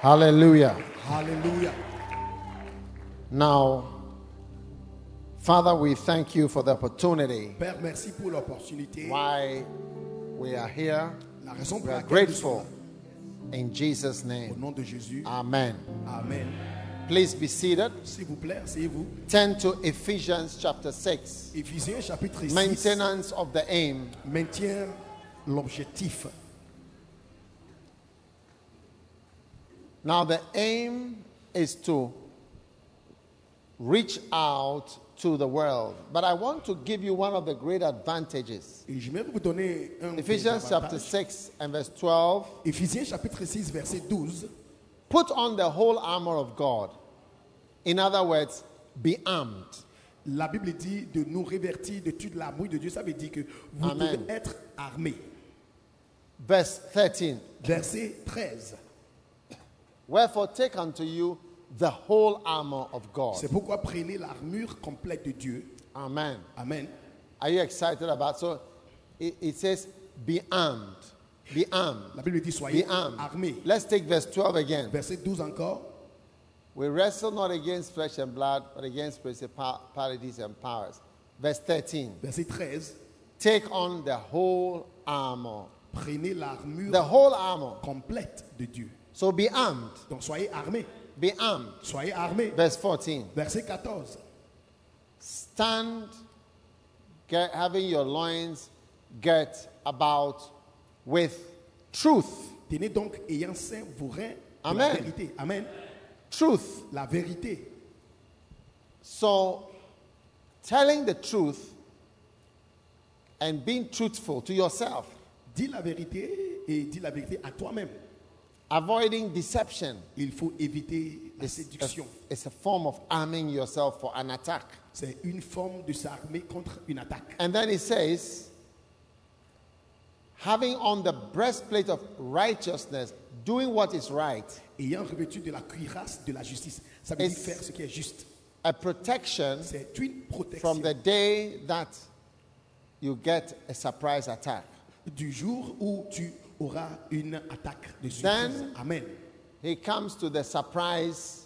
Hallelujah. Hallelujah. Now, Father, we thank you for the opportunity Père, merci pour l'opportunité. why we are here. La raison pour We are laquelle nous sommes grateful in Jesus' là. au name. nom de Jésus. Amen. Amen. Please be seated. S'il vous plaît, asseyez-vous. Turn to Ephesians chapter 6. Éphésiens chapitre 6. Maintenance of the aim. Maintient l'objectif. Now, the aim is to reach out to the world. But I want to give you one of the great advantages. Et je vais vous donner un Ephesians des chapter 6 avantages. and verse 12. Éphésiens chapitre 6, verset 12. Put on the whole armor of God. In other words, be armed. La Bible dit de nous révertir de toute l'armure de Dieu. Ça veut dire que vous Amen. devez être armés. Verse 13. Verset 13. Wherefore, take unto you the whole armor of God. C'est pourquoi prenez l'armure complète de Dieu. Amen. Amen. Are you excited about so it, it says be armed. Be armed. La Bible dit soyez Be armed. armés. Let's take verse 12 again. Verset 12 encore. We wrestle not against flesh and blood, but against principalities and powers. Verse 13. Verset 13. Take on the whole armor. Prenez l'armure The whole armor. complète de Dieu. So be armed. Donc soyez armés. Be armed. Soyez armés. Verse 14. Verset 14. Stand ge- having your loins girt about with truth. Tenez donc ayant saint vos reins de la Amen. vérité. Amen. Truth. La vérité. So telling the truth and being truthful to yourself, Dis la vérité et dis la vérité à toi-même. avoiding deception. Il faut éviter la It's a, séduction. it's a form of arming yourself for an attack. C'est une forme de s'armer contre une attaque. And then it says, having on the breastplate of righteousness, doing what is right, Ayant revêtu de la cuirasse de la justice. Ça veut Et- dire faire ce qui est juste. a protection C'est une protection from the day that you get a surprise attack. du jour où tu auras une attaque de surprise. Then- Amen. He comes to the surprise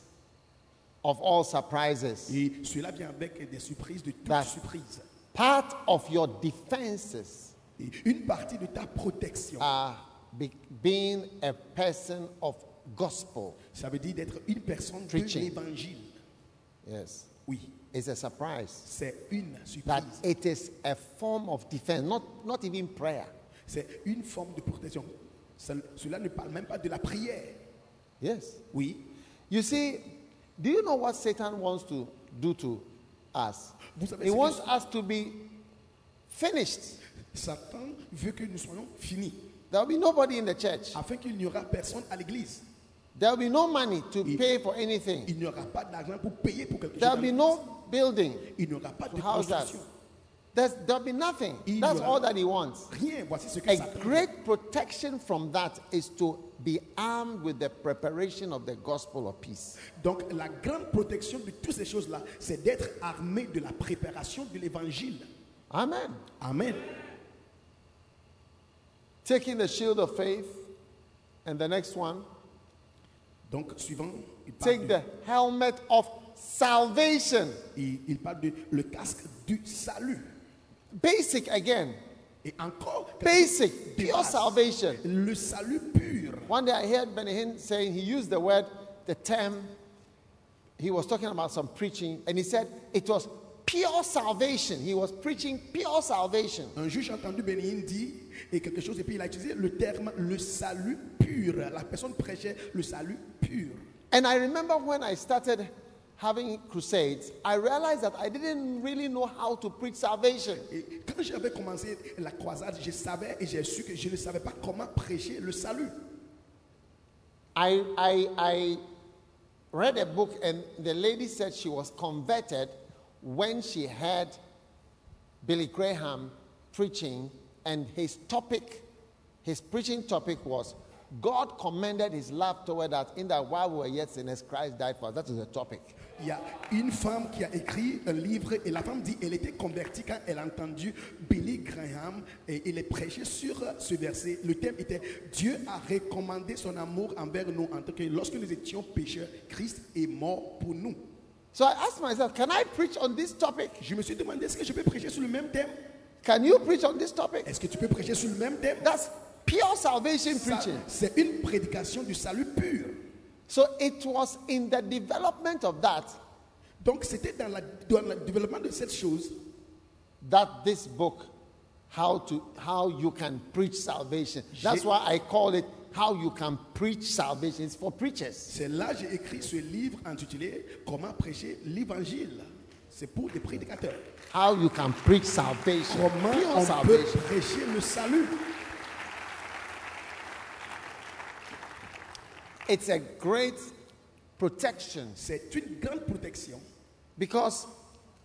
of all surprises. Et cela vient avec des surprises, de toutes That- surprises. Part of your defenses Et une partie de ta protection, are be- being a person of gospel. ça veut dire d'être une personne Preaching. de l'évangile. Yes, Oui, it's a surprise. c'est une That surprise. it is a form of defense, not, not even prayer. C'est une forme de protection. Ça- Cela ne parle même pas de la prière. Yes. Oui. You see, do you know what Satan wants to do to us? Vous savez He ce que- wants us to be finished. Satan veut que nous soyons finis, There will be nobody in the church. afin qu'il n'y aura personne à l'église. There will be no money to Il- pay for anything. Il n'y aura pas d'argent pour payer pour quelque There chose. will be no building. Il n'y aura pas de How's that? construction. There's, there'll be nothing. Il That's y aura- all that he wants. Rien. Voici ce que A Satan great protection from that is to be armed with the preparation of the gospel of peace. Donc la grande protection de toutes ces choses-là, c'est d'être armé de la préparation de l'évangile. Amen. Amen. Taking the shield of faith. And the next one, Donc suivant, il parle, take de, the helmet of salvation. il- il parle de le casque du salut. Basic again. Et encore, Basic, de pure base, salvation. Le salut pur. One day I heard Ben Hinn saying he used the word, the term, he was talking about some preaching, and he said it was pure salvation. He was preaching pure salvation. Un juge a entendu Bénin dit et quelque chose, et puis il a utilisé le terme le salut pur. La personne prêchait le salut pur. And I remember when I started having crusades, I realized that I didn't really know how to preach salvation. Et quand j'avais commencé la croisade, je savais et j'ai su que je ne savais pas comment prêcher le salut. I, I, I read a book, and the lady said she was converted when she heard Billy Graham preaching, and his topic, his preaching topic was God commended his love toward us in that while we were yet sinners, Christ died for us. That is the topic. Il y a une femme qui a écrit un livre et la femme dit elle était convertie quand elle a entendu Billy Graham et il est prêché sur ce verset. Le thème était Dieu a recommandé son amour envers nous en tant que lorsque nous étions pécheurs, Christ est mort pour nous. So I asked myself, can I preach on this topic? Je me suis demandé est-ce que je peux prêcher sur le même thème Can you preach on this topic? Est-ce que tu peux prêcher sur le même thème That's pure salvation Ça, preaching. C'est une prédication du salut pur. So it was in the development of that Donc c'était dans, la- dans le développement de cette chose that this book, how to how you can preach salvation. That's J'ai- why I call it how you can preach salvation. It's for preachers. C'est là que j'ai écrit ce livre intitulé Comment prêcher l'évangile. C'est pour des prédicateurs. How you can preach salvation. Comment Pure on peut salvation. prêcher le salut It's a great protection C'est une grande protection because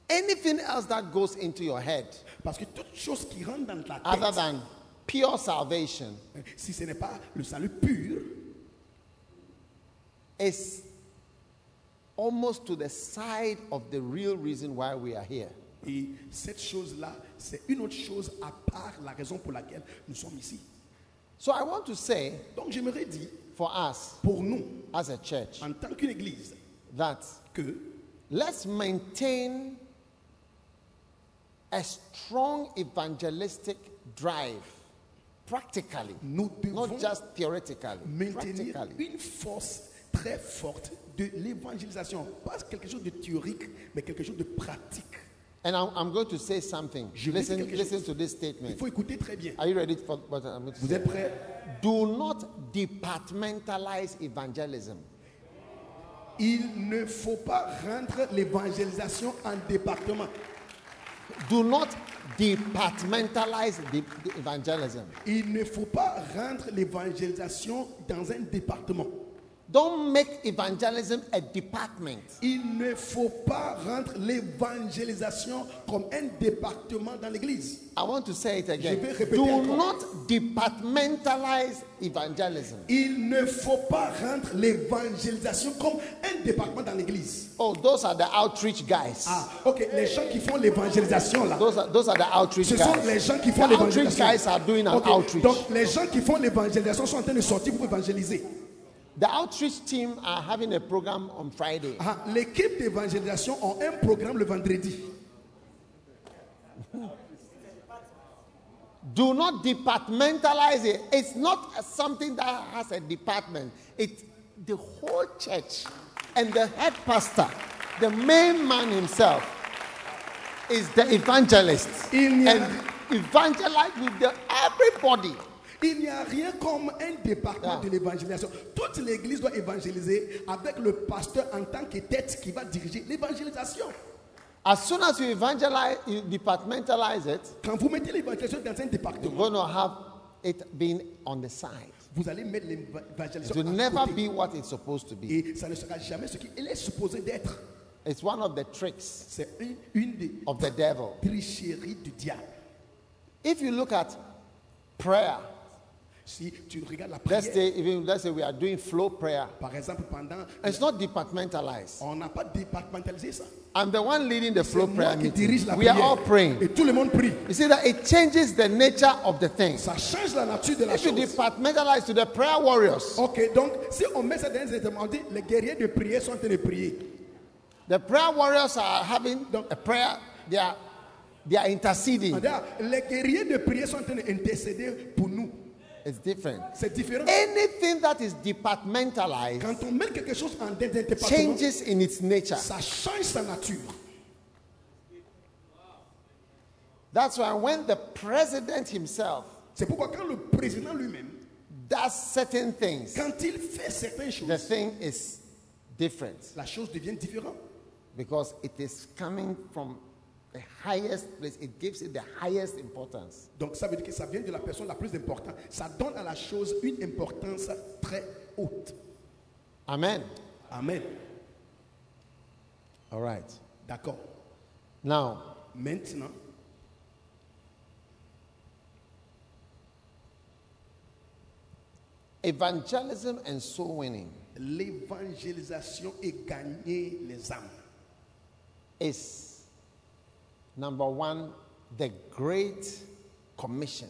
anything else that goes into your head parce que toute chose qui rentre dans ta other tête, than pure salvation si ce n'est pas le salut pur, is almost to the side of the real reason why we are here. et cette chose-là, c'est une autre chose à part la raison pour laquelle nous sommes ici. So I want to say Donc j'aimerais dire for us pour nous, as a church en tant qu'une église, that que let's maintain a strong evangelistic drive practically, nous devons not just theoretically, maintenir practically. une force très forte de l'évangélisation. Pas quelque chose de théorique, mais quelque chose de pratique. And I'm, I'm going to say something. Je vais dire Listen, quelque listen chose. to this Il statement. faut écouter très bien. Are you ready for what I'm going to Vous say? êtes prêts Do not departmentalize evangelism. Il ne faut pas rendre l'évangélisation en département. Do not departmentalize the, the evangelism. Il ne faut pas rendre l'évangélisation dans un département. Don't make evangelism a department. Il ne faut pas rendre l'évangélisation comme un département dans l'église. I want to say it again. Je vais répéter Do encore. not departmentalize evangelism. Il ne faut pas rendre l'évangélisation comme un département dans l'église. Oh, those are the outreach guys. Ah, ok, les gens qui font l'évangélisation là. Those are those are the outreach Ce sont guys. les gens qui the font outreach l'évangélisation. guys are doing an Ok, outreach. Donc les gens qui font l'évangélisation sont en train de sortir pour évangéliser. The outreach team are having a program on Friday. Ah, L'équipe d'évangélisation ont un programme le vendredi. Do not departmentalize it. It's not a- something that has a department. It's the whole church and the head pastor, the main man himself, is the evangelist. Il n'y a- and evangelize with the, everybody. Il n'y a rien comme un département Ah. de l'évangélisation. Toute l'église doit évangéliser avec le pasteur en tant que tête qui va diriger l'évangélisation. As soon as you evangelize, you departmentalize it, Quand vous mettez l'évangélisation dans un you're département, going to have it being on the side. vous allez mettre It will l'évangélisation à never côté. be what it's supposed to be. Et ça ne sera jamais ce qu'il est supposé d'être. It's one of the tricks C'est une, une des of the devil. tricheries du diable. If you look at prayer, Si tu regardes la Let's prière, say, even let's say we are doing flow prayer. par exemple, pendant, It's not departmentalized. on n'a pas départementalisé ça. I'm the one leading the flow C'est moi prayer qui meeting. dirige la We are prière. all praying. Et tout le monde prie. You see that it changes the nature of the thing. Ça change la nature de la If you chose. departmentalize to the prayer warriors, Ok, donc si on met ça dans un état, on dit les guerriers de prière sont en train de prier. the prayer warriors are having a prayer. They are they are On interceding. dit, ah, les guerriers de prière sont en train d'intercéder pour nous. It's different. C'est différent. Anything that is departmentalized Quand on met quelque chose en dans un département, changes in its nature. ça change sa nature. That's why when the president himself C'est pourquoi quand le président lui-même, does certain things, quand il fait certaines the choses, thing is different. la chose devient différente. because it is coming from the highest place. It gives it the highest importance. Donc ça veut dire que ça vient de la personne la plus importante. Ça donne à la chose une importance très haute. Amen. Amen. All right. D'accord. Now, Maintenant, Evangelism and soul winning L'évangélisation et gagner les âmes. is number one, the Great Commission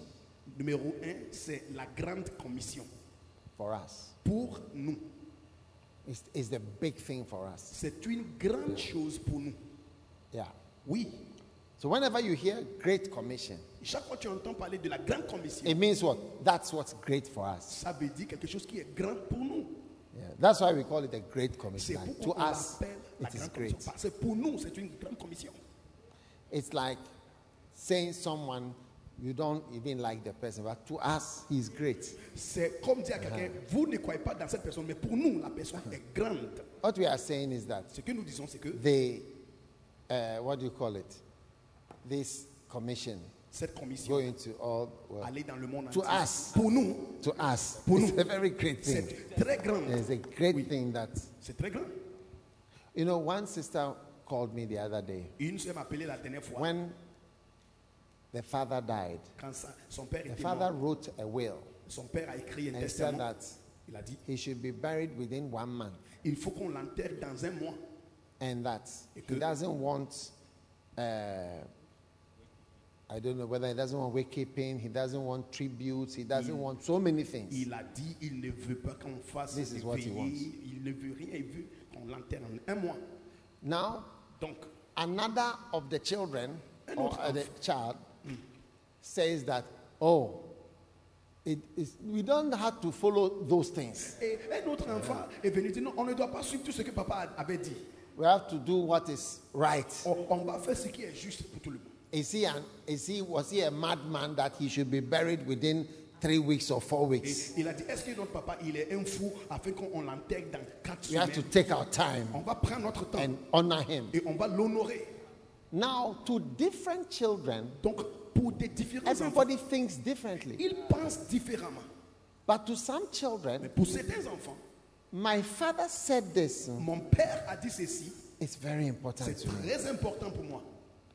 Numéro un, c'est la grande commission. for us. Pour nous, It's, it's the big thing for us. c'est une grande chose pour nous. Yeah. Oui, So whenever you hear Great Commission, chaque fois que tu entends parler de la grande commission, it means what? That's what's great for us. ça veut dire quelque chose qui est grand pour nous. Yeah. That's why we call it the Great C'est Commission. Like, to pourquoi on us, l'appelle la it is grande great. commission. Parce que pour nous, c'est une grande commission. It's like saying someone you don't even like the person, but to us, he's great. C'est comme dire à quelqu'un, Ah. vous ne croyez pas dans cette personne, mais pour nous, la personne est grande. What we are saying is that Ce que nous disons, c'est que they, uh, what do you call it? This commission cette go commission into all well, aller dans le monde To entier. us. Pour nous, to us. Pour it's nous. a very great thing. c'est très grand. It's a great thing that C'est très grand. you know. One sister called me the other day Une soeur m'a appelé la dernière fois when the father died. quand sa- son père The était father mort. wrote a will Son père a écrit un and said testament. that Il a dit, he should be buried within one month. il faut qu'on l'enterre dans un mois. and that he Good. doesn't want uh, I don't know whether he doesn't want wakekeeping, he doesn't want tributes, he doesn't want so many things. Il a dit, il ne veut pas qu'on fasse This des is what he veillées. wants. Il ne veut rien. Il veut qu'on l'enterre en un mois. Now, Donc, another of the children An or old uh, the house. child says that oh it is we don't have to follow those things. et un autre enfant est venu dire, non, on ne doit pas suivre tout ce que papa avait dit. We have to do what is right. On, on va faire ce qui est juste pour tout le monde. Is he an, is he was he a madman that he should be buried within three weeks or four Et weeks? il a dit, est-ce que notre papa, il est un fou afin qu'on l'enterre dans quatre We have to semaines take our time On va prendre notre temps and honor him. et on va l'honorer. Now, to different children, Donc, pour des différents enfants, everybody thinks differently. ils pensent différemment. But to some Mais children, pour certains enfants, my father said this. mon père a dit ceci, It's very important c'est to me. très important pour moi.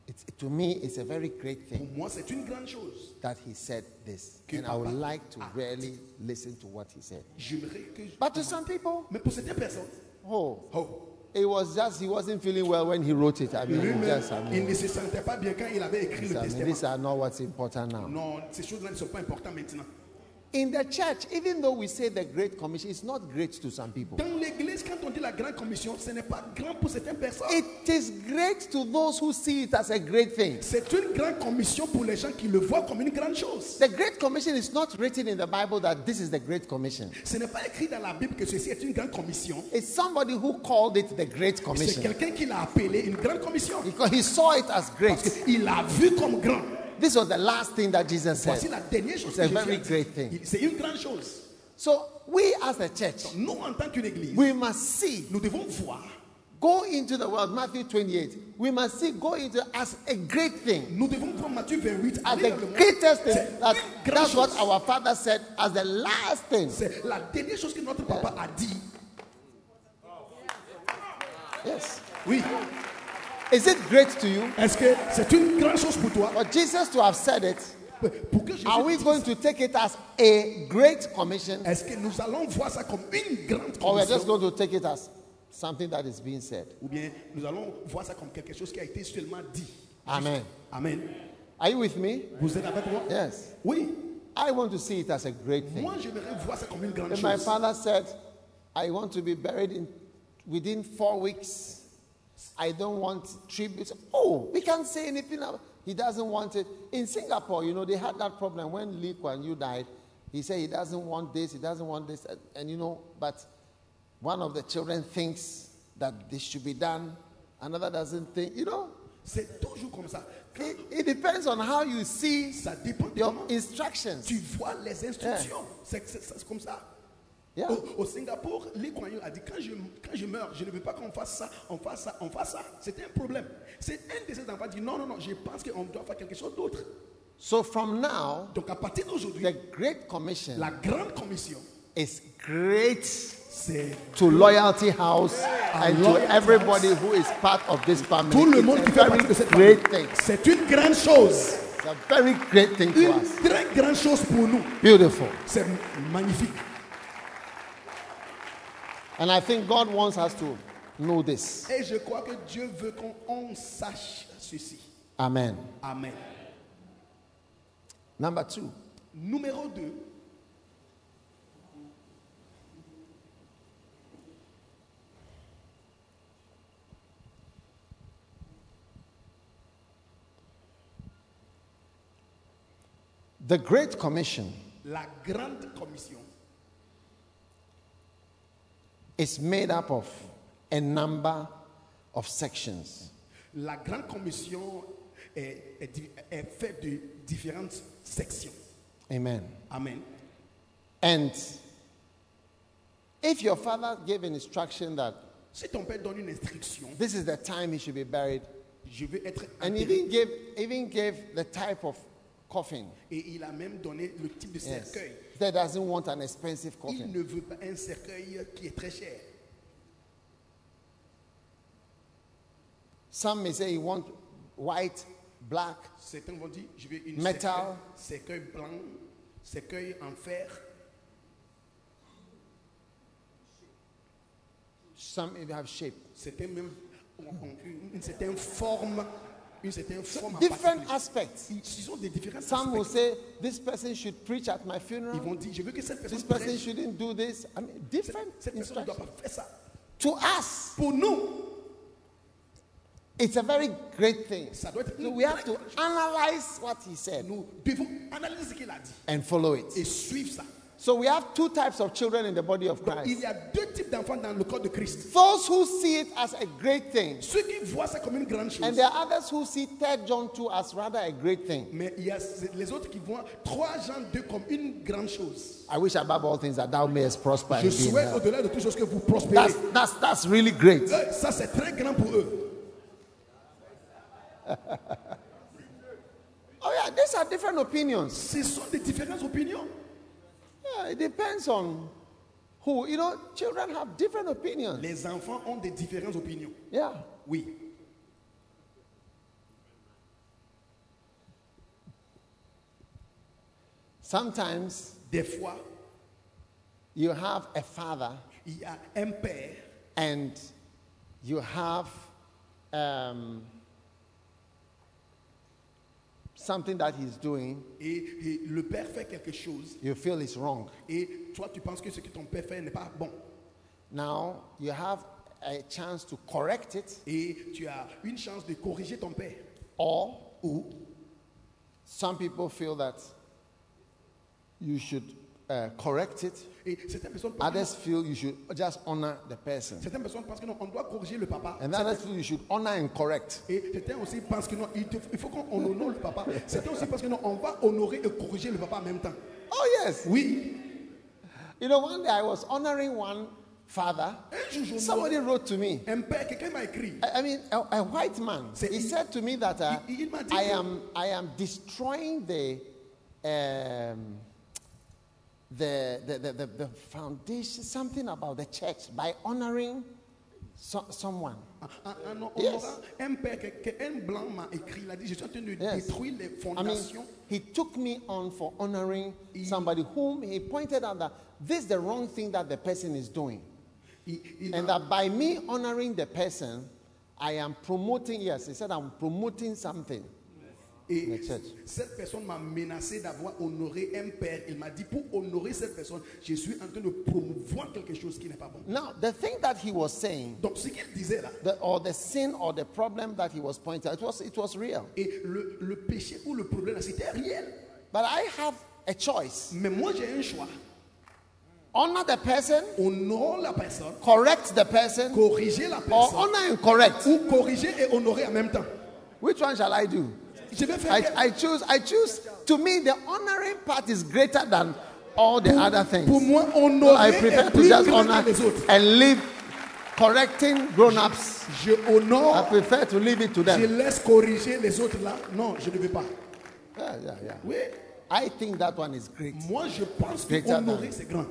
It's, to me, it's a very great Pour thing moi, c'est une grande chose. that he said this. Que And I would papa like to a- really listen to what he said. J'aimerais que... je- But to some people, Mais pour certaines personnes, oh, oh, it was just, he wasn't feeling well when he wrote it. I mean, lui-même, he just, I il mean, ne se sentait pas bien quand il avait écrit le I mean, testament. these are not what's important now. Non, ces choses-là ne sont pas importantes maintenant. In the church, even though we say the Great Commission, it's not great to some people. Dans l'église, quand on dit la grande commission, ce n'est pas grand pour certaines personnes. It is great to those who see it as a great thing. C'est une grande commission pour les gens qui le voient comme une grande chose. The Great Commission is not written in the Bible that this is the Great Commission. Ce n'est pas écrit dans la Bible que ceci est une grande commission. It's somebody who called it the Great C'est Commission quelqu'un qui l'a appelé une grande commission. because he saw it as Parce great. qu'il l'a vu comme grand. This was the last thing that Jesus Voici said. la dernière chose It's a que Jésus a very dit. great thing. Il- C'est une grande chose. So we as a church, Nous, en tant qu'une église, we must see, nous devons voir, go into the world, Matthew 28, we must see, go into as a great thing. nous devons prendre Matthieu 28, As aller the dans le monde. greatest C'est thing. That, une grande that's what chose. our father said as the last thing. C'est la dernière chose que notre papa a dit. Yes. Oui. Is it great to you? Est-ce que c'est une grande chose pour toi For Jesus to have said it, Pour que Jésus Are we dise, going to take it as a great commission est-ce que nous allons voir ça comme une grande or we're commission just going to take it as something that is being said? Ou bien nous allons voir ça comme quelque chose qui a été seulement dit. Amen. Amen. Are you with me? Vous êtes avec moi Yes. Oui. I want to see it as a great thing. Moi, j'aimerais voir ça comme une grande And my chose. father said, I want to be buried in within four weeks. I don't want tributes. Oh, we can't say anything. ab- He doesn't want it. In Singapore, you know, they had that problem when Lee Kuan Yew died. He said he doesn't want this, he doesn't want this. And, and you know, but one of the children thinks that this should be done, another doesn't think, you know. C'est toujours comme ça. Quand It, it depends on how you see ça dépend de your comment instructions. tu vois les instructions. C'est c'est- c'est comme ça. Yeah. Au, au Singapour, les croyants a dit quand je, quand je meurs, je ne veux pas qu'on fasse ça, on fasse ça, on fasse ça. C'était un problème. C'est un de ces enfants qui dit non, non, non, je pense qu'on doit faire quelque chose d'autre. So from now, Donc à partir d'aujourd'hui, the Great Commission la grande commission, is great c'est to Loyalty House and Loyalty to everybody who is part of this family. tout le monde it's qui a fait partie de very cette great famille. thing. C'est une grande chose. It's a very great thing to Une us. très grande chose pour nous. Beautiful. C'est magnifique. And I think God wants us to know this. Et je crois que Dieu veut qu'on on sache ceci. Amen. Amen. Number two, Numéro 2, the Great Commission la grande commission is made up of a number of sections. La grande commission est, est di- est faite de différentes sections. Amen. Amen. And if your father gave an instruction that Si ton père donne une instruction, this is the time he should be buried, je veux être and enterré. even gave, even gave the type of coffin, Et il a même donné le type de yes, cercueil. that doesn't want an expensive Il coffin. ne veut pas un cercueil qui est très cher. Some may say he want white, black, Certains vont dire, je veux une Metal. cercueil, cercueil blanc, cercueil en fer. some may have shape. Certains même ont- ont une, une certaine forme, une certaine forme en Different particulier. aspects. Ils ils ont des différents Some will aspects. say this person should preach at my Ils funeral. vont dire, je veux que cette This personne person prêche. shouldn't do this. I mean, Cette, different cette personne ne doit instructions. pas faire ça. To us, Pour nous, it's a very great thing. ça doit être So une we have très to grande chose. analyze what he said Nous devons analyser ce qu'il a dit and follow it. et suivre ça. So we have two types of children in the body of Il Christ. y a deux types d'enfants dans le corps de Christ. Those who see it as a great thing, Ceux qui voient ça comme une grande chose. and there are others who see 3 John 2 as rather a great thing. Mais il y a les autres qui voient trois gens deux comme une grande chose. I wish above all things that thou mayest prosper Je and be in souhaite health. au-delà de toutes choses que vous prospérez. That's, that's, that's really great. Eux, ça, c'est très grand pour eux. Oh, yeah, these are different opinions. Ce sont des différentes opinions. Yeah, it depends on who. You know, children have different opinions. Les enfants ont des différentes opinions. Yeah. Oui. Sometimes Des fois, you have a father il y a un père and you have um, something that he's doing, et, et le père fait quelque chose you feel is wrong. et toi, tu penses que ce que ton père fait n'est pas bon. Now you have a chance to correct it Et tu as une chance de corriger ton père. or Ou Some people feel that you should uh, correct it. et certaines personnes pensent que non. Others feel you should just honor the person. Certaines personnes pensent que non, on doit corriger le papa. And others feel you should honor and correct. Et certains aussi pensent que non, il, te- il faut qu'on on honore le papa. Certains aussi pensent que non, on va honorer et corriger le papa en même temps. Oh, yes. Oui. You know, one day I was honoring one father. Un jour, j'honorais Somebody wrote to me. un père, quelqu'un m'a écrit. I I mean, a, a white man. C'est- He said to me that uh, Il- il m'a dit I que- am I am destroying the um, the, the, the, the the foundation, something about the church by honoring so- someone. En- en- en Yes. honorant un père, que- que un blanc m'a écrit. Il a dit Je suis en train de Yes. détruire les I mean, fondations. he took me on for honoring somebody whom he pointed out that this is the wrong thing that the person is doing. Il- il And m'a- that by me honoring the person, I am promoting, yes, he said, I'm promoting something. et the church. cette personne m'a menacé d'avoir honoré un père. Il m'a dit Pour honorer cette personne, je suis en train de promouvoir quelque chose qui n'est pas bon. Now, the thing that he was saying, Donc, ce qu'il disait là, the, or the sin or the problem that he was pointing out, it was, it was real. et le, le péché ou le problème là, c'était réel. But I have a choice Mais moi, j'ai un choix. honor the person, honore la personne, correct the person, or corriger la Oh, personne, honor and correct. ou corriger et honorer en même temps. Which one shall I do? Je vais faire. I, quel- I choose, I choose. To me, the honoring part is greater than all the other pour things. moi, I honorer prefer est to plus just grand honor que les autres. and leave correcting grown ups. Je I honore, prefer to leave it to je them. laisse corriger les autres là. Non, je ne veux pas. Yeah, yeah, yeah. Oui, I think that one is great. moi, je pense que Greater honorer than- c'est grand.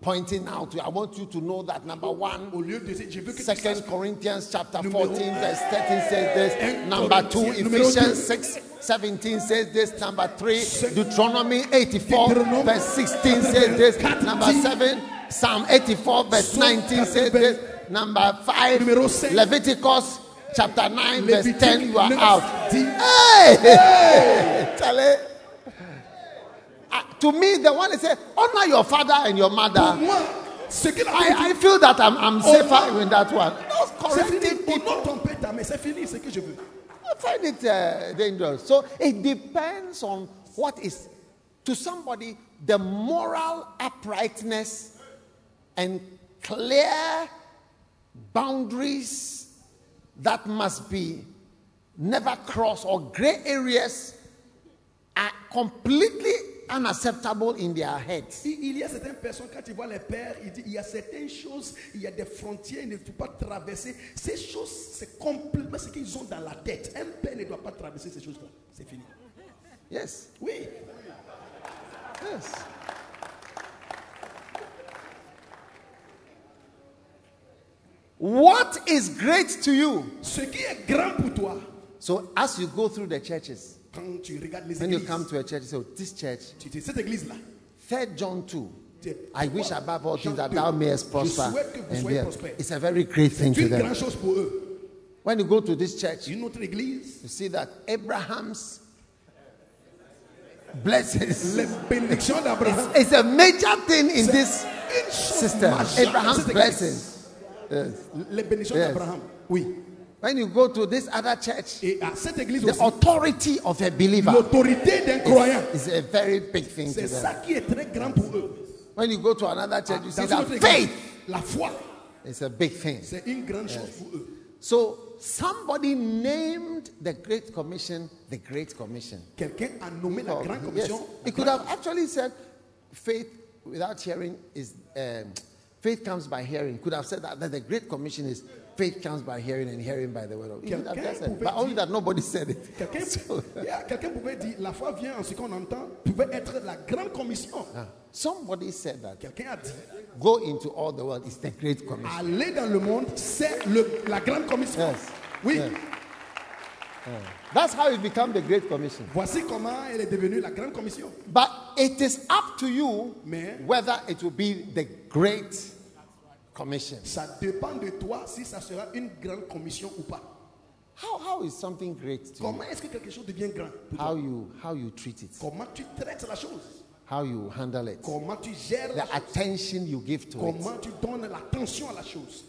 Pointing out, I want you to know that number one, Au lieu de dire, je veux que tu saches Second que- Corinthians chapter Numéro 14 un. verse 13 says Un this. Number two, Corinthiens, numéro deux. Ephesians 6 17 says this. Number three, Sept. Deuteronomy 84 Deutéronome verse 16 says this. quatre, Number dix. seven, Psalm 84, verse 19 says this. Number 5, Numéro cinq. Leviticus chapter 9, verse Lévitique 10, you are 9, out. 10. Hey! Charlie. Ah, to me, the one that said, honor your father and your Pour mother. moi, ce qu'il a I, I dit, feel that I'm, I'm Honor- safer in that one. Oh, No, c'est correcting fini. Au nom de ton père, ta mère, c'est fini, c'est ce que je veux. I find it uh, dangerous. So it depends on what is, to somebody, the moral uprightness and clear boundaries that must be never crossed or gray areas are completely unacceptable in their heads. Il il y a certaines personnes, quand ils voient les pères, ils disent il y a certaines choses, il y a des frontières, il ne faut pas traverser. Ces choses, c'est complètement ce qu'ils ont dans la tête. Un père ne doit pas traverser ces choses-là. C'est fini. Yes, Oui. yes. What is great to you? Ce qui est grand pour toi, So as you go through the churches, quand tu regardes les when you églises, come to a church, so this church, tu dis cette église-là. Third John two. tu es- I tu wish vois, above all Jean things that deux, thou mayest je prosper. souhaite que vous And soyez be- prospère. it's a very great thing C'est to une them. grande chose pour eux. When you go to this church, you Une autre église, see that Abraham's blessings les bénédictions d'Abraham. is a major thing in C'est this une chose system. majeure dans Abraham's cette église. blessings. Les bénédictions Yes. d'Abraham. Oui. When you go to this other church, Et à cette église the aussi, authority of a believer l'autorité d'un croyant. is a very big thing to C'est ça them. qui est très grand pour eux. When you go to another church, you see Dans une that autre église, faith la foi, is a big thing. c'est une grande chose pour eux. So somebody named the Great Commission the Great Commission. Quelqu'un a nommé la grande Oh, Yes. commission. He could have actually said, faith without hearing is, um, faith comes by hearing. Could have said that, that the Great Commission is faith comes by hearing and hearing by the word of He could have just said it, But only that nobody said Quelqu'un it. So, Yeah, quelqu'un pouvait dire la foi vient en ce qu'on entend, pouvait être la grande commission. Ah. somebody said that. Quelqu'un a dit Go into all the world is the Great Commission. aller dans le monde, c'est le- la grande commission. Yes. Oui, Yes. That's how it became the Great Commission. voici comment elle est devenue la grande commission. But it is up to you Mais- whether it will be the Great Commission. Ça dépend de toi si ça sera une grande commission ou pas. How, how is something great to you? Comment est-ce que quelque chose devient grand pour toi? How you how you treat it, Comment tu traites la chose how you handle it, Comment tu gères la the attention you give to it. Comment tu donnes l'attention à la chose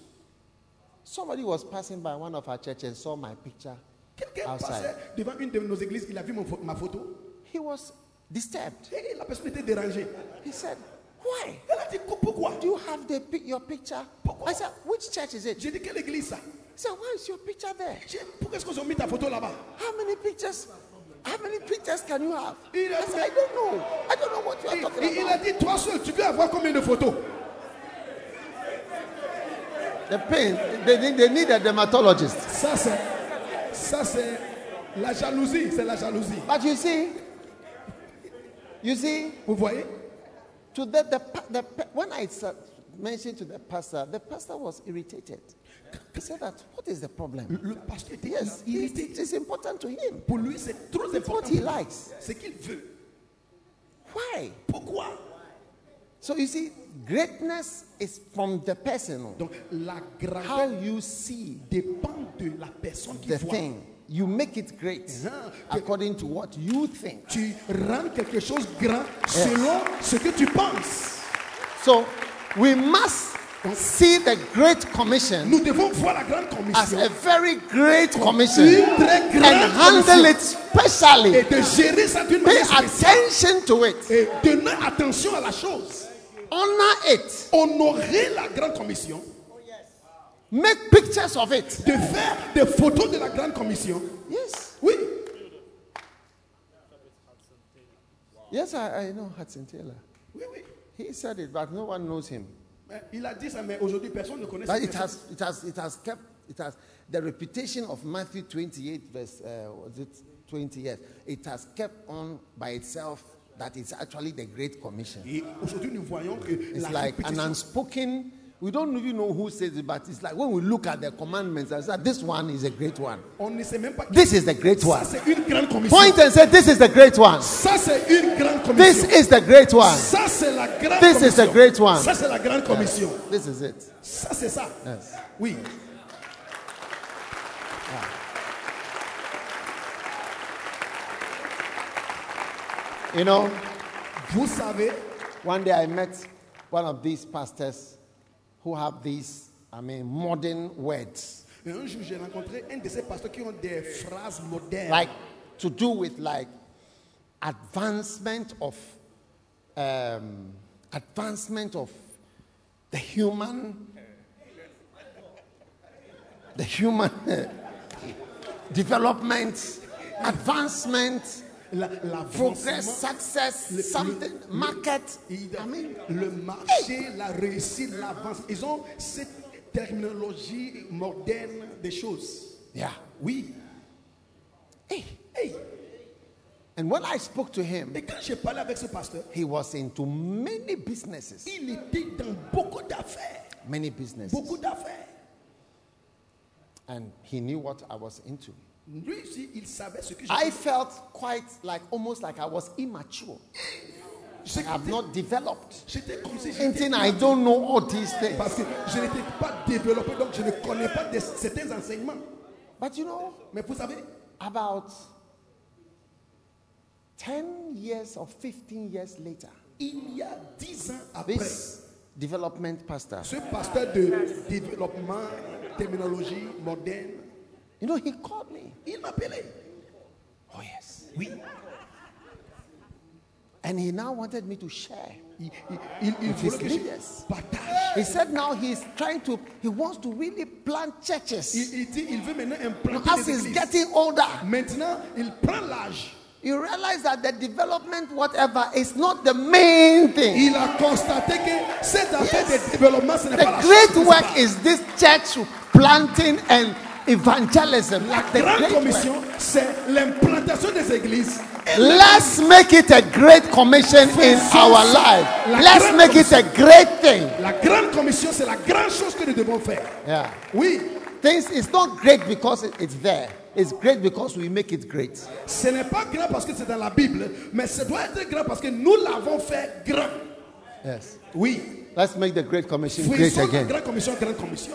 Somebody was passing by one of our churches and saw my picture Quelqu'un passait outside. devant une de nos églises, il a vu mon pho- ma photo, He was disturbed. et la personne était dérangée. He said, "Why Elle a dit Qu- pourquoi do you have the pic- your picture?" I said, "Which church is it?" He J'ai dit quelle église ça said, "Why is your picture there? J'ai dit, Pourquoi est-ce qu'ils ont mis ta photo là-bas How many pictures? How many pictures can you have?" Il a I said, "I don't know. I don't know what you Et- are et talking il about." a dit toi seul, tu veux avoir combien de photos The pain. They, need- they need a dermatologist. Ça c'est, ça c'est la jalousie, c'est la jalousie. But you see, you see. Vous voyez To the, the, pa- the, pa- when I sa- mentioned to the pastor, the pastor was irritated. He said that, what is the problem? Le pasteur était Yes, it- irrité. it is important to him. Pour lui, c'est trop what important. he likes. Ce qu'il veut. Why? Pourquoi So you see, greatness is from the personal. Donc la grandeur How you see dépend de la personne qui the voit. thing, you make it great Uh-huh. according to what you think. tu rends quelque chose grand selon ce que tu penses. So we must see the Great Commission Nous devons voir la grande as commission a very great commission une très and grande handle commission it specially. et de gérer ça d'une Pay manière spéciale attention to it. et donner attention à la chose. honor it Honorer la grande commission, make pictures of it de faire des photos de la grande commission. yes Oui, yes i, I know hudson taylor oui, oui. he said it but no one knows him Mais Il a dit ça, mais aujourd'hui personne ne connaît ça. but it has it has it has kept it has the reputation of matthew 28 verse uh, was it 20 years it has kept on by itself that it's actually the great commission Et aujourd'hui nous voyons que it's la like an répétition, unspoken We don't even know who says it, but it's like when we look at the commandments, I said, this one is a great one. On ne sait même pas. This is the great Ça, one. c'est une grande commission. Point and say, this is the great one. Ça, c'est une grande commission. This is the great one. Ça, c'est la grande This is commission. the great one. Ça, c'est la grande commission. This is it. Ça, c'est ça. Yes. Oui. You know, Vous savez, one day I met one of these pastors who have these, I mean, modern words, un jour, j'ai rencontré un de ces pasteurs qui ont des phrases modernes. like to do with like advancement of, um, advancement of the human, the human development, advancement. La, l'avancement, progress, success, le- something, le- market. il- I mean, le marché, la réussite, l'avance. Ils ont cette terminologie moderne des choses. yeah. Oui. Hey. Hey. And when I spoke to him, Et quand j'ai parlé avec ce pasteur, he was into many businesses, il était dans beaucoup d'affaires. many businesses, Beaucoup d'affaires. and he knew what I was into. Lui aussi, il savait ce que je I felt quite like almost like I was immature. J'ai- I've not developed. J'étais comme si j'étais Anything I don't know all these things. Parce que je n'étais pas développé, donc je ne connais pas de- certains enseignements. But you know, Mais vous savez, about 10 years or 15 years later, il y a dix ans après, this development pastor, ce pasteur de développement, terminologie moderne, you know, he called me. il m'appelait. Oh, yes. Oui. And he now wanted me to share. Il, il- il- il With his voulait que leaders. je partage. He said now he's trying to, he wants to really plant churches. Il, il dit, il veut maintenant Now, implanter As des he's églises. getting older, Maintenant, il prend l'âge. you realize that the development, whatever, is not the main thing. Il a constaté que cette affaire de développement, ce n'est The pas la chose great principale. work is this church planting and evangelism. La The grande great commission, work. c'est l'implantation des églises. Let's make it a great commission in our life. Let's make it a great thing. La grande commission, c'est la grande chose que nous devons faire. Yeah. Oui, Things, it's not great because it- it's there. It's great because we make it great. ce n'est pas grand parce que c'est dans la Bible, mais ça doit être grand parce que nous l'avons fait grand. Yes. Oui, Let's make the Great Commission great faisons la again. grande commission, grande commission.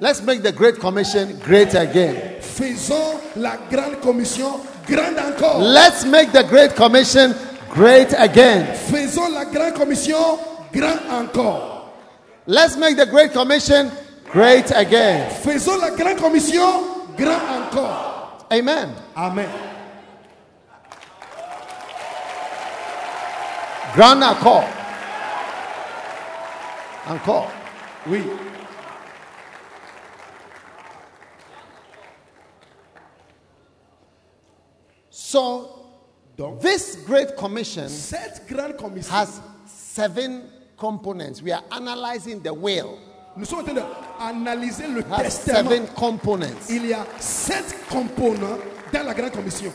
Let's make the Great Commission great again. Faisons la grande commission grande encore. Let's make the Great Commission great again. Faisons la grande commission grande encore. Let's make the Great Commission great again. Faisons la grande commission grande encore. Amen. Amen. Grand accord. Encore. Oui, So, donc this Great Commission cette grande commission, has seven components. We are analyzing the will. nous sommes en train d'analyser le It Has testament. seven components. Il y a sept composants dans la grande commission.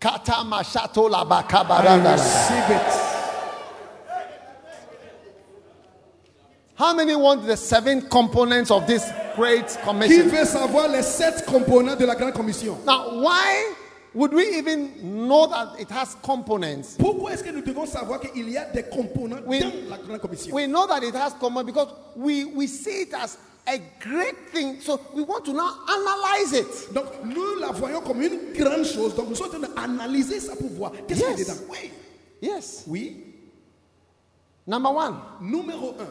Katama shato Ah, labakabarandala. Receive it. How many want the seven components of this Great Qui Commission? veut savoir les sept composants de la grande commission Now, why would we even know that it has components? Pourquoi est-ce que nous devons savoir qu'il y a des composants Oui. dans la grande commission We know that it has components because we, we see it as a great thing. So we want to now analyze it. Donc nous la voyons comme une grande chose. Donc nous sommes en train d'analyser ça pour voir qu'est-ce qu'il y a Yes. dedans. Oui. Yes. Oui. Number one, Numéro un.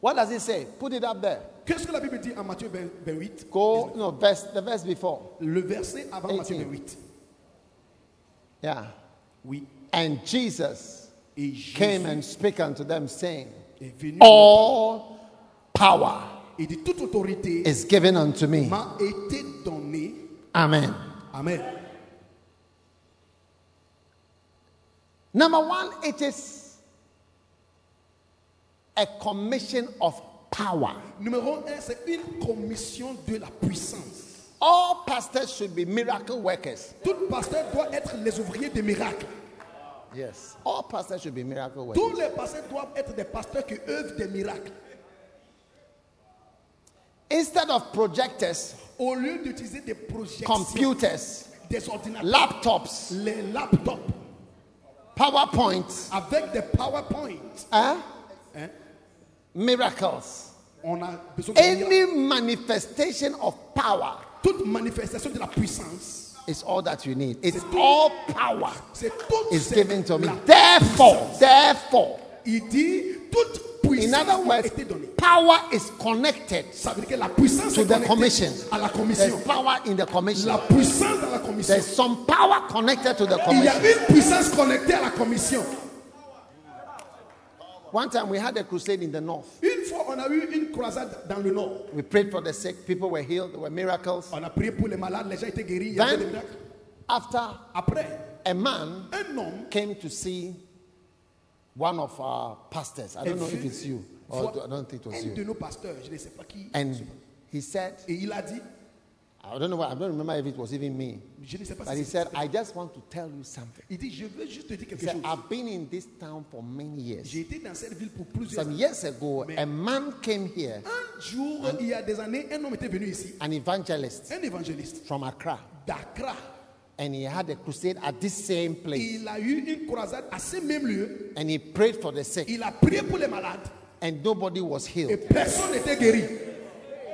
what does it say? Put it up there. Qu'est-ce que la Bible dit en Matthieu 20 28 Go, no, verse, the verse before. Le verset avant Matthieu 18. 28. Yeah. Oui. And Jesus Et Jésus came and spake unto them, saying, est venu. All power Et dit toute autorité is given unto me. m'a été donnée. Amen. Amen. Number one, it is a commission of power. Numéro un, c'est une commission de la puissance. All pastors should be miracle workers. Tout pasteur doit être les ouvriers des miracles. Yes. All pastors should be miracle workers. Tous les pasteurs doivent être des pasteurs qui œuvrent des miracles. Instead of projectors, Au lieu d'utiliser des projections, computers, des ordinateurs, laptops, les laptops PowerPoint, avec des PowerPoint, eh? hein, miracles. on a besoin de miracles. Any manifestation of power toute manifestation de la puissance. is all that you need. It's C'est tout. all power C'est toute is cette- given to me. la Therefore, puissance. therefore, il dit toute in puissance other a words, été donnée. power is connected. Ça veut dire que la puissance To est the connectée commission. à la commission. There's power in the commission. La puissance à la commission. There's some power connected to the Il y a commission. une puissance connectée à la commission. One time we had a crusade in the north. Une fois, on a eu une croisade dans le nord. We prayed for the sick. People were healed. There were miracles. On a prié pour les malades, les gens étaient guéris. Il y avait des Then, miracles. after Après, a man un homme came to see one of our pastors. I don't know vu- if it's you, or voit I don't think it was un you. de nos pasteurs, je ne sais pas qui. And he said, Et il a dit, I don't know why, I don't remember if it was even me, je ne sais pas but he si said, I just want to tell you something. Il dit, je veux juste te dire He quelque said, chose. I've been in this town for many years. J'ai été dans cette ville pour plusieurs Some années. years ago, a man came here, Un jour, il y a des années, un homme était venu ici, an evangelist un évangéliste from Accra, d'Accra. and he had a crusade at this same place. Il a eu une croisade à ce même lieu. And he prayed for the sick, Il a prié pour les malades and nobody was et healed. personne n'était guéri.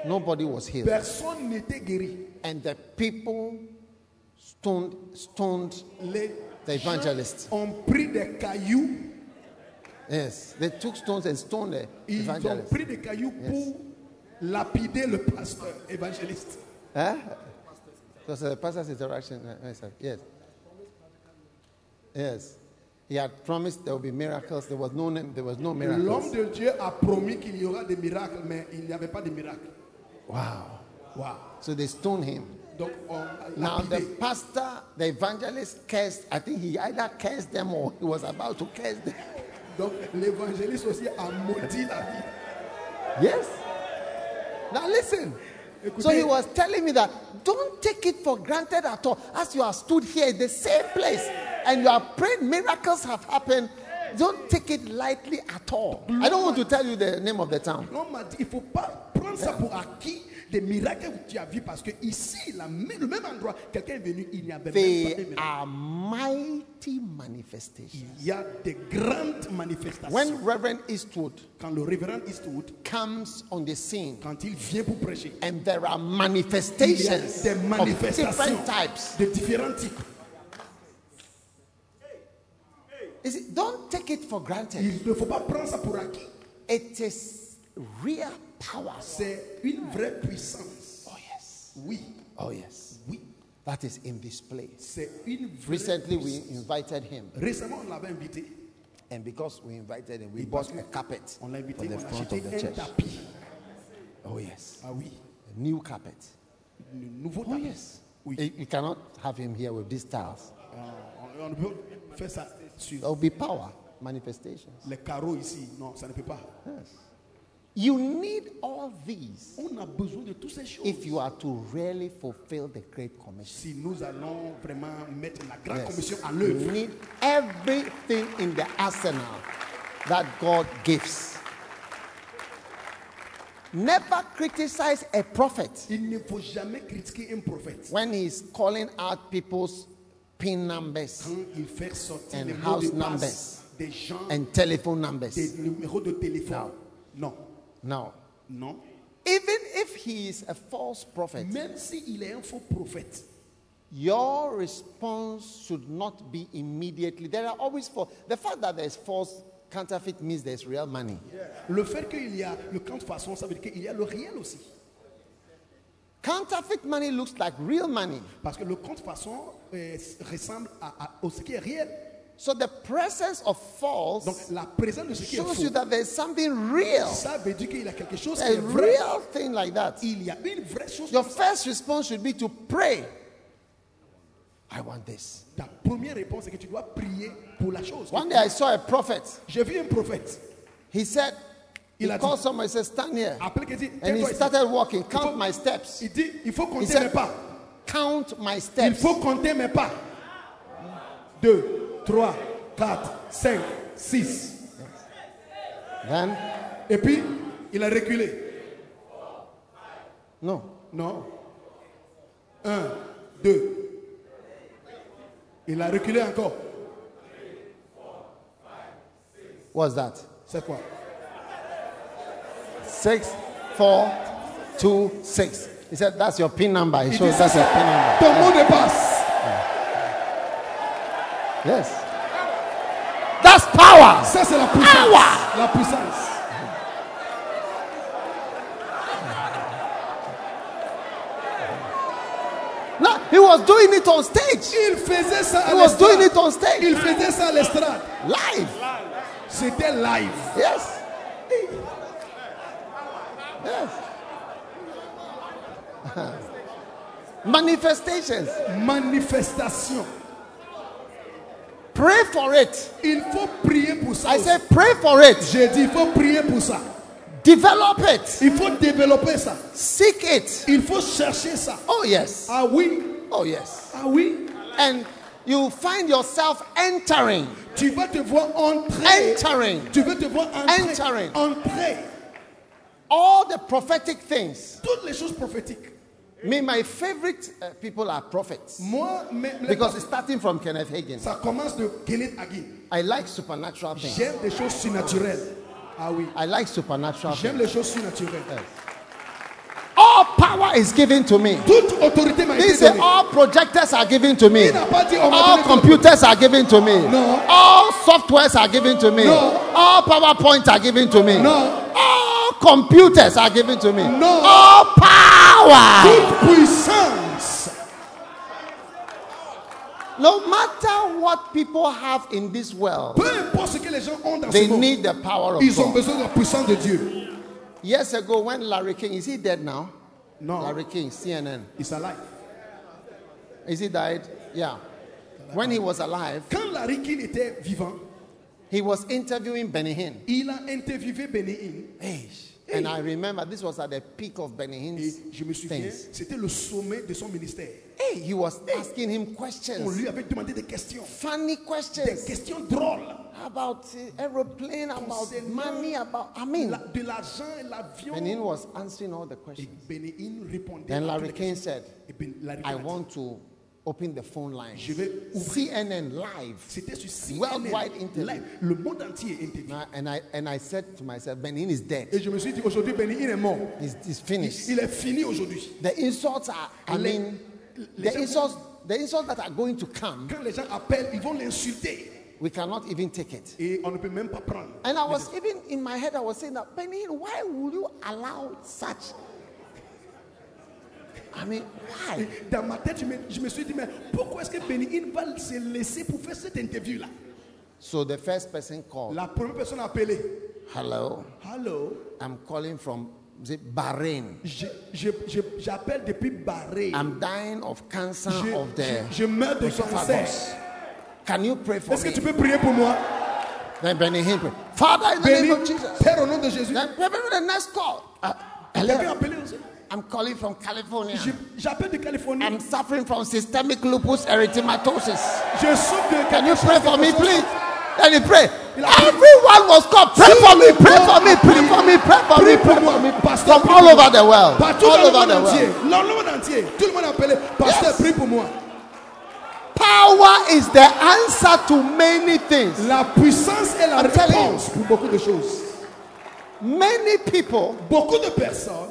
Nobody was healed. Personne n'était guéri. And the people stoned, stoned Les the evangelist. ont pris des cailloux. Yes, they took stones and stoned the Ils ont evangelist. pris des cailloux pour lapider le pasteur évangéliste. Huh? Because the pastor's interaction. uh, yes, sir. Yes. Yes. He had promised there would be miracles. There was no name, there was no L'homme miracles. de Dieu a promis qu'il y aura des miracles, mais il n'y avait pas de miracles. Wow. Wow. So they stoned him. Donc on a Now the lapidé. pastor, the evangelist cursed. I think he either cursed them or he was about to curse them. Donc l'évangéliste aussi a maudit la vie. Yes. Now listen. So he was telling me that don't take it for granted at all. As you have stood here in the same place and you have prayed, miracles have happened. Don't take it lightly at all. I don't want to tell you the name of the town. L'homme m'a dit, il ne faut pas prendre ça pour acquis des miracles que tu as vus parce que ici, la mê- le même endroit, quelqu'un est venu, il n'y avait même pas de They miracle. are mighty manifestations. Il y a des grandes manifestations. When Reverend Eastwood Quand le révérend Eastwood, comes on the scene, quand il vient pour prêcher, and there are il y a manifestations des of manifestations different types. de différents types. You see, don't take it for granted. Il ne faut pas prendre ça pour acquis. It is real power. C'est une vraie puissance. Oh yes. Oui, Oh yes. oui, That is in this place. c'est une vraie Recently, we puissance. invited him, Récemment, on l'avait invité. and because we invited him, we bought a carpet On l'a for invité, the on a front acheté of the un church. tapis. Oh yes, Ah oui, a new carpet. le nouveau Oh tapis. yes. Oui. Euh, You you cannot have him here with these tiles. On- On ne peut faire ça sur There will be power manifestations. les carreaux ici. Non, ça ne peut pas. Yes. You need all these On a besoin de toutes ces choses. if you are to really fulfill the great commission. Si nous allons vraiment mettre la grande Yes. commission à You l'œuvre, need everything in the arsenal that God gives. Never criticize a prophet. il ne faut jamais critiquer un prophète when he's calling out people's pin numbers quand il fait sortir And les mots de house passe des gens, and telephone des numbers. numéros de téléphone. Non, No. non. Even if he is a false prophet, Même s'il est un faux prophète, your response should not be immediately. There are always false. The fact that there's false counterfeit means there's real money. le fait qu'il y a le camp de façon, ça veut dire qu'il y a le réel aussi. Counterfeit money looks like real money. Parce que le compte façon euh, ressemble à, à- à ce qui est réel. So the presence of Donc false la présence de ce qui est shows faux, you that there's something real. ça veut dire qu'il y a quelque chose qui A est vrai. real thing like that. Il y a une vraie chose. Your comme ça. first response should be to pray. I want this. Ta première réponse, c'est que tu dois prier pour la chose. One day I saw a prophet. J'ai vu un prophète. He said, he Il a dit- called someone and said, Stand here. Appelé qui dit, And he Tais-toi ici. started walking. Il Count faut- my steps. Il dit, il faut He compter mes said, pas. Count my Il steps. faut compter mes pas. Deux, trois, 4, 5, 6. Then, Et puis, il a reculé. no. Non. 1, 2. Il a reculé encore. What's that? C'est quoi Six, four, two, six. He said, That's your pin number. He It shows is- that's your pin number. Ton mot de passe. Yes. That's power. Ça, c'est la puissance. Awa. La puissance. No, he was doing it on stage. Il faisait ça à He was doing it l'estrade. on stage. Il faisait ça à l'estrade. Live. C'était live. Yes. Yes. Manifestations. Manifestation. Pray for it. Il faut prier pour ça. I aussi. say, pray for it. J'ai dit, il faut prier pour ça. Develop it. Il faut développer ça. Seek it. Il faut chercher ça. Oh, yes. Ah oui, Oh, yes. ah oui. And you find yourself entering. Tu vas te voir entrer. Entering. Tu vas te voir entrer. Entering. Entrer. All the prophetic things. Toutes les choses prophétiques. Me, my favorite uh, people are prophets. Moi, mais les- Because it's starting from Kenneth Hagin. ça commence de Kenneth Hagin. I like supernatural things. J'aime des choses surnaturelles. Ah oui. I like supernatural J'aime things. les choses surnaturelles. All power is given to me. Toute autorité m'a He été said, donnée. all projectors are given to me. Il n'a pas dit on m'a All donné computers are given to me. No. All softwares are given to me. No. All PowerPoints are given to me. No. All computers are given to me. No. All power. toute puissance. No matter what people have in this world, Peu importe ce que les gens ont dans they ce monde, need the power of ils ont God. besoin de la puissance de Dieu. Years ago, when Larry King is he dead now? Non, Larry King, CNN. it's alive. Is he died? Yeah. When he was alive, Quand Larry King était vivant, he was interviewing Benny Hinn. il a interviewé Benny Hinn. And I remember this was at the peak of Benny Et Hinn's je me souviens, things. c'était le sommet de son ministère. Hey, he was asking him On questions, lui avait demandé des questions, funny des questions questions drôles. about uh, aeroplane, about Concernant money, about I La- mean. de l'argent et Mm. l'avion. Benin was answering all the Et questions. Benny Hinn répondait. à Then toutes Larry les King questions. said, Et Ben- Larry King "I a dit, want to open the phone line. Je vais ouvrir. CNN live." C'était sur CNN, Worldwide interview. live. Le monde entier est interviewé. Now, and I and I said to myself, Benin is dead. Et je me suis dit, aujourd'hui, Benny Hinn est mort. He's, he's finished. Il est fini aujourd'hui. The insults are. I Les- mean, les the gens- insults. The insults that are going to come, Quand les gens appellent, ils vont l'insulter. we cannot even take it. Et on ne peut même pas prendre. And I was even in my head, I was saying that, Benny, why would you allow such? I mean, why? Et Dans ma tête, je me, je me suis dit, mais pourquoi est-ce que Benny Hinn va se laisser pour faire cette interview-là So the first person called, La première personne a appelé. Hello, Hello, I'm calling from is it Bahrain. je- je- je- j'appelle depuis Bahreïn. I'm dying of cancer Je, of the. je- je meurs de esophagus. cancer. Can you pray for Est-ce me? que tu peux prier pour moi Then Benny Hinn prayed, Father, in the Béni, name of Jesus. Père, au nom de Jésus. Then remember the next call. Uh, J'avais hello, appelé aussi. I'm calling from California. Je- J'appelle de Californie. I'm suffering from systemic lupus erythematosus. Je souffre de Can quelque you pray chose, for me, quelque chose. please? Then he prayed. Il a prié. Everyone was called. Pray for me, pray for me, pray for me, pray for me, pray Prie pour for moi, me. pasteur. From prie all pour over moi. the world. Partout All dans le over monde the entier. world. Dans le monde entier. Tout le monde appelé. Pasteur, Yes. prie pour moi. Power is the answer to many things. La puissance est la I'm telling réponse pour beaucoup de choses. Many people Beaucoup de personnes,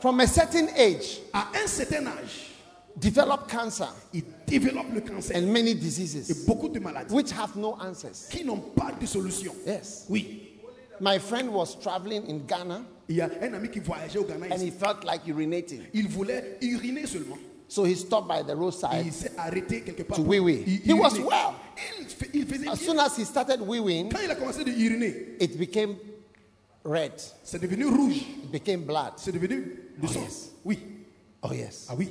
from a certain age à un certain âge, develop cancer ils développent le cancer and many et diseases beaucoup de maladies which have no answers. qui n'ont pas de solution. Yes. Oui. My friend was traveling in Ghana Il y a un ami qui voyageait au Ghana. and ici. he felt like urinating. Il voulait uriner seulement. So he stopped by the Et roadside. il s'est arrêté quelque part. To pour wee wee. y- He uriner. was well. Il, fa- il faisait As bien. soon as he started weeing, Quand il a commencé de uriner, it became red, c'est devenu rouge. it became blood. C'est devenu du sang. Oui. Oh, yes. Ah oui.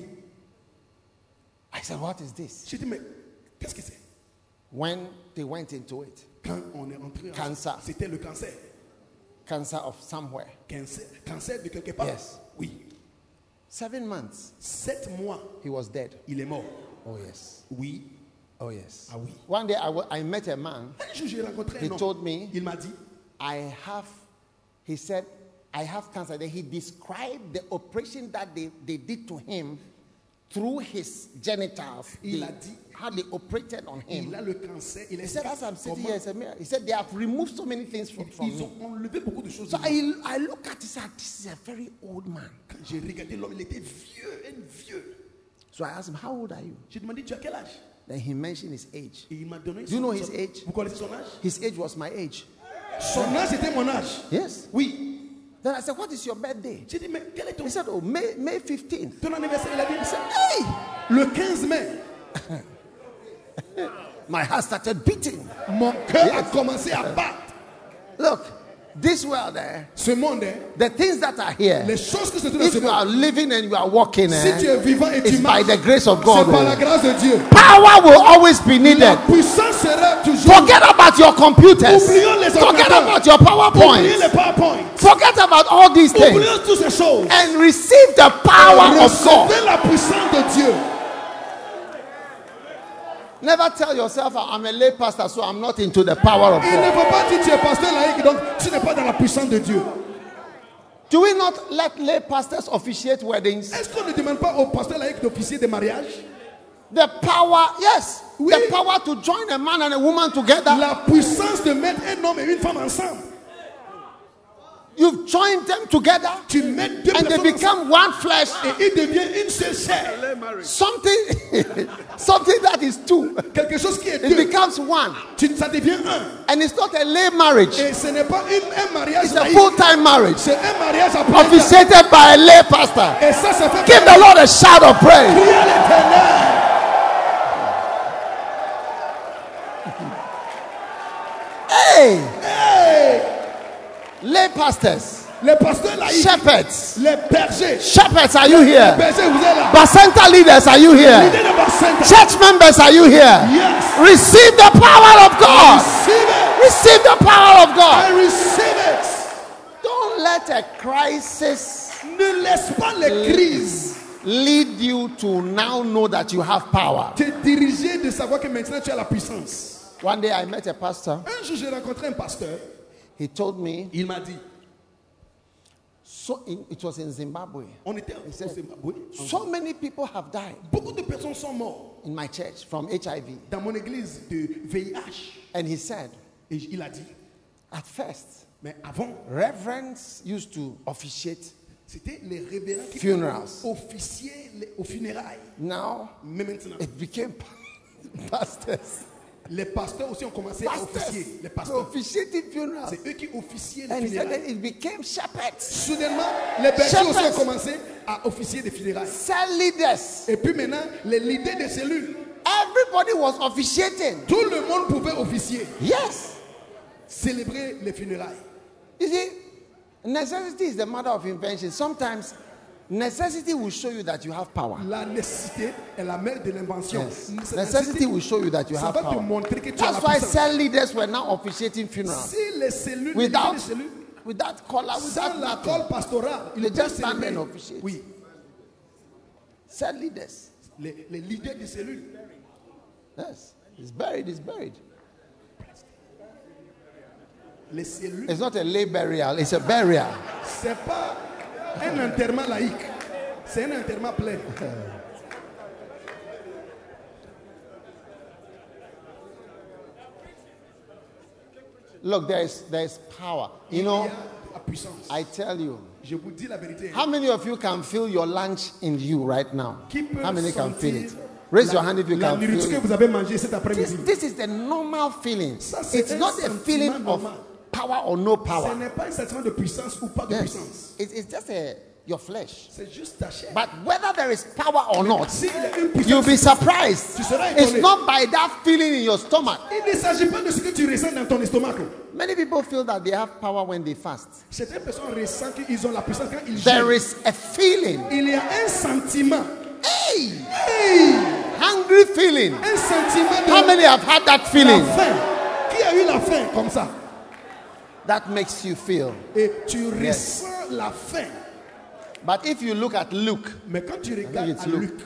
I said, What is this? J'ai dit, mais qu'est-ce que c'est When they went into it, Quand on est entré en- Cancer. C'était le cancer. cancer of somewhere, Cancer, cancer de quelque part. Yes. Oui. seven months, Sept mois, he was dead. il est mort. Oh, yes. Oui. Oh, yes. Ah oui. One day I wa- I met a man. Un jour, j'ai rencontré He un homme. told me, Il m'a dit, I have, he said, I have cancer. Then he described the operation that they, they did to him through his genitals. Il They- a dit- how they operated on him. il a le cancer. Il He est said, as I'm sitting here, he said, "Mira," he said, they have removed so many things from, from Ils me. ont enlevé beaucoup de choses. So de moi. I, I look at this, this is a very old man. Quand j'ai regardé l'homme, il était vieux, un vieux. So I asked him, how old are you? J'ai demandé, tu as quel âge Then he mentioned his age. Et il m'a donné Do you know his age? Vous connaissez son âge His age was my age. Son âge était mon âge. Yes. Oui. Then I said, what is your birthday? J'ai dit, mais quel est ton, He said, oh, May, May 15th. ton anniversaire Il a dit, I said, hey! le 15 mai, My heart started beating. mon cœur a commencé à battre. Look, this world, eh, Ce monde, hein, the things that are les here, choses que se trouvent dans if ce you are monde, living and you are walking, si tu es eh, vivant et tu it's by marches, the grace of God. c'est par la oh. grâce de Dieu. Power will always be needed. La puissance sera toujours. Forget about your computers. Oublions les Forget ordinateurs. about your Oubliez PowerPoint. les PowerPoint. Forget about all these things. Oublions toutes ces choses. And receive the power of God. Recevez la puissance de Dieu. Never tell yourself, "Ah, I'm a lay pastor, so I'm not into the power of Il ne God. faut pas dire tu es pasteur laïque, donc tu n'es pas dans la puissance de Dieu. Do we not let lay pastors officiate weddings? Est-ce qu'on ne demande pas au pasteur laïque d'officier de mariage The power, yes, Oui. the power to join a man and a woman together. La puissance de mettre un homme et une femme ensemble. You've joined them together Tu mets deux and they personnes ensemble become one flesh. et ils deviennent une seule chair. Something, something that is two, Quelque chose qui est it deux. becomes one. Tu, ça devient un. And it's not a lay marriage, Et ce n'est pas une- un mariage it's a laïque. full time marriage C'est un mariage à plein temps. officiated by a lay pastor. Et ça, ça fait Give the Lord a shout of praise. prier l'éternel. Hey, lay pastors, Les pasteurs laïques, shepherds, les bergers. shepherds, are you here? Bergers, vous êtes là. Basenta leaders, are you here? L'idée de Bacenta. Church members, are you here? Yes. Receive the power of God. Receive it. Receive the power of God. I receive Don't let a crisis it. Ne laisse pas les crises lead you to now know that you have power. te diriger de savoir que maintenant tu as la puissance. One day I met a pastor. Un jour, j'ai rencontré un pasteur. He told me, Il m'a dit, so in, it was in Zimbabwe. on était au Zimbabwe. So many people have died Beaucoup de personnes sont mortes in my church from HIV. dans mon église de VIH. And he said, Et j- il a dit, at first, mais avant, reverends used to officiate. c'était les révérends qui Funerals. officiaient les- aux funérailles. Now Mais maintenant, it became pastors. les pasteurs aussi ont commencé à officier. Les Pastors. pasteurs, Officiating funerals. c'est eux qui officiaient les And he said funérailles. that it became shepherds, Soudainement, les bergers aussi Shepherds. ont commencé à officier des funérailles. cell leaders. Et puis maintenant, les leaders de cellules, Everybody was officiating. tout le monde pouvait officier, Yes. célébrer les funérailles. You see, necessity is the mother of invention. Sometimes necessity will show you that you have power. La nécessité est la mère de l'invention. Yes. Cette Necessity will show you that you ça have va te power. montrer que tu as la That's why puissance. cell leaders were now officiating funerals Si les cellules, les leaders without, de cellules, without collar, sans without la nothing. colle pastorale, ils They peuvent just stand célébrer. and officiate. Oui, Cell leaders. les, les leaders de cellules. Yes. It's buried, it's buried. Les cellules, It's not a lay burial, it's a burial. c'est pas un enterrement laïque, c'est un enterrement plein. Look, there is there is power. You know, Il y a la puissance. I tell you. Je vous dis la vérité. How many of you can feel your lunch in you right now? Qui peut How many can feel sentir it? Raise la- your hand if you La can nourriture feel que it. vous avez mangée cet This, après-midi. this is the normal feeling. Ça, c'est It's un not a sentiment feeling normal. of power or no Ce power. n'est pas un sentiment de puissance ou pas de Yes. puissance. It's, it's just a, your flesh. C'est juste ta chair. But whether there is power or not, S'il y a une puissance, you'll be surprised. Tu seras It's étonné. not by that feeling in your stomach. il ne s'agit pas de ce que tu ressens dans ton estomac. Many people feel that they have power when they fast. Certaines personnes ressentent qu'ils ont la puissance quand ils There gèrent. is a feeling, Il y a un sentiment. hey, Hey! hungry feeling. Un sentiment de How many have had that la feeling? faim. Qui a eu la faim comme ça? That makes you feel. Et tu Yes. ressens la faim. But if you look at Luke, Mais quand tu I think regardes it's à Luke. Luc,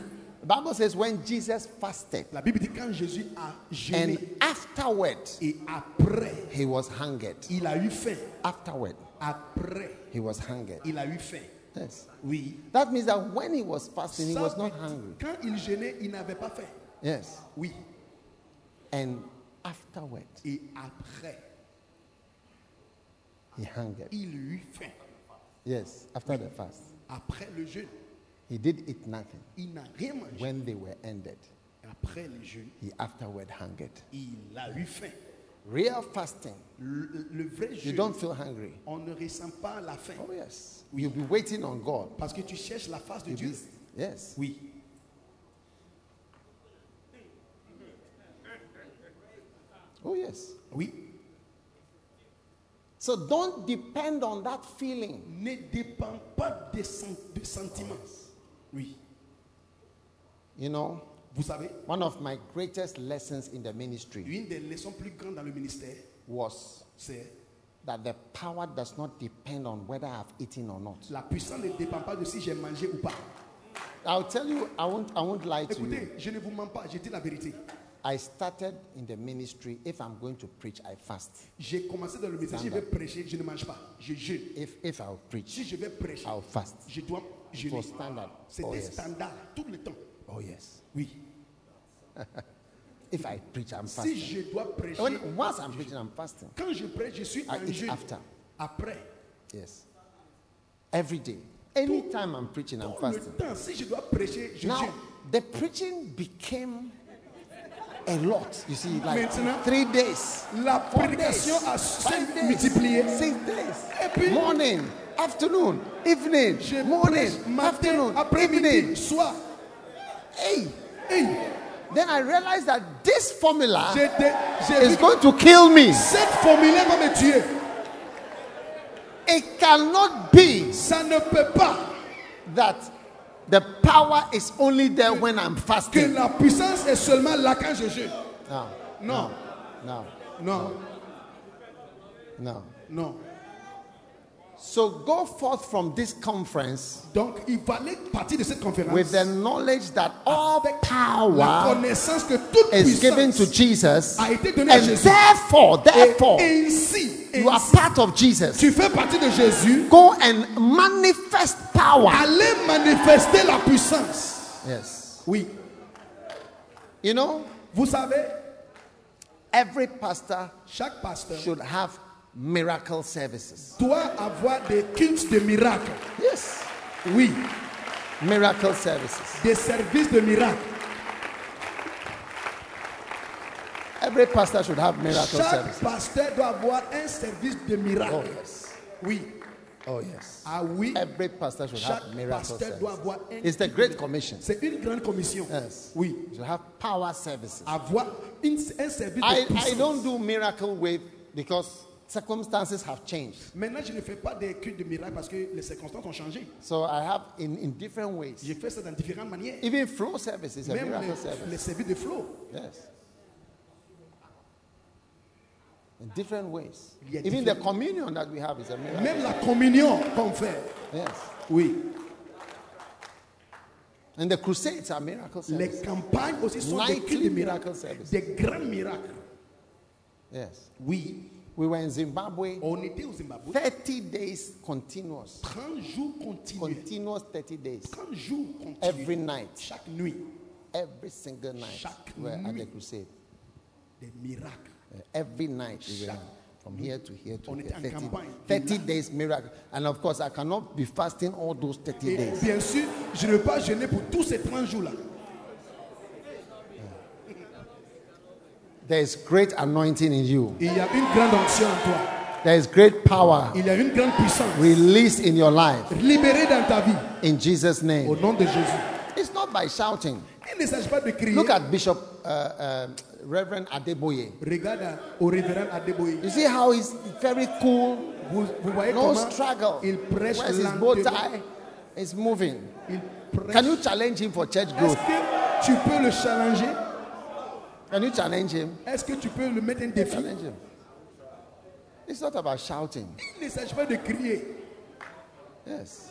The Bible says when Jesus fasted La Bible dit quand Jésus a and jeûné afterward et après, he was hungered. il a eu faim. Afterward Après, he was hungered. il a eu faim. Yes. Oui. That means that when he was fasting, he Ça was not veut hungry. dire, Quand il jeûnait, il n'avait pas faim. Yes. Oui. And afterward Et après, he hungered. il eut faim. Yes. After the fast, Après le jeûne, he did eat nothing. il n'a rien mangé. When they were ended, Après le jeûne, he afterward hungered. il a eu faim. Real fasting, Le, le vrai you jeûne, don't feel hungry. on ne ressent pas la faim. Oh yes. You'll be waiting on God. Parce que tu cherches la face de You'll Dieu. be- yes. Oui. Oh yes. Oui. So don't depend on that feeling. Ne dépend pas des, sen- des sentiments. Oui. You know, Vous savez, one of my greatest lessons in the ministry une des leçons plus grandes dans le ministère, was c'est that the power does not depend on whether I've eaten or not. la puissance ne dépend pas de si j'ai mangé ou pas. I'll tell you, I won't, I won't lie to you. Écoutez, je ne vous mens pas, je dis la vérité. I started in the ministry. If I'm going to preach, I fast. J'ai commencé dans le ministère, je vais prêcher, je ne mange pas, je jeûne. If, if I'll preach, Si je vais prêcher, I'll fast. je dois jeûner. was standard. C'était Oh, yes. standard tout le temps. Oh yes. Oui. If I preach, I'm Si fasting. je dois prêcher, When, once I'm preaching, I'm fasting. quand je prêche, je suis I en eat jeûne. after. Après, Yes. Every day. Anytime I'm preaching, I'm tout fasting. le temps, si je dois prêcher, je Now, jeûne. the preaching became a lot. You see, like Maintenant, three days, La four days, prédication a five se days, multiplié. six days, Et puis- morning, afternoon, evening, Je morning, prêche matin, afternoon, après-midi, evening. soir. Hey! Hey, Then I realized that this formula j'ai dé- j'ai is vu going to kill me. cette formule va me tuer. It cannot be Ça ne peut pas that the power is only there when I'm que fasting. la puissance est seulement là quand je jeûne. No, Non, no, non, no. non. So go forth from this conference. Donc, il fallait partir de cette conférence with the knowledge that all avec la power connaissance que toute is given to puissance Jesus, a été donnée à and Jésus. therefore, therefore, Et ainsi, you are ainsi, part of Jesus. tu fais partie de Jésus. Go and manifest power. Allez manifester la puissance. Yes. Oui. You know, Vous savez, every pastor chaque pasteur should have miracle services. doit avoir des cultes de miracles. Yes. Oui. Miracle services. Des services de miracles. Every pastor should have miracle Chaque services. pasteur doit avoir un service de miracle. Oh, Eh. yes. Oui. Oh, yes. Ah oui. Every pastor should have Chaque miracle pasteur doit services. avoir un. It's the Great Commission. C'est une grande commission. Yes. Oui. You have power services. Avoir une- un service I, de puissance. I don't do miracle wave because circumstances have changed. Maintenant, je ne fais pas des cultes de miracles parce que les circonstances ont changé. So I have in, in different ways. J'ai fait ça dans différentes manières. Even flow service is a Même miracle les, les service. services de flot. Yes. In different ways. Yeah, Even the different- communion that we have is a miracle. Même la communion qu'on fait. Yes. Oui. And the crusades are miracle service. Les campagnes aussi sont des Nightly cultes de miracles. miracle service. Des grands miracles. Yes. Oui. We were in Zimbabwe On était au Zimbabwe. 30 days continuous. 30 jours continués. Continuous 30 days. 30 jours continués. Every night. Chaque nuit. Every single night. Chaque We were at the nuit. crusade. Des miracles. Uh, Every night we were Chaque- from here to here to On here, était en 30, campagne. 30 days miracle. And of course, I cannot be fasting all those 30 Et days. bien sûr, je ne vais pas jeûner pour tous ces 30 jours-là. There is great anointing in you, Il y a une grande onction en toi. there is great power Il y a une grande puissance released in your life libérée dans ta vie in Jesus' au name. nom de Jésus. It's not by shouting. Il ne s'agit pas de crier. Look at Bishop uh, uh, Reverend Adeboye. Regarde à- au révérend Adeboye. You see how he's very cool, Vous, vous voyez no comment struggle. il prêche Wears his bow lentement. tie, he's moving. Il prêche. Can you challenge him for church Est-ce growth? que tu peux le challenger Can you challenge him? Est-ce que tu peux le mettre un défi Challenge him. It's not about shouting. Il ne s'agit pas de crier. Yes.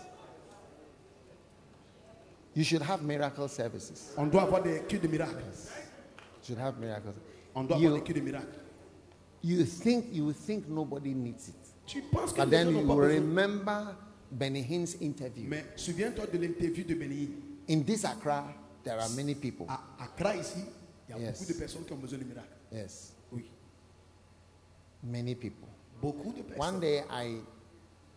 You should have miracle services. On doit avoir des cures de miracles. You should have miracles. On doit avoir You, des cures de miracles. you think you think nobody needs it. Tu penses que But les gens then you n'ont pas will besoin. remember Benny Hinn's interview. Mais souviens-toi de l'interview de Béni. In this Accra, there are many people. À Accra, ici, il y a Yes. beaucoup de personnes qui ont besoin de miracles. Yes, Oui. many people. Beaucoup de personnes. One day I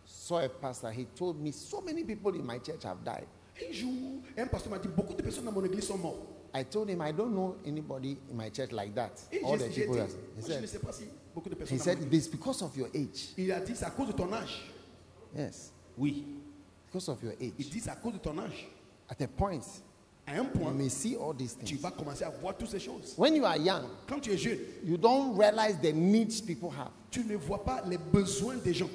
saw a pastor. He told me so many people in my church have died. Un jour, un pasteur m'a dit beaucoup de personnes dans mon église sont mortes. I told him I don't know anybody in my church like that. Et All j'ai- the j'ai dit, people. that- He moi, je ne said, sais pas si beaucoup de he personnes. dans said mon église- it's because of your age. Il a dit c'est à cause de ton âge. Yes, Oui. because of your Il age. dit c'est à cause de ton âge. At a point, À un you point, may see all these tu things. vas commencer à voir toutes ces choses. When you are young, Quand tu es jeune, you don't realize the needs people have. tu ne vois pas les besoins des gens.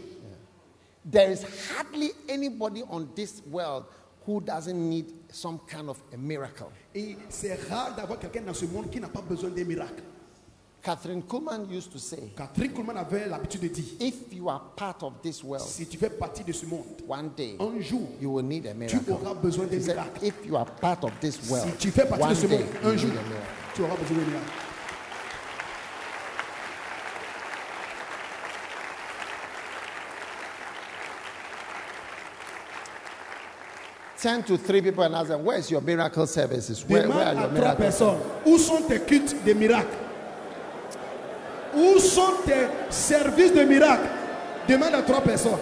There is hardly anybody on this world who doesn't need some kind of a miracle. Et c'est rare d'avoir quelqu'un dans ce monde qui n'a pas besoin des miracles. Catherine Kuhlman used to say, Catherine Kuhlman avait l'habitude de dire if you are part of this world, si tu fais partie de ce monde, one day un jour, you will need a tu miracle. auras besoin des She said, miracles. if you are part of this world, Si tu fais partie de one ce day monde, you un will jour, need a miracle. tu auras besoin de miracles. Turn to three people and ask them, where's your miracle services? Where, where are Demande your à trois miracles? personnes où sont tes cultes de miracles Où sont tes services de miracles Demande à trois personnes.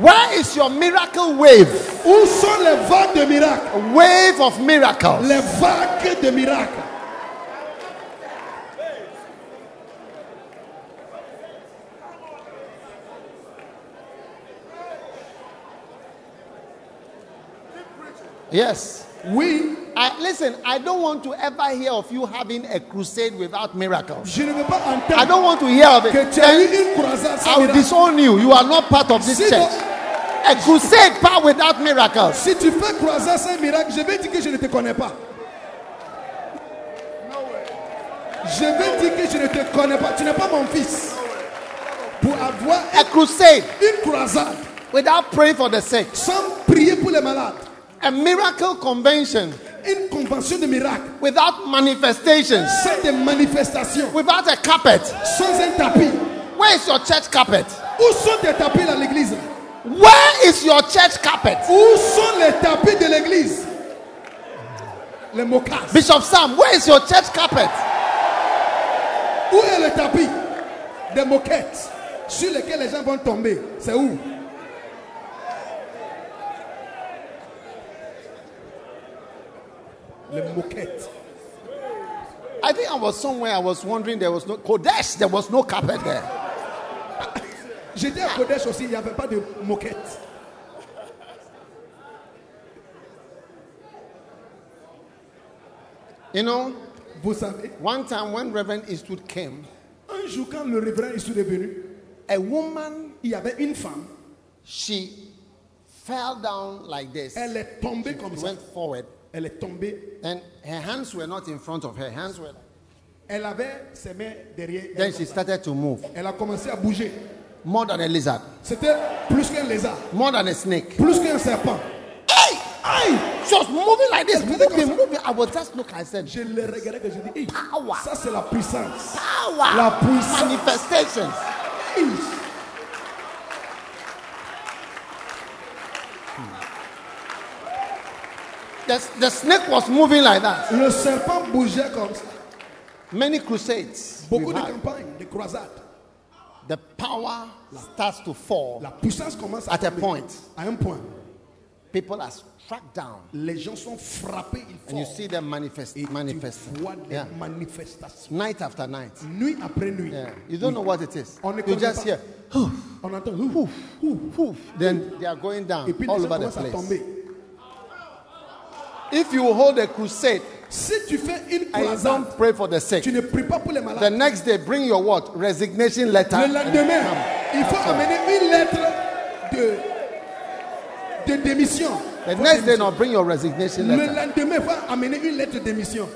Where is your miracle wave? Où sont les vagues de miracles A wave of miracles. Les vagues de miracles. Yes. Oui, I, listen, I don't want to ever hear of you having a crusade without miracles. je ne veux pas I entendre don't want to hear of que it. tu as eu une croisade I sans will miracle. disown you. You are not part of this Si- church. A crusade part without miracles. Si tu fais croisade sans miracle, je vais dire que je ne te connais pas. Je vais dire que je ne te connais pas. Tu n'es pas mon fils. Pour avoir A crusade une croisade without praying for the sick. sans prier pour les malades. A miracle convention Une convention de miracles without manifestations. sans des manifestations, Without a carpet. sans un tapis. Where is your church carpet? Où sont tes tapis dans l'église Where is your church carpet? Où sont les tapis de l'église Les mocasses. Bishop Sam, where is your church carpet? Où est le tapis Des moquettes sur lesquelles les gens vont tomber. C'est où Les moquettes. I think I was somewhere, I was wondering, there was no Kodesh, there was no carpet there. J'étais à Kodesh aussi, il n'y avait pas de moquettes. You know, Vous savez, one time when Reverend Eastwood came, un jour quand le révérend Issou est venu, a woman, il y avait une femme, she fell down like this. elle est tombée comme ça. Went forward, Elle est tombée, and her hands were not in front of her. Hands were. elle avait ses mains derrière. Then Elle, she started to move elle a commencé à bouger. more than a lizard, C'était plus qu'un lézard, more than a snake. plus qu'un serpent. Hey! Aïe She was moving like this, Elle faisait comme moving, ça. moving. I was just looking. I said, Je le regardais et je dis, Hey, Power. ça c'est la puissance. power, La puissance. manifestations. Hey. The, the snake was moving like that. Le serpent bougeait comme ça. Many crusades. we've Beaucoup de had. campagnes, de croisades. the power starts to fall. La puissance commence à At a tomber. point. À un point. People are struck down, Les gens sont frappés, ils and you font. see them manifest, Et manifest. tu vois des Yeah. manifestations. Night after night. Nuit après nuit. Yeah. You don't know what it is. On ne You connaît just pas. hear, On entend ouf, ouf, ouf. then they are going down Et puis les all gens over the commencent à place. tomber. If you hold a crusade Si tu fais une and you croisade, don't pray for the tu sick, ne pries pas pour les the malades. next day bring your what? Resignation letter. Le and lendemain, come. Il faut amener une lettre de, de démission. The Faut next day, démissionner. now bring your resignation Le letter. lendemain, il faut amener une lettre de démission.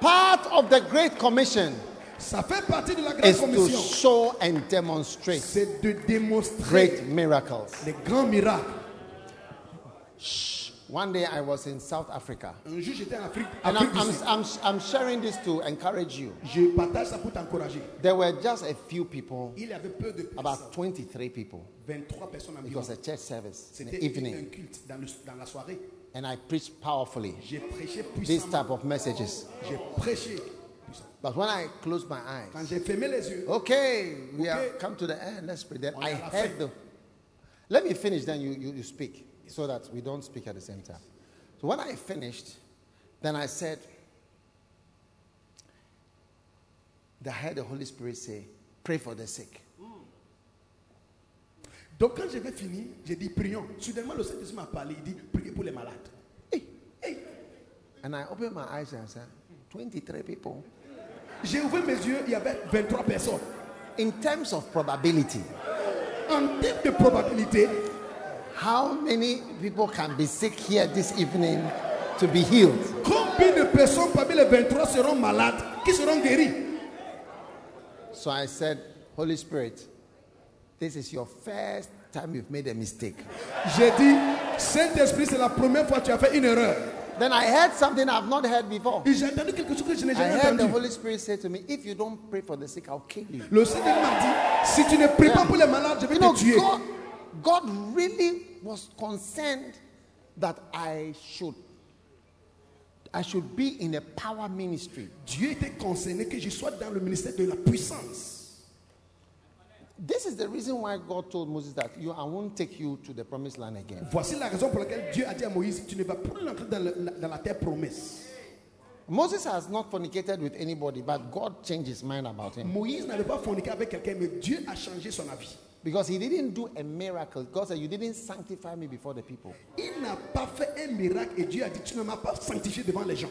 Part of the Great Commission Ça fait partie de la grande is to commission. show and demonstrate C'est de démontrer great miracles. les grands miracles. One day I was in South Africa. Un jour, j'étais en Afrique. And I'm, Afrique du I'm, Sud. I'm, I'm sharing this to encourage you. Je partage ça pour t'encourager. There were just a few people, Il y avait peu de personnes, about 23 people. 23 personnes It environ. was a church service in C'était the un evening. culte dans, le- dans la soirée. And I preached powerfully J'ai prêché this puissamment. type of messages. J'ai prêché puissamment. But when I closed my eyes, Quand j'ai fermé les yeux, okay, we have Okay. come to the end. Let's pray. Then On I est à la heard fin. the. Let me finish, then you, you, you speak, so that we don't speak at the same time. So when I finished, then I said, I heard the Holy Spirit say, pray for the sick. donc quand j'avais fini, j'ai dit prions. Soudainement, le Saint-Esprit m'a parlé. Il dit priez pour les malades. And I opened my eyes and I said, 23 people. J'ai ouvert mes yeux, il y avait 23 personnes. In terms of probability, En termes de probabilité, how many people can be sick here this evening to be healed? combien de personnes parmi les 23 seront malades, qui seront guéries So I said, Holy Spirit, this is your first time you've made a mistake. J'ai dit, Saint-Esprit, c'est la première fois que tu as fait une erreur. Then I heard something I've not heard before. Et j'ai entendu quelque chose que je n'ai I jamais heard the entendu. Holy Spirit say to me, If you don't pray for the sick, I'll kill you. Le Seigneur m'a dit, si tu ne pries pas pour les malades, je vais You know, te tuer. God, God really was concerned that I should I should be in a power ministry. Dieu était concerné que je sois dans le ministère de la puissance. This is the reason why God told Moses that you I won't take you to the promised land again. Voici la raison pour laquelle Dieu a dit à Moïse, tu ne vas plus entrer dans, le- dans la terre promise. Moses has not fornicated with anybody, but God changed his mind about him Moïse n'avait pas forniqué avec quelqu'un, mais Dieu a changé son avis. because he didn't do a miracle. God said, You didn't sanctify me before the people. Il n'a pas fait un miracle et Dieu a dit, tu ne m'as pas sanctifié devant les gens.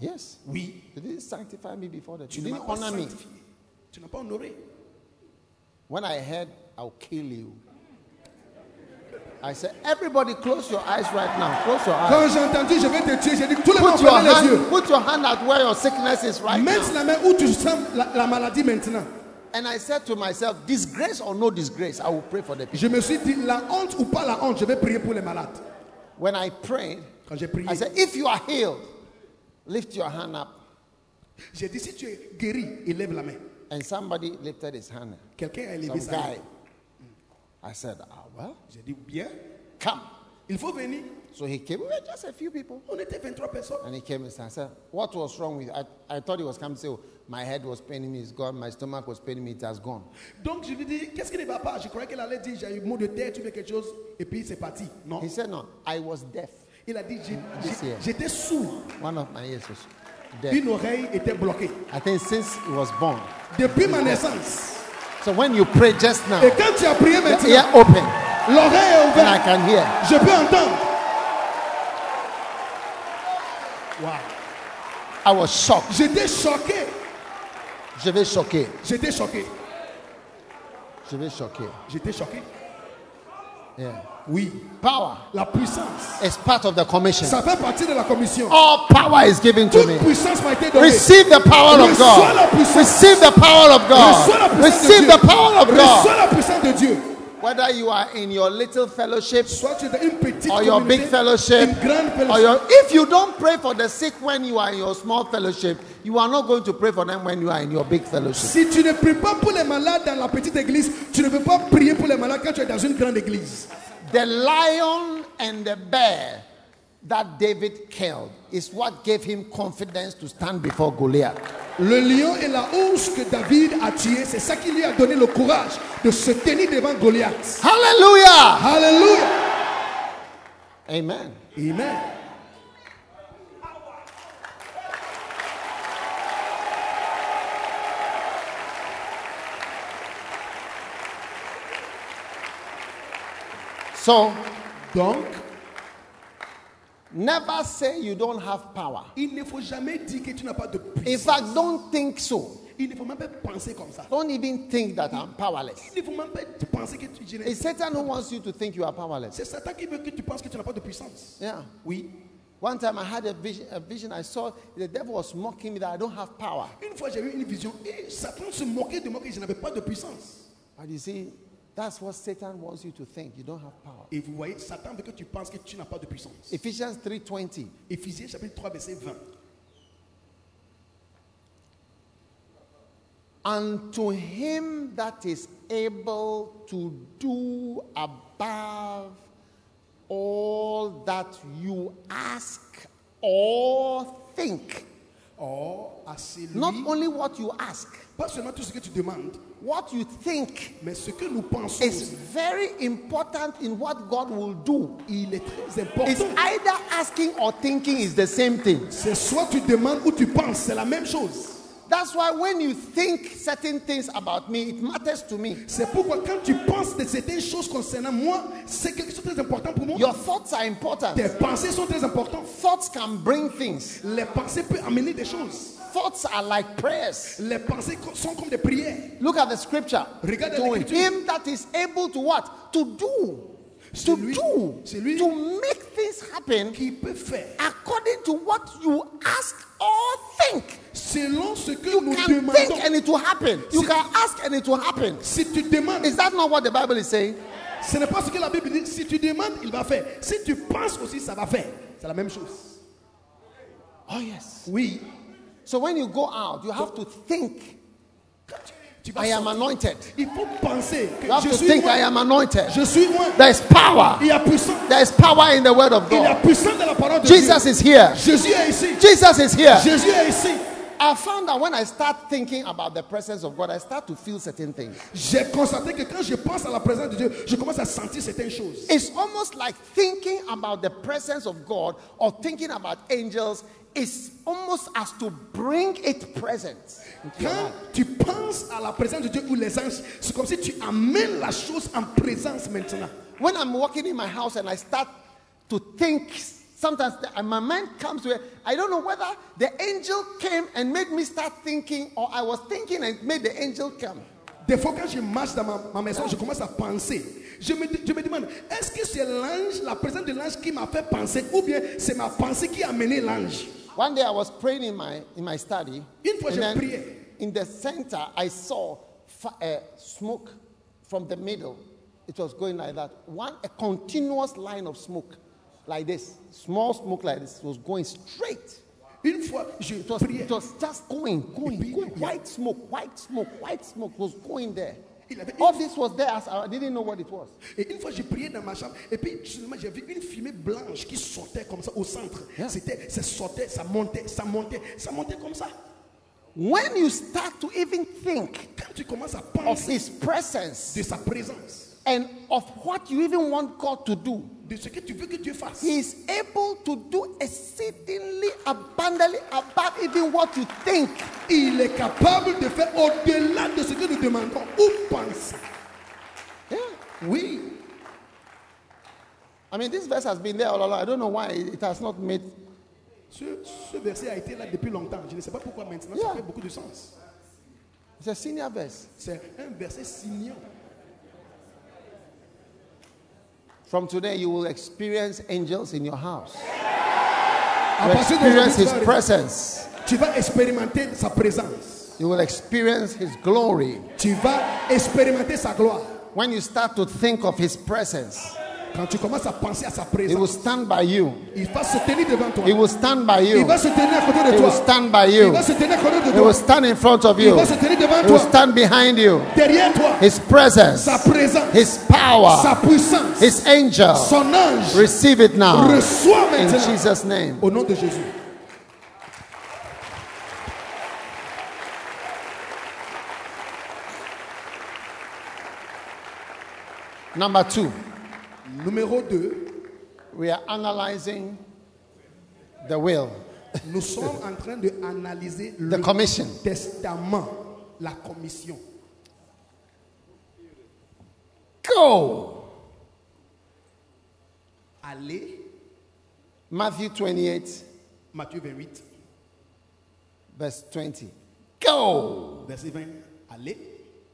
Yes. Oui. You didn't sanctify me before the Tu people. ne You didn't m'as pas honor me. sanctifié. Tu n'as pas honoré. When I heard, I'll kill you. I said, Everybody, close your eyes right now. Close your eyes. Quand j'ai entendu, je vais te tuer, j'ai dit, tout le Ah. monde Put your, fermez les yeux. hand, put your hand out where your sickness is right now. Mets la main où tu sens la, la maladie maintenant. And I said to myself, Disgrace or no disgrace, I will pray for the people. Je me suis dit, la honte ou pas la honte, je vais prier pour les malades. When I prayed, Quand j'ai prié, I said, If you are healed, lift your hand up. j'ai dit, si tu es guéri, élève la main. And somebody lifted his hand. Quelqu'un a Some élevé sa main. guy. I said, Ah, well, J'ai dit, bien, come. il faut venir. So he came. We were just a few people. On était 23 personnes. And he came and said, What was wrong with you? I, I thought he was coming to say, oh, My head was paining me, it's gone. My stomach was paining me, it has gone. Donc je lui dis, qu'est-ce qui ne va pas Je croyais qu'elle allait dire, j'ai eu mot de tête, tu veux quelque chose, et puis c'est parti. Non. He said, No, I was deaf. Il a dit, j'ai- This year. j'ai- j'étais sourd. One of my ears was deaf. Une oreille était bloquée. I think since he was born. Depuis ma naissance. So when you pray just now, Et quand tu as prié the maintenant, ear open, l'oreille est and I ouverte. can hear. Je peux entendre. Wow. I was shocked. J'étais choqué. Je vais choquer. J'étais choqué. Je vais choquer. J'étais choqué. Yeah. Oui. Power La puissance. is part of the commission. Ça fait partie de la commission. All power is given to Toute me. puissance m'a été donnée. Oh, Receive the power of Reçois la God. puissance. Receive the power of Reçois la God. puissance de Receive Dieu. the power of God. Reçois la puissance de Dieu. Whether you are in your little fellowship Soit tu es dans une petite or your communauté, big fellowship, une grande or fellowship. your, if you don't pray for the sick when you are in your small fellowship, you are not going to pray for them when you are in your big fellowship. Si tu ne pries pas pour les malades dans la petite église, tu ne peux pas prier pour les malades quand tu es dans une grande église. The lion and the bear that David killed is what gave him confidence to stand before Goliath. Le lion et la ours que David a tué, c'est ça qui lui a donné le courage de se tenir devant Goliath. Hallelujah! Alléluia. Amen. Amen. So Donc, Never say you don't have power. Il ne faut jamais dire que tu n'as pas de In puissance. fact, don't think so. Il ne faut même pas penser comme ça. Don't even think that I'm powerless. Il ne faut même pas penser que tu... je n'ai- It's Satan who wants you to think you are powerless. C'est Satan qui veut que tu penses que tu n'as pas de puissance. Yeah. Oui. One time I had a vision, a vision I saw the devil was mocking me that I don't have power. Une fois, j'ai eu une vision et Satan se moquait de moi que je n'avais pas de puissance. But you see, that's what Satan wants you to think. You don't have power. Et vous voyez, Satan veut que tu penses que tu n'as pas de puissance. Ephesians 3:20. Éphésiens chapitre 3, verset 20. Unto him that is able to do above all that you ask or think. Or à celui, Not only what you ask, pas seulement tout ce que tu demandes, what you think mais ce que nous pensons, is very important in what God will do. il est très It's important. either asking or thinking is the same thing. C'est soit tu demandes ou tu penses, c'est la même chose. That's why when you think certain things about me, it matters to me. C'est pourquoi quand tu penses de certaines choses concernant moi, c'est quelque chose de très important pour moi. Your thoughts are important. Tes pensées sont très importantes. Thoughts can bring things. Les pensées peuvent amener des choses. Thoughts are like prayers. Les pensées co- sont comme des prières. Look at the scripture. Regarde to la lecture. him that is able to what? To do. To Celui- do. celui- To make things happen qui peut faire according to what you ask or think. selon ce que nous You can think demandons. and it will happen. You can ask and it will happen. Si tu demandes, Is that not what the Bible is saying? ce n'est pas ce que la Bible dit. Si tu demandes, il va faire. Si tu penses aussi, ça va faire. C'est la même chose. Oh, yes. Oui. So when you go out, you have to think, Quand tu, tu vas I am sortir, anointed. il faut penser que You have je to suis think, loin. I am anointed. Je suis loin. There is power. Il y a puissant. There is power in the word of Il y a God. puissant dans la parole de Jesus is here. Dieu. Jésus est ici. Jesus is here. Jésus est ici. I found that when I start thinking about the presence of God, I start to feel certain things. J'ai constaté que quand je pense à la présence de Dieu, je commence à sentir certaines choses. It's almost like thinking about the presence of God or thinking about angels is almost as to bring it present. into your Quand life. tu penses à la présence de Dieu ou les anges, c'est comme si tu amènes la chose en présence maintenant. When I'm walking in my house and I start to think, sometimes th- and my mind comes where I don't know whether the angel came and made me start thinking, or I was thinking and it made the angel come. Des fois, quand je marche dans ma, ma maison, je commence à penser. Je me, je me demande, est-ce que c'est l'ange, la présence de l'ange qui m'a fait penser, ou bien c'est ma pensée qui a amené l'ange One day I was praying in my in my study. Une fois, and je then priais. in the center, I saw fa- uh, smoke from the middle. It was going like that. One a continuous line of smoke, like this, small smoke like this, was going straight. Une fois, je It was, priais. it was just going, going, puis, going. yeah. White smoke, white smoke, white smoke was going there. Il avait All une- this was there. As I didn't know what it was. Et une fois, je priais dans ma chambre, et puis seulement j'ai vu une fumée blanche qui sortait comme ça au centre. Yeah. C'était, ça sortait, ça montait, ça montait, ça montait comme ça. When you start to even think Quand tu commences à of penser His presence de sa présence, and of what you even want God to do, de ce que tu veux que Dieu fasse, He is able to do exceedingly abundantly above even what you think. il est capable de faire au-delà de ce que nous demandons ou pensons. Yeah. Oui, I mean, this verse has been there all along. I don't know why it has not made. ce, ce verset a été là depuis longtemps. Je ne sais pas pourquoi maintenant Yeah. ça fait beaucoup de sens. It's a senior verse C'est un verset signant. From today, you will experience angels in your house. À You will partir d'aujourd'hui, experience tu His vas- presence. tu vas expérimenter sa présence. You will experience His glory. Tu vas expérimenter sa gloire. When you start to think of His presence, Quand tu commences à penser à sa He will présence, stand by you. il va se tenir devant toi. He will stand by Il you. va se tenir à côté de He will toi. stand by Il you. va se tenir à côté de He will toi. stand in front of Il you. va se tenir devant He will toi. stand behind you. Derrière toi. His presence, Sa présence. His power, Sa puissance. His angel. Son ange. Receive it now. Reçois In maintenant. Jesus' name. Au nom de Jésus. Number two, Numéro 2, we are analyzing the will, nous sommes en train de analyser the le commission. testament, la commission. Go! Allez, Matthew 28, Matthieu 28, verse 20. Go verset 20. Allez,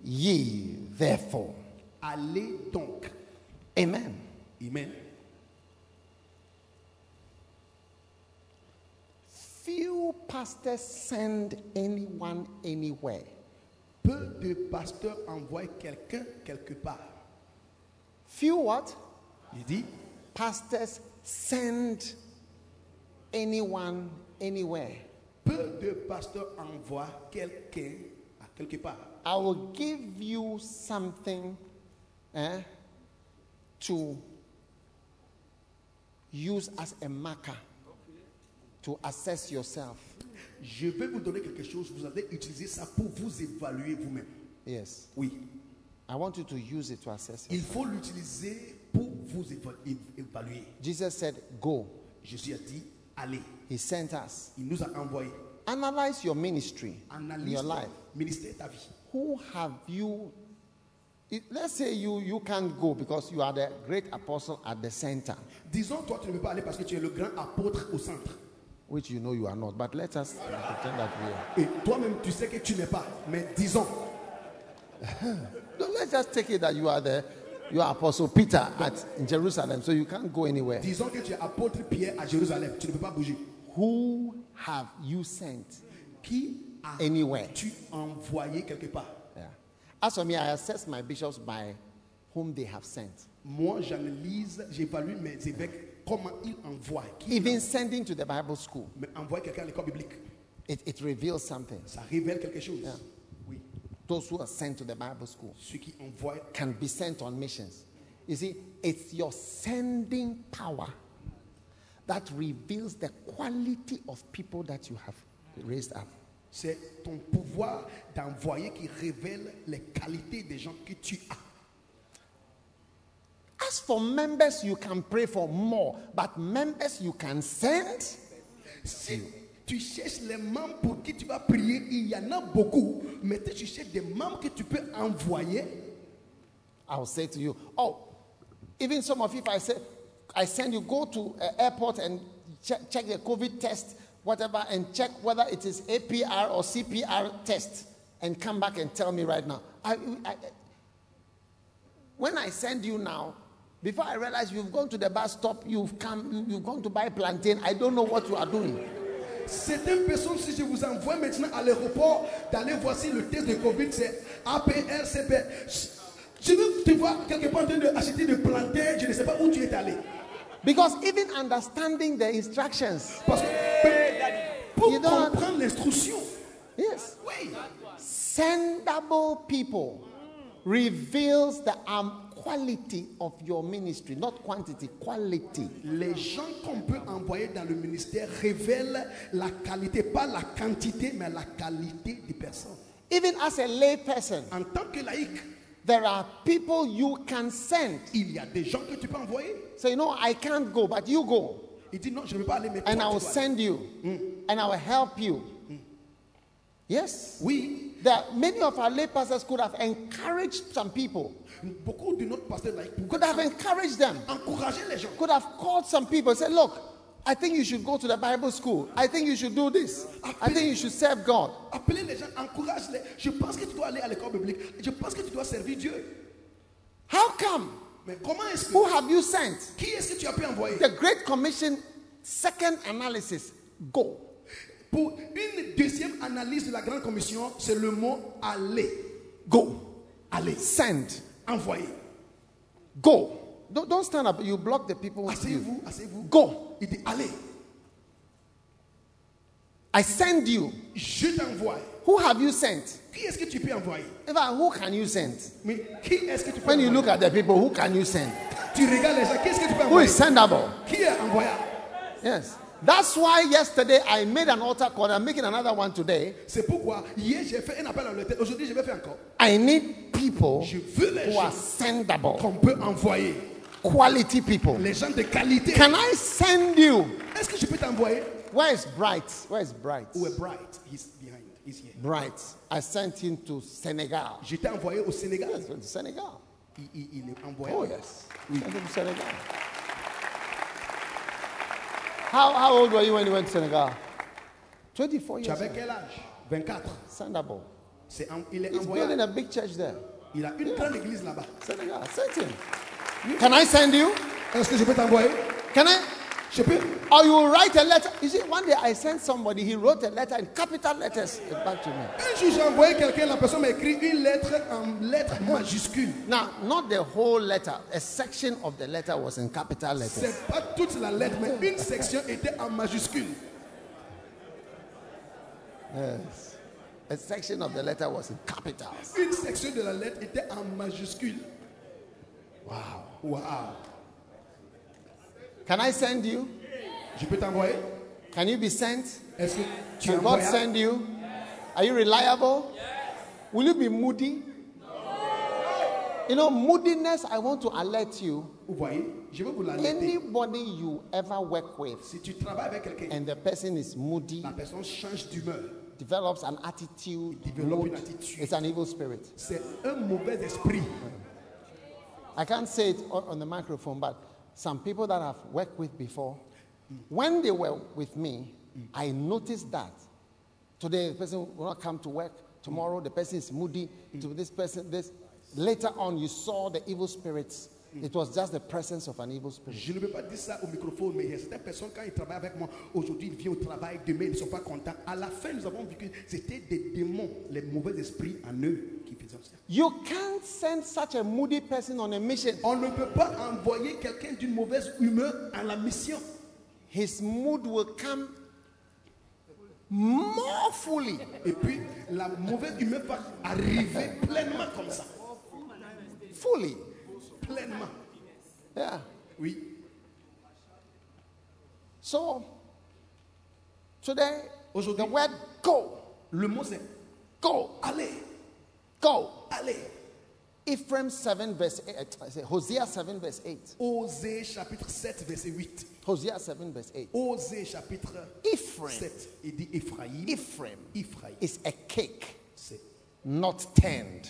ye therefore. allez donc. Amen. Amen. Few pastors send anyone anywhere. Peu de pasteurs envoient quelqu'un quelque part. Few what? Il dit, Pastors send anyone anywhere. peu de pasteurs envoient quelqu'un à quelque part. I will give you something eh, to use as a marker to assess yourself. Je vais vous donner quelque chose, vous allez utiliser ça pour vous évaluer vous-même. Yes. Oui. I want you to use it to assess yourself. Il faut l'utiliser pour vous éva- é- évaluer. Jesus said, Go. Jésus a dit, allez. He sent us. Il nous a envoyé. Analyze your ministry, Analyse your ton life. ministère ta vie. Who have you? it- let's say you, you can't go because you are the great apostle at the center, Disons, toi, tu ne peux pas aller parce que tu es le grand apôtre au centre. which you know you are not. But let us pretend that we are. Et toi-même, tu sais que tu n'es pas. Mais disons, No, let's just take it that you are the you are Apostle Peter at in Jerusalem, so you can't go anywhere. disons que tu es apôtre Pierre à Jérusalem. Tu ne peux pas bouger. Who have you sent? Qui a Anywhere. tu envoyé quelque part Yeah. As for me, I assess my bishops by whom they have sent. Moi, j'analyse, j'évalue mes évêques, comment ils envoient. Qui Even sending to the Bible school, mais envoyer quelqu'un à l'école biblique, it, it reveals something. ça révèle quelque chose. Oui. Those who are sent to the Bible school. Ceux qui envoient can be sent on missions. You see, it's your sending power that reveals the quality of people that you have raised up. C'est ton pouvoir d'envoyer qui révèle les qualités des gens que tu as. As for members, you can pray for more, but members you can send, Si tu cherches les membres pour qui tu vas prier, il y en a beaucoup. Mais si tu cherches des membres que tu peux envoyer, I'll say to you, oh, even some of you, if I say, I send you go to uh, airport and check, check the COVID test, whatever, and check whether it is APR or CPR test, and come back and tell me right now. I, I, I- when I send you now, before I realize you've gone to the bus stop, you've come, you, you've gone to buy plantain. I don't know what you are doing. certaines personnes, si je vous envoie maintenant à l'aéroport, d'aller voir si le test de Covid, c'est APR, CPR. Tu veux te voir quelque part en train d'acheter des plantains, je ne sais pas où tu es allé. Because even understanding the instructions, Parce que pour You don't- comprendre l'instruction, yes, oui. sendable people reveals the um, quality of your ministry, not quantity, quality. Les gens qu'on peut envoyer dans le ministère révèlent la qualité, pas la quantité, mais la qualité des personnes. Even as a lay person, En tant que laïc, there are people you can send. il y a des gens que tu peux envoyer. So you know, I can't go, but you go, Il dit non, je ne veux pas aller, mais toi, and I tu will dois send you, and I will help you. Yes. aller. Oui, There are many of our lay pastors could have encouraged some people, beaucoup de notre pasteur laïc could have encouraged them. encourager les gens. could have called some people and said, Look, I think you should go to the Bible school. I think you should do this. I think you should serve God. Appeler les gens, encourage-les. Je pense que tu dois aller à l'école biblique. Je pense que tu dois servir Dieu. How come? Mais comment est-ce que... Who have you sent? Qui est-ce que tu as pu envoyer The Great Commission, second analysis go. Pour une deuxième analyse de la Grande Commission, c'est le mot aller. Go. Aller. Send. Envoyer. Go. Don't, don't stand up. You block the people with you. Asseyez-vous, asseyez-vous. Go. Il dit allez, I send you. je t'envoie. Who have you sent? Qui est-ce que tu peux envoyer In fact, who can you send? Mais qui est-ce que tu peux When you envoyer look at the people, who can you send? Tu regardes les gens, qui est-ce que tu peux Who envoyer is sendable? Qui est envoyable Yes. That's why yesterday I made an altar call. I'm making another one today. C'est pourquoi hier j'ai fait un appel à l'autel. Aujourd'hui je vais faire encore. I need people Je veux les who are gens sendable, qu'on peut envoyer. quality people. Les gens de qualité. Can I send you? Est-ce que je peux t'envoyer Where is Bright? Where is Bright? We're bright. He's behind. He's here. Bright. I sent him to Senegal. Je t'ai envoyé au Sénégal. Yes, went to Senegal. Il, il- il est envoyé. Oh yes, sent him to Senegal. How, how old were you when you went to Senegal? 24 Tu years avais old. quel âge 24. Sandabo. C'est en- il est en He's building voyage. a big church there. Il a une grande église là-bas. Senegal. Send him. Can I send you? Est-ce que je peux t'envoyer Can I? Je peux Or you write a letter. You see, one day I sent somebody, he wrote a letter in capital letters uh, back to me. Un jour, j'ai envoyé quelqu'un, la personne m'a écrit une lettre en lettres majuscules. Now, not the whole letter, a section of the letter was in capital letters. C'est pas toute la lettre, mais une section était en majuscule. A section of the letter was in capitals. Une section de la lettre était en majuscule. Waouh, waouh. Can I send you? Je peux t'envoyer Can you be sent? Est-ce que tu es Can God envoyable send you? Are you reliable? Will you be moody? You know, moodiness, I want to alert you. Vous voyez, je vais vous l'alerter. Anybody you ever work with Si tu travailles avec quelqu'un, and the person is moody, la personne change d'humeur. develops an attitude, Développe une mood, attitude. it's an evil spirit. C'est un mauvais esprit. I can't say it on, on the microphone, but some people that I've worked with before, when they were with me, I noticed that. Today the person will not come to work. Tomorrow the person is moody. To this person, this. Later on, you saw the evil spirits. It was just the presence of an evil spirit. Je ne peux pas dire ça au microphone, mais il y a certaines personnes, quand ils travaillent avec moi, aujourd'hui, ils viennent au travail, demain, ils ne sont pas contents. À la fin, nous avons vu que c'était des démons, les mauvais esprits en eux qui faisaient ça. You can't send such a moody person on a mission. On ne peut pas envoyer quelqu'un d'une mauvaise humeur à la mission. His mood will come more fully. Et puis, la mauvaise humeur va arriver pleinement comme ça. Fully. Pleinement. Yeah. Oui. So today, the Aujourd'hui, word go, le mot c'est go, allez, go. allez. Ephraim 7, verse 8, I say Hosea 7, verse 8. Osée chapitre 7, verset 8. Hosea 7, verse 8. Osée chapitre Ephraim, 7. Il dit Ephraïm. Ephraim Ephraïm. is a cake C'est not tanned.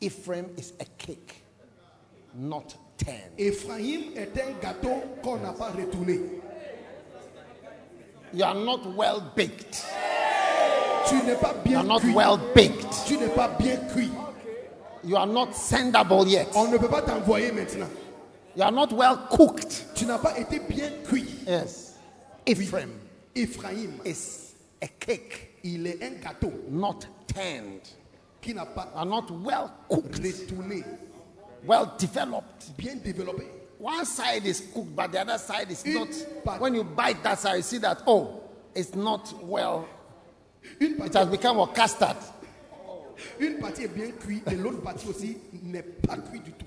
Ephraim is a cake not tanned. Ephraïm est un gâteau qu'on n'a pas retourné. You are not well baked. Tu n'es pas You bien are not cuit. well baked. Tu n'es pas bien cuit. You are not sendable yet. On ne peut pas t'envoyer maintenant. You are not well cooked. Tu n'as pas été bien cuit. Yes. Ephraim Ephraïm, is a cake il est un gâteau not tanned, qui n'a pas are not well cooked, retourné, well developed. bien développé. One side is cooked, but the other side is Une not. part- When you bite that side, you see that, oh, it's not well, Une it partie, has become a custard. une partie est bien cuite et l'autre partie aussi n'est pas cuite du tout.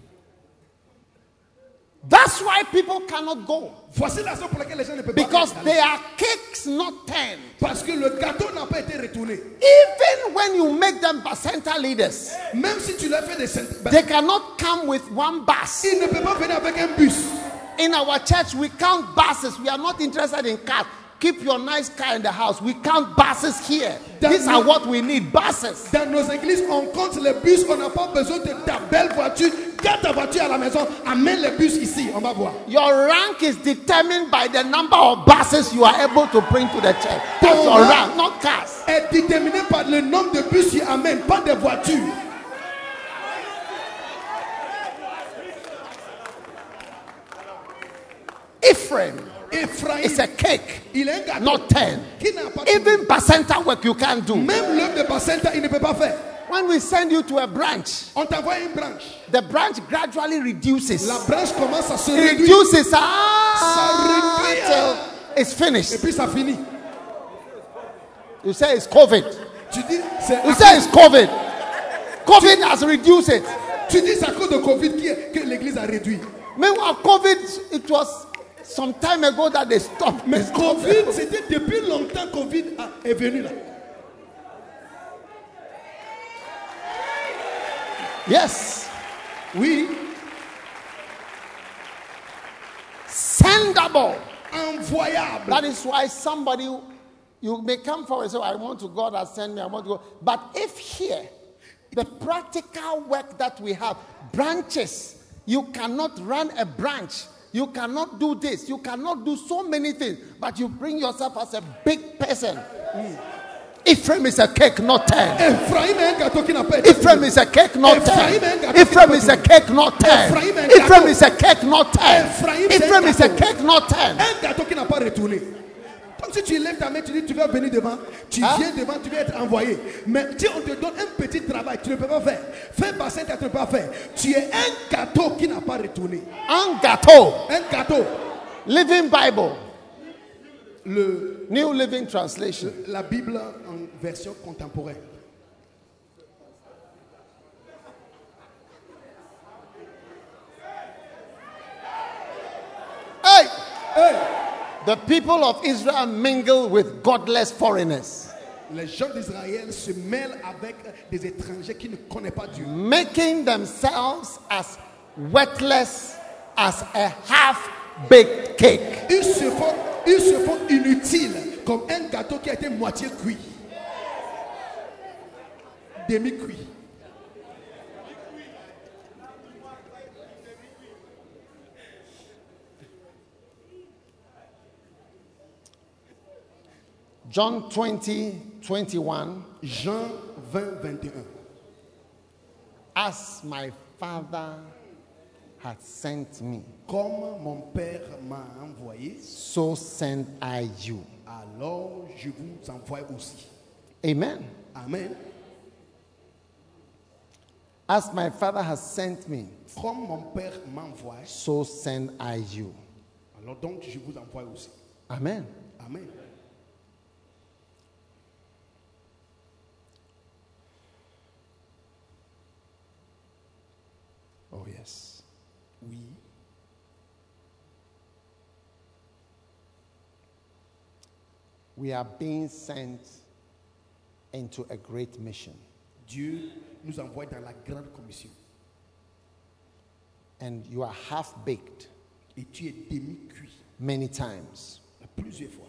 That's why people cannot go Voici la raison pour laquelle les gens ne peuvent because pas. they are cakes not tanned. Parce que le gâteau n'a pas été retourné. Even when you make them center leaders, Même si tu l'as fait des ben, they cannot come with one bus. il ne peut pas venir avec un bus. In our church, we count buses. We are not interested in cars. Keep your nice car in the house. We count buses here. That These are means- what we need buses. Dans nos églises, on compte les bus, on n'a pas besoin de ta belle voiture. Garde ta voiture à la maison, amène les bus ici, on va voir. Your rank is determined by the number of buses you are able to bring to the church. That's your Alright. rank, not cars. Est déterminé par le nombre de bus qu'il amène, pas de voitures. Ephraim is a Ephraim, cake, il est un gâteau not ten. qui n'a pas Even percenter work you can't do. Même l'œuvre de Bacenta, il ne peut pas faire. When we send you to a branch, On t'envoie une branche. the branch gradually reduces. La It branche commence à se réduire reduces ah, Ça réduit, ah. till it's et finished. puis ça finit. You say it's COVID. Tu dis, c'est You à say it's COVID. COVID has reduced it. cause- tu dis c'est à cause de Covid qui est- que l'église a réduit. Meanwhile, COVID, it was some time ago that they stopped. Mais Covid, c'était depuis longtemps Covid a- est venu là. Yes. Oui, Sendable. envoyable. That is why somebody, you may come forward and say, I want to, God has sent me, I want to go. But if here, the practical work that we have, branches, you cannot run a branch You cannot do this. You cannot do so many things. But you bring yourself as a big person. Ephraim is a cake, not ten. Ephraim est un gâteau qui n'a pas été Ephraim is a cake, not Ephraim ain't ten. got- Ephraim is a cake, not ten. Ephraim ain't got- Ephraim is a cake, not ten. Ephraim ain't Ephraim is a got- cake, not ten. Un gâteau qui n'a pas retourné. Comme si tu lèves ta main, tu dis tu vas venir devant, tu Hein? viens devant, tu vas être envoyé. Mais si on te donne un petit travail, tu ne peux pas faire. Fais passer, tu ne peux pas faire. Tu es un gâteau qui n'a pas retourné. Un gâteau. Un gâteau. Living Bible. Le, New Living Translation. la Bible en version contemporaine. Hey! Hey! The people of Israel mingle with godless foreigners, Les gens d'Israël se mêlent avec des étrangers qui ne connaissent pas Dieu. making themselves as worthless as a half baked cake. Ils se, font, ils se font inutiles comme un gâteau qui a été moitié cuit. Demi-cuit. John 20, 21. Jean 20, 21. As my Father had sent me, Comme mon Père m'a envoyé, so send I you. alors je vous envoie aussi. Amen. Amen. As my Father has sent me, Comme mon Père m'envoie, so send I you. alors donc je vous envoie aussi. Amen. Amen. Oh, yes. Oui. We are being sent into a great mission. Dieu nous envoie dans la grande commission. And you are half baked Et tu es demi-cuit many times. plusieurs fois.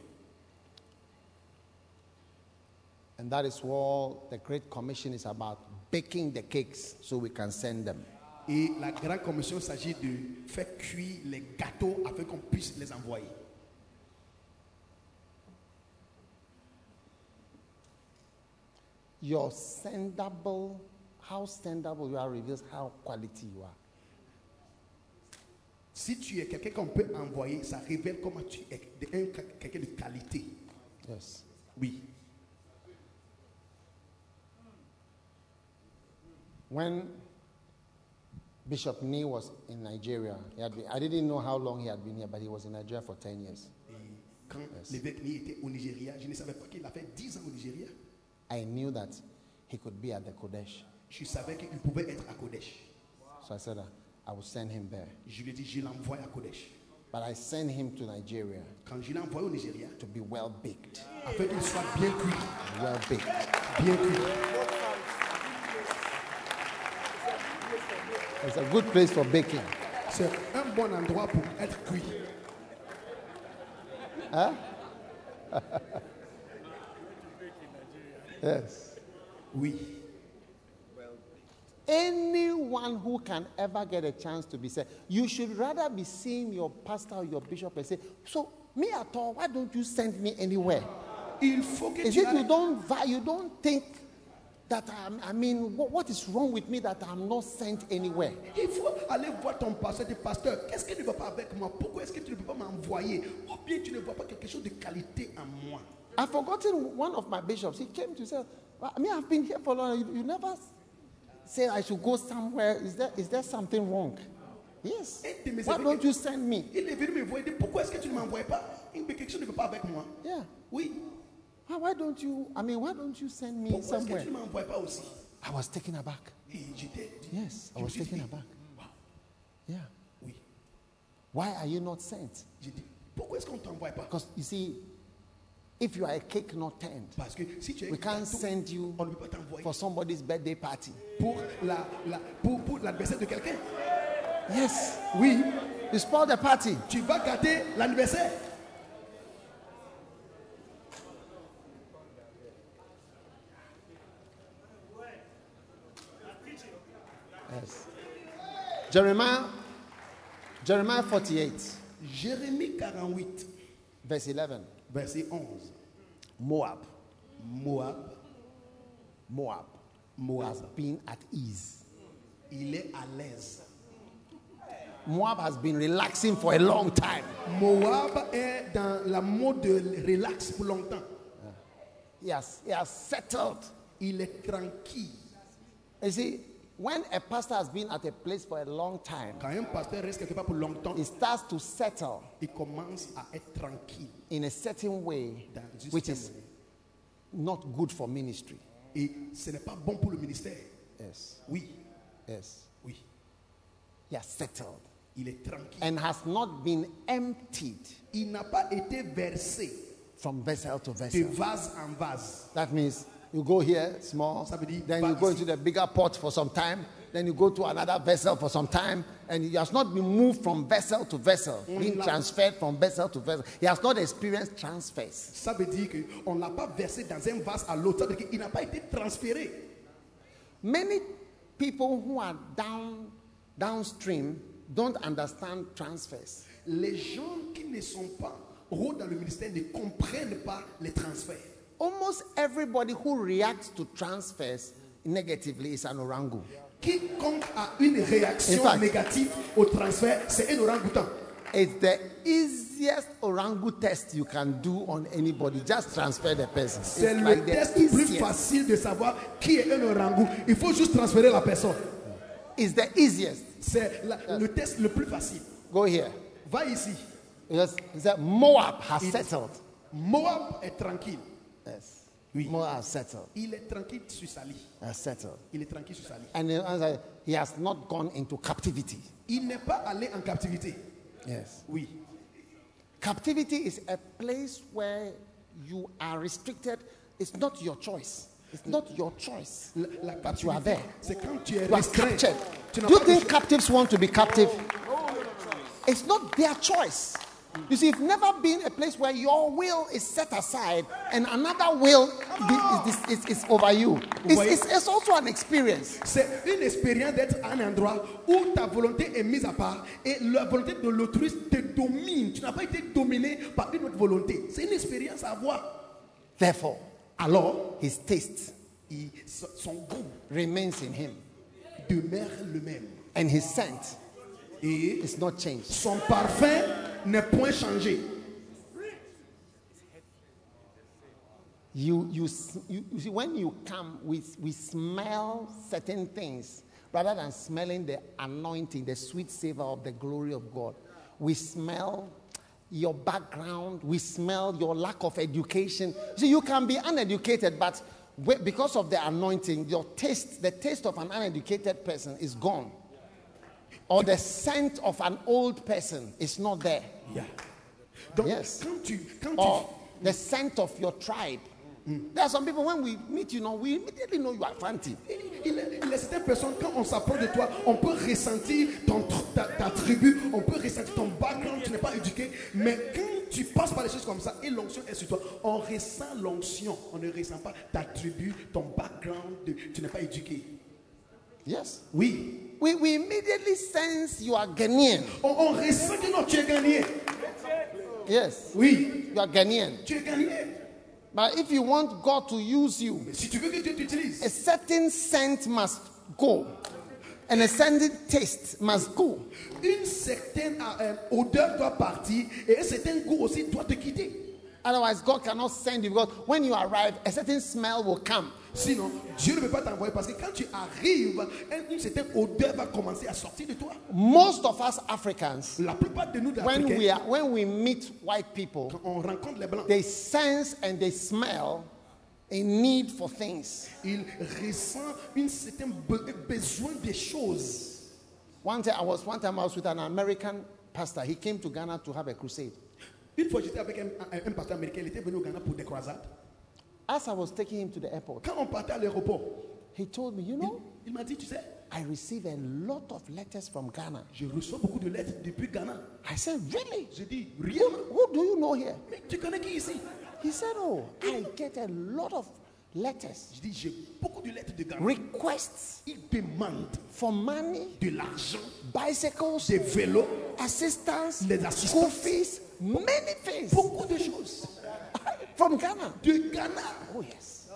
And that is what the Great Commission is about baking the cakes so we can send them. Et la grande commission s'agit de faire cuire les gâteaux afin qu'on puisse les envoyer. Your sendable, how sendable you are reveals how quality you are. Si tu es quelqu'un qu'on peut envoyer, ça révèle comment tu es de- un- quelqu'un de qualité. Yes. Oui. When Bishop Nee was in Nigeria, he had been, I didn't know how long he had been here, but he was in Nigeria for 10 years. Et quand l'évêque Ni était au Nigeria, je ne savais pas qu'il a fait 10 ans au Nigeria. I knew that he could be at the Kodesh. Je savais qu'il pouvait être à Kodesh. So I said, uh, I will send him there. Je lui ai dit, je l'envoie à Kodesh. But I sent him to Nigeria Quand je l'ai envoyé au Nigeria, to be well baked. afin qu'il soit bien cuit, Well baked. bien cuit. It's a good place for baking. C'est un bon endroit pour être cuit. Yes. Oui. Anyone who can ever get a chance to be said, you should rather be seeing your pastor or your bishop and say, So, me at all, why don't you send me anywhere? Il faut que Is tu it ailles- you don't va- you don't think that I'm, I mean, what, what is wrong with me that I'm not sent anywhere? Il faut aller voir ton pasteur, dire pasteur, qu'est-ce qui ne va pas avec moi Pourquoi est-ce que tu ne peux pas m'envoyer Ou bien tu ne vois pas quelque chose de qualité en moi I've forgotten one of my bishops. He came to say, well, I mean, I've been here for long. You, you never say I should go somewhere. Is there, is there something wrong? Yes. Why don't you send me? Il est venu me voir et dit pourquoi est-ce que tu ne m'envoies pas Il me dit quelque chose ne va pas avec moi. Yeah. Oui. Why, why don't you? I mean, why don't you send me Pourquoi est-ce que somewhere? tu ne m'envoies pas aussi I was taken aback. Et j'étais dit, Yes, I je me was suis taken dit, aback. wow, Yeah. oui. Why are you not sent? J'ai dit pourquoi est-ce qu'on ne t'envoie pas Because you see, if you are a cake not turned, Parce que si tu es we can't gâteau, send you on ne peut pas t'envoyer for somebody's birthday party. pour la, la- pour, pour l'anniversaire de quelqu'un. Yes. Oui. You spoil the party. Tu vas gâter l'anniversaire. Yes. Jeremiah, Jeremiah 48, Jérémie 48, verse 11. verset 11. Moab, Moab, Moab has Moab, been at ease. il est à l'aise. Moab has been relaxing for a long time. Moab est dans la mode de relax pour longtemps. He has, he has settled. Il est tranquille. You see, when a pastor has been at a place for a long time, Quand un pasteur reste quelque part pour longtemps, it starts to settle il commence à être tranquille in a certain way, dans une which certaine is manière. not good for ministry. Et ce n'est pas bon pour le ministère. Yes, Oui, yes. oui, He has settled il est tranquille. and has not been emptied Il n'a pas été versé from vessel to de vessel. vase en vase. That means you go here small, Ça veut dire then pas you go ici. into the bigger pot for some time, then you go to another vessel for some time, and he has not been moved from vessel to vessel, being l'a- transferred from vessel to vessel. He has not experienced transfers. Ça veut dire qu'on ne l'a pas versé dans un vase à l'autre. Ça veut dire qu'il n'a pas été transféré. Many people who are down downstream don't understand transfers. Les gens qui ne sont pas hauts dans le ministère ne comprennent pas les transferts. Almost everybody who reacts to transfers negatively is an orangu. Quiconque a une réaction In fact- négative au transfert, c'est un orang-outan. It's the easiest orangu test you can do on anybody. Just transfer the person. C'est It's le like the test le plus easiest. facile de savoir qui est un orangou. Il faut juste transférer la personne. It's the easiest. C'est la- le test le plus facile. Go here. Va ici. Because he said Moab has It- settled. Moab est tranquille. Yes. Oui. Moab has settled. Il est tranquille sur sa lit. Has settled. Il est tranquille sur sa lit. And the answer, he has not gone into captivity. Il n'est pas allé en captivité. Yes. Oui. Captivity is a place where you are restricted. It's not your choice. It's not your choice. La, la you are captivité, there. c'est quand tu es You are restreint. captured. Tu Do n'as you pas de think choix. captives want to be captive? It's not their choice. You see, it's never been a place where your will is set aside and another will be- is, is, is, is over you. It's, voyez? it's, it's also an experience. C'est une expérience d'être à un endroit où ta volonté est mise à part et la volonté de l'autrui te domine. Tu n'as pas été dominé par une autre volonté. C'est une expérience à avoir. Therefore, Alors, his taste il- son son goût remains in him, demeure le même. and his scent Et is not changed. son parfum n'est point changé. You, you, s- you, you see, when you come, we, we smell certain things rather than smelling the anointing, the sweet savor of the glory of God. We smell your background, we smell your lack of education. See, you can be uneducated, but we- because of the anointing, your taste, the taste of an uneducated person is gone. Or the scent of an old person is not there. Yeah. Donc, Yes. Oh. quand tu, quand tu- or the scent of your tribe. There are some people when we meet, you know, we immediately know you are fancy. Il, il y a certaines personnes, quand on s'approche de toi, on peut ressentir ton tr- ta, ta tribu, on peut ressentir ton background, tu n'es pas éduqué. Mais quand tu passes par des choses comme ça et l'onction est sur toi, on ressent l'onction, on ne ressent pas ta tribu, ton background, de- tu n'es pas éduqué. Yes. Oui. We, we immediately sense you are Ghanaian. On, on ressent que non, tu es gagné. Yes. Oui. You are Ghanaian. Tu es gagné. But if you want God to use you, Mais si tu veux que Dieu t'utilise, a certain scent must go. And a certain taste must go. une certaine ah, euh, odeur doit partir et un certain goût aussi doit te quitter. Otherwise, God cannot send you because when you arrive, a certain smell will come. Sinon, Dieu ne peut pas t'envoyer parce que quand tu arrives, un- une certaine odeur va commencer à sortir de toi. Most of us Africans, La plupart de nous, when d'Africains, we are when we meet white people, quand on rencontre les Blancs, they sense and they smell a need for things. ils ressentent une certaine be- besoin des choses. One time I was one time I was with an American pastor. He came to Ghana to have a crusade. Une fois, j'étais avec un, un- un pasteur américain, il était venu au Ghana pour des croisades. As I was taking him to the airport, Quand on partait à l'aéroport, he told me, you il, know, il m'a dit, tu sais, I receive a lot of letters from Ghana. je reçois beaucoup de lettres depuis Ghana. I said, really? J'ai dit, rien. Who, who do you know here? Mais tu connais qui ici He said, oh, I get a lot of letters. J'ai dit, j'ai beaucoup de une lettre de garantie. requests Il demande for money, de l'argent, bicycles, des vélos, assistance, les assistants. school fees, many things beaucoup de choses. from Ghana. De Ghana. Oh yes.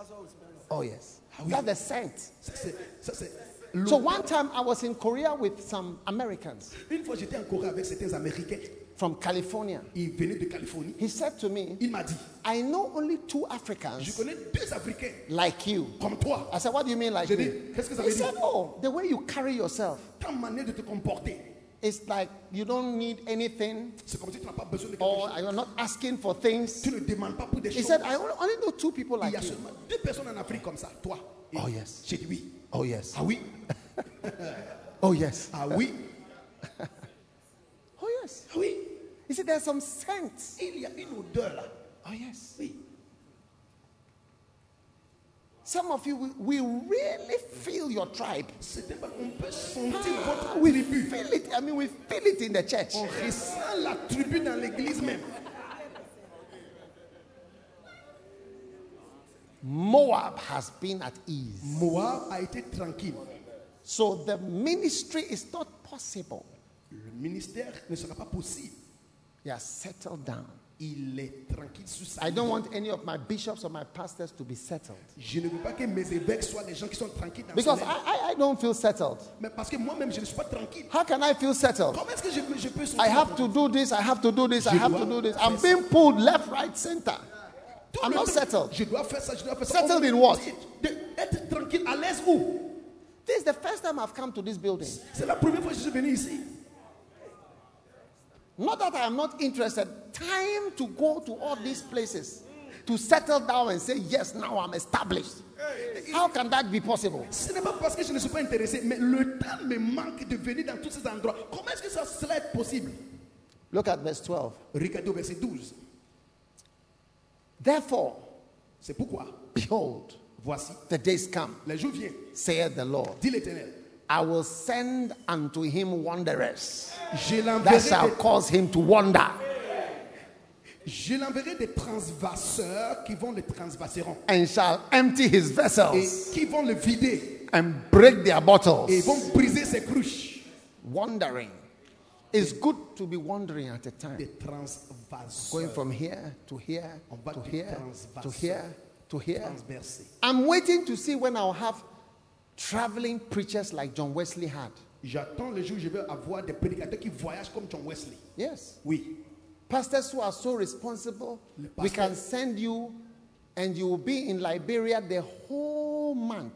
Oh yes. Ah, oui. That's the scent. Ça, c'est- ça, c'est le- So one time I was in Korea with some Americans Une fois, j'étais en Corée avec certains Américains. from California. Ils venaient de Californie. He said to me, Il m'a dit, I know only two je Africans connais deux Africains like you. comme toi. I said, What do you mean like J'ai dit, me? qu'est-ce que ça He veut dire? said, Oh, the way you carry yourself, Ta manière de te comporter, it's like you don't need anything c'est comme si tu n'as pas besoin de quelque or chose. you're not asking for things. Tu ne demandes pas pour des He choses. Ah, said, I only only know two people Il y like a you. seulement deux personnes en Afrique comme ça, toi. et Oh, yes. J'ai dit oui. Oh, yes. Ah oui, Oh, yes. ah oui, Oh, yes. ah oui. He said, There's some scent. Il y a une odeur là. Oh, yes. Oui. Some of you, we, we really feel your tribe. C'était pas qu'on peut sentir votre We tribu. feel it. I mean, we feel it in the church. On ressent la tribu dans l'église même. Moab has been at ease. Moab a été tranquille. So the ministry is not possible. Le ministère ne sera pas possible. They are settled down. Il est tranquille sur sa I don't vie. want any of my bishops or my pastors to be settled. Je ne veux pas que mes évêques soient des gens qui sont tranquilles dans Because son I, âme. I, I don't feel settled. Mais parce que moi-même, je ne suis pas tranquille. How can I feel settled? Comment est-ce que je, peux- je peux I sortir have to do this, I have to do this, I Je have dois to do this. faire I'm ça. being pulled left, right, center. Tout I'm le not temps, settled. Je dois faire ça, je dois faire ça. Settled On in what? me dit de- Être tranquille, à l'aise où This is the first time I've come to this building. C'est la première fois que je suis venu ici. Not that I am not interested. Time to go to all these places to settle down and say, yes, now I'm established. How can that be possible? Ce n'est pas parce que je ne suis pas intéressé, mais le temps me manque de venir dans tous ces endroits. Comment est-ce que ça serait possible Look at verse 12. Regardez au verset 12. Therefore, C'est pourquoi, behold, voici, the days come, les jours viennent, saith the Lord. dit l'Éternel. I will send unto him wanderers Je that l'enverrai shall des- cause him to wander, je l'enverrai des transvasseurs qui vont le transvasseront and shall empty his et vessels qui vont le vider and break their et bottles. vont briser ses cruches. Wandering. It's good to be wandering at a time. Des transvasseurs. Going from here to here On va to du here to transversal. here to here. transversés. I'm waiting to see when I'll have traveling preachers like John Wesley had. J'attends le jour où je vais avoir des prédicateurs qui voyagent comme John Wesley. Yes. Oui. Pastors who are so responsible, we can send you and you will be in Liberia the whole month.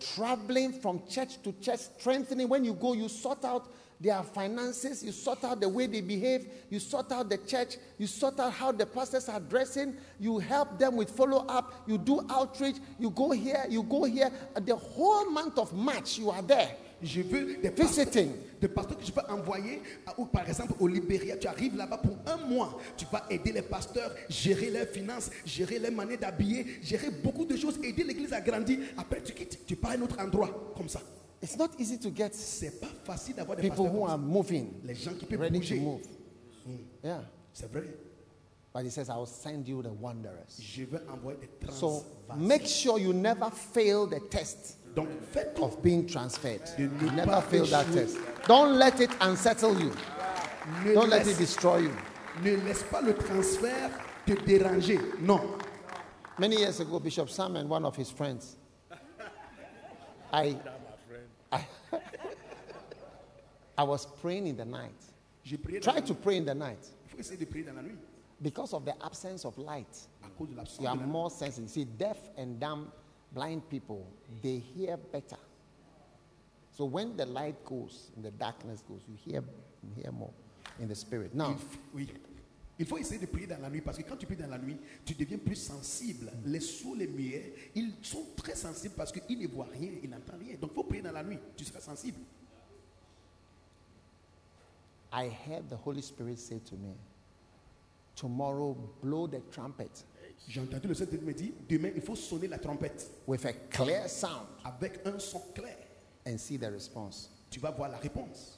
Traveling from church to church, strengthening. When you go, you sort out their finances, you sort out the way they behave, you sort out the church, you sort out how the pastors are dressing, you help them with follow up, you do outreach, you go here, you go here. Uh, The whole month of March, you are there. Je veux des Visiting. pasteurs, des pasteurs que je peux envoyer, à- ou par exemple au Libéria, tu arrives là-bas pour un mois, tu vas aider les pasteurs, gérer leurs finances, gérer les manières d'habiller, gérer beaucoup de choses, aider l'église à grandir. Après, tu quittes, tu pars à un autre endroit, comme ça. It's not easy to get C'est pas facile d'avoir des people pasteurs. who comme are ça. moving, Les gens qui peuvent ready to bouger. move. Yeah. C'est vrai. But he says, I will send you the wanderers. Je veux envoyer des So transvases. make sure you never fail the test Donc, fais tout. of being transferred. De You ne never pas fail that échouer. test. Don't let it unsettle you. Ne Don't let laisse- it destroy you. Ne laisse pas le transfert te déranger. Non. Many years ago, Bishop Sam and one of his friends, I, I, I was praying in the night. J'ai prié. dans Try la to nuit. pray in the night. Il faut essayer de prier dans la nuit. Because of the absence of light, À cause de l'absence. you are de la- more sensitive. See, deaf and dumb, blind people, they hear better. So when the light goes and the darkness goes, you hear, you hear more in the spirit. Now, Oui. Il faut essayer de prier dans la nuit parce que quand tu pries dans la nuit, tu deviens plus sensible. Les sourds, les muets, ils sont très sensibles parce qu'ils ne voient rien, ils n'entendent rien. Donc il faut prier dans la nuit, tu seras sensible. I heard the Holy Spirit say to me, Tomorrow, blow the trumpet J'ai entendu le Saint-Esprit me dire demain, il faut sonner la trompette with a clear sound avec un son clair. and see the response. Tu vas voir la réponse.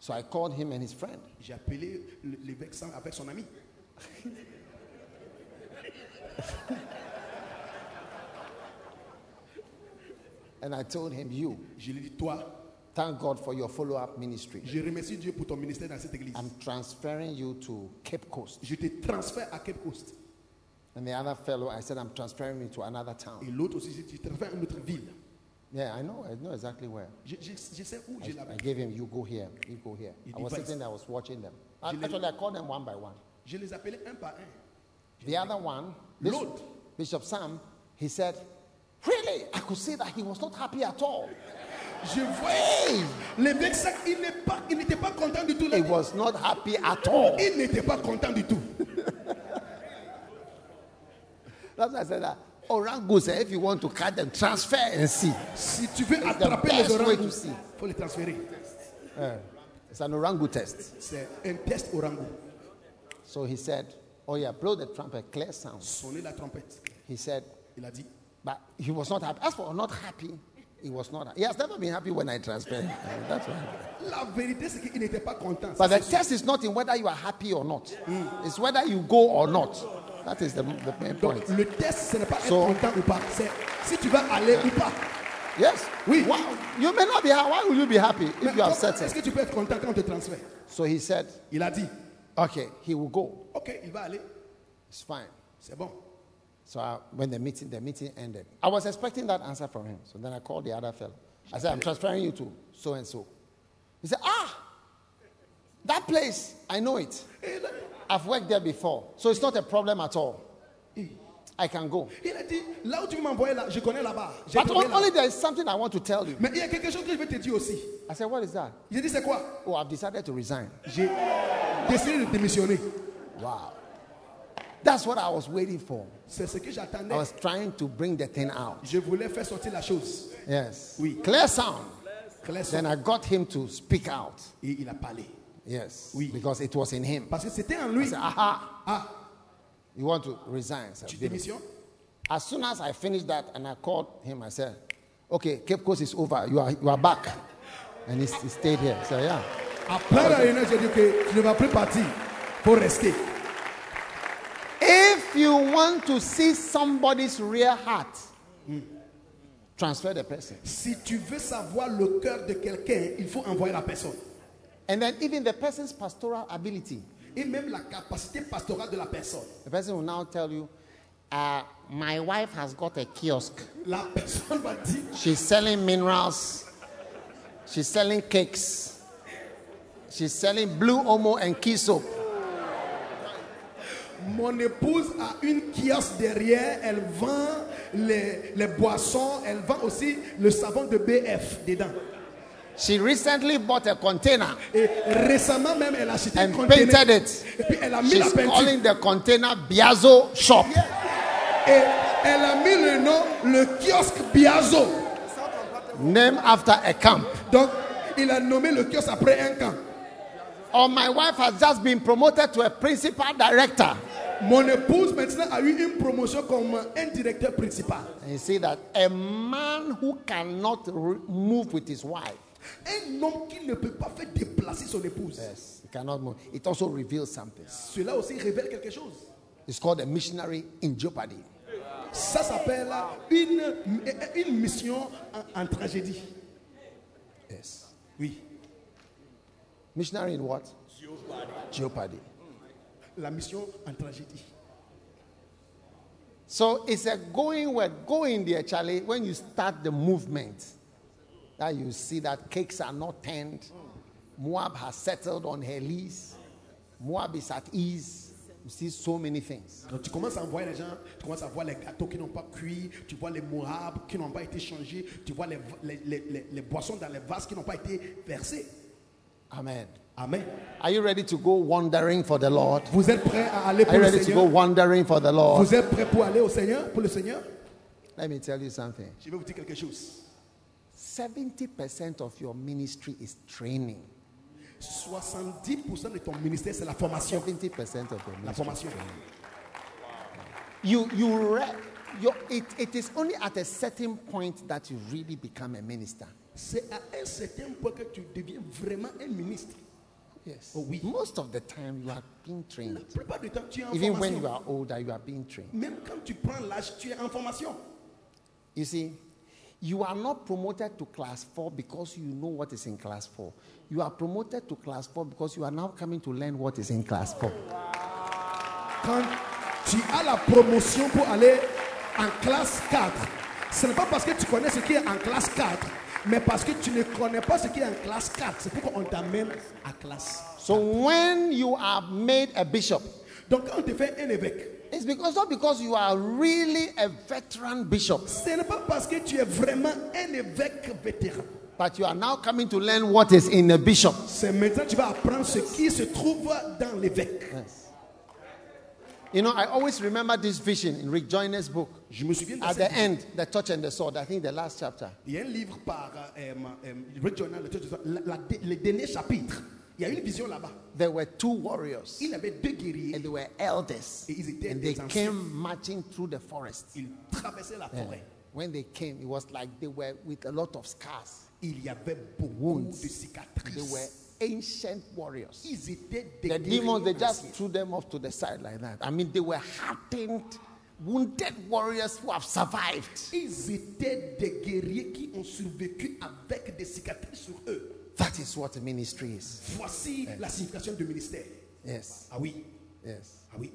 So I called him and his friend. J'ai appelé le- l'évêque Sam avec son ami. And I told him, You, Je lui ai dit, toi, thank God for your follow up ministry. je remercie Dieu pour ton ministère dans cette église. I'm transferring you to Cape Coast. Je te transfère à Cape Coast. And the other fellow, I said, I'm transferring you to another Et town. l'autre aussi, je te transfère à une autre ville. Yeah, I know. I know exactly where. Je, je- je sais où j'ai la I gave him, You go here. You go here. You I was devised- sitting there, I was watching them. I- You Actually, I called them one by one. Je les appelais un par un. The other one, this Lord. Bishop Sam, he said, Really? I could see that he was not happy at all. Je voyais l'évêque Sac, il n'est pas- il n'était pas, content du tout. là. He was not happy at all. Il n'était pas content du tout. That's why I said that. Orangus, eh, if you want to cut them, transfer and see. Si tu veux the attraper best les way orangous, to see. il faut les transférer. It's an orangu test. C'est un test orangou. So he said, Oh, yeah, blow the trumpet, clear sounds. Sonner la trompette. He said, Il a dit, But he was not happy. As for not happy, he was not. He has never been happy when I transfer. him. Uh, That's why. la vérité c'est qu'il n'était pas content. But Ça, the test is not in whether you are happy or not, it's whether you go or not. That is the, the main point. c'est- le test, ce n'est pas être So- content ou pas. C'est si tu vas aller ou pas. Yes. Oui. Why, you may not be happy. Why will you be happy Mais if you are comment- est-ce que settled? tu peux être content quand on te transfère So he said, Il a dit, Okay, he will go. ok, il va aller. It's fine. C'est bon. So I, when the meeting, the meeting ended, I was expecting that answer from him. So then I called the other fellow. I said, I'm transferring you to so and so. He said, Ah, that place, I know it. Et là, I've worked there before. So it's not a problem at all. I can go. il a dit, là où tu veux m'envoyer, là, je connais là-bas. J'ai But travaillé on- là. only there is something I want to tell you. Mais il y a quelque chose que je vais te dire aussi. I said, What is that? J'ai dit, c'est quoi Oh, I've decided to resign. J'ai décidé de démissionner. Wow. That's what I was waiting for. C'est ce que I j'attendais. was trying to bring the thing out. Je voulais faire sortir la chose. Yes. Oui. Clear sound. Claire Then I got him to speak out. Et il a parlé. Yes. Oui. Because it was in him. Parce que c'était en I lui. said, aha, Ah, you want to resign. sir. tu démissionnes As soon as I finished that and I called him, I said, okay, Cape Coast is over. You are, you are back. And he, s- he stayed here. So, yeah. Après la réunion, j'ai dit que tu ne vas plus partir. Faut rester. If you want to see somebody's real heart, transfer the person. Si tu veux savoir le cœur de quelqu'un, il faut envoyer la personne. And then even the person's pastoral ability. Et même la capacité pastorale de la personne. The person will now tell you, uh, my wife has got a kiosk. La personne va dire, She's selling minerals. She's selling cakes. She's selling blue omo and key soap. mon épouse a une kiosque derrière, elle vend les, les boissons, elle vend aussi le savon de BF dedans. She recently bought a container Et récemment même, elle a acheté un and conteneur. painted it. Et puis elle a mis la She's peinture. calling the container Biazo Shop. Et elle a mis le nom, le kiosque Biazo. Named after a camp. Donc, il a nommé le kiosque après un camp. Or "Oh, my wife has just been promoted to a principal director. Mon épouse maintenant a eu une promotion comme un directeur principal. And you see that a man who cannot re- move with his wife, Un homme qui ne peut pas faire déplacer son épouse. yes, he cannot move. It also reveals something. Cela aussi révèle quelque chose. It's called a missionary in jeopardy. Ça s'appelle une, une mission en, en tragédie. Yes. Oui. Missionary in what? Jeopardy. La mission en tragédie. So it's a going where going there, Charlie. When you start the movement, that you see that cakes are not turned. Moab has settled on her lease. Moab is at ease. You see so many things. Donc tu commences à voir les gens, tu commences à voir les gâteaux qui n'ont pas cuit, tu vois les moabs qui n'ont pas été changés, tu vois les, les- les- les- les boissons dans les vases qui n'ont pas été versées. Amen. Amen. Are you ready to go wandering for the Lord? Vous êtes prêts à aller Are pour you le ready to go Seigneur wandering for the Lord? Vous êtes prêts pour aller au Seigneur, pour le Seigneur Let me tell you something. Je vais vous dire quelque chose. 70% of your ministry is training. 70% de ton ministère, c'est la formation. 70% of your La ministry. formation. You, you re- your, it, it is only at a certain point that you really become a minister. C'est à un certain point que tu deviens vraiment un ministre. Yes. Oh, oui. Most of the time you are being trained. La plupart du temps, tu es en Even when formation. you are older, you are being trained. Même quand tu prends l'âge, tu es en formation. You see, You are not promoted to class four because you know what is in class four. You are promoted to class four because you are now coming to learn what is in class four. Quand tu as la promotion pour aller en classe 4, ce n'est pas parce que tu connais ce qui est en classe 4, mais parce que tu ne connais pas ce qui est en classe 4. C'est pourquoi on t'amène à classe. So when you are made a bishop, Donc quand on te fait un évêque, it's because not because you are really a veteran bishop, ce n'est pas parce que tu es vraiment un évêque vétéran. but you are now coming to learn what is in a bishop. C'est maintenant que tu vas apprendre ce qui se trouve dans l'évêque. You know, I always remember this vision in Rick Joyner's book. Je me souviens de At cette- the end, the touch and the sword, I think the last chapter. Il y a un livre par euh, euh, Rick Joyner, le titre de ça, la- la- les derniers chapitres. Il y a une vision là-bas. There were two warriors, Il avait deux guerriers. and they were elders, Et ils étaient and they des anciens. came marching through the forest. Ils traversaient la forêt. When they came, it was like they were with a lot of scars. Il y avait beaucoup Wounds. de They were cicatrices. ancient warriors. Ils étaient des The guerriers demons, they just anciens. threw them off to the side like that. I mean, they were hardened, wounded warriors who have survived. Ils étaient des guerriers qui ont survécu avec des cicatrices sur eux. That is what ministry is. Voici la signification du ministère. Yes, Ah oui, yes, ah oui.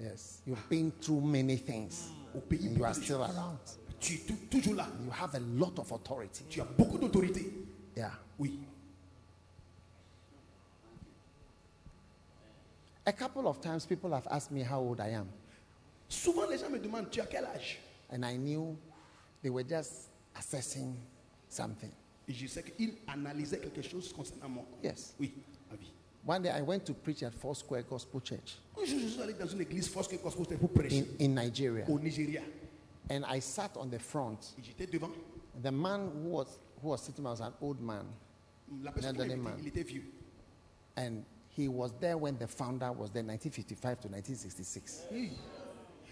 yes. You've been through many things, Au pays, and you are public, still around. tu es tou- toujours là. You have a lot of authority. Tu as beaucoup d'autorité. Yeah. Oui. A couple of times, people have asked me how old I am, Souvent, les gens me demandent, tu as quel âge and I knew they were just assessing something. Et je sais qu'ils analysaient quelque chose concernant moi. Yes. Oui, ah oui. One day, I went to preach at Four Square Gospel Church Un jour, je suis allé dans une église force que Gospel Church pour prêcher in, in Nigeria, au Nigeria. and I sat on the front. Et J'étais devant. The man who was, who was sitting there was an old man, La personne qui Elderly m'invitait, man. il était vieux. and he was there when the founder was there, 1955 to 1966. Oui.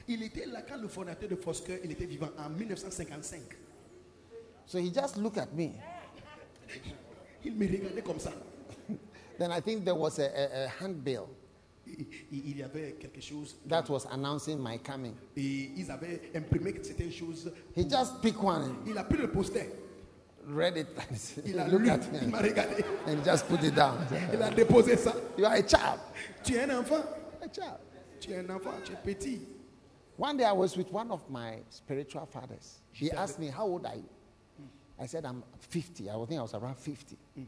Il était là quand le fondateur de Fosker, il était vivant en 1955. So he just looked at me. Il me regardait comme ça. Then I think there was a, a, a handbill Il, il- il y avait quelque chose. that was announcing my coming. Et ils avaient imprimé certaines choses. He just picked one and Il a pris le poster. read it. he Il a looked lu. at Il me m'a regardé. and just put it down. Il a déposé ça. You are a child. Tu es un enfant. A child. Tu es un enfant. Tu es petit. One day I was with one of my spiritual fathers. He asked me, How old are you? I said, I'm 50. I think I was around 50. Do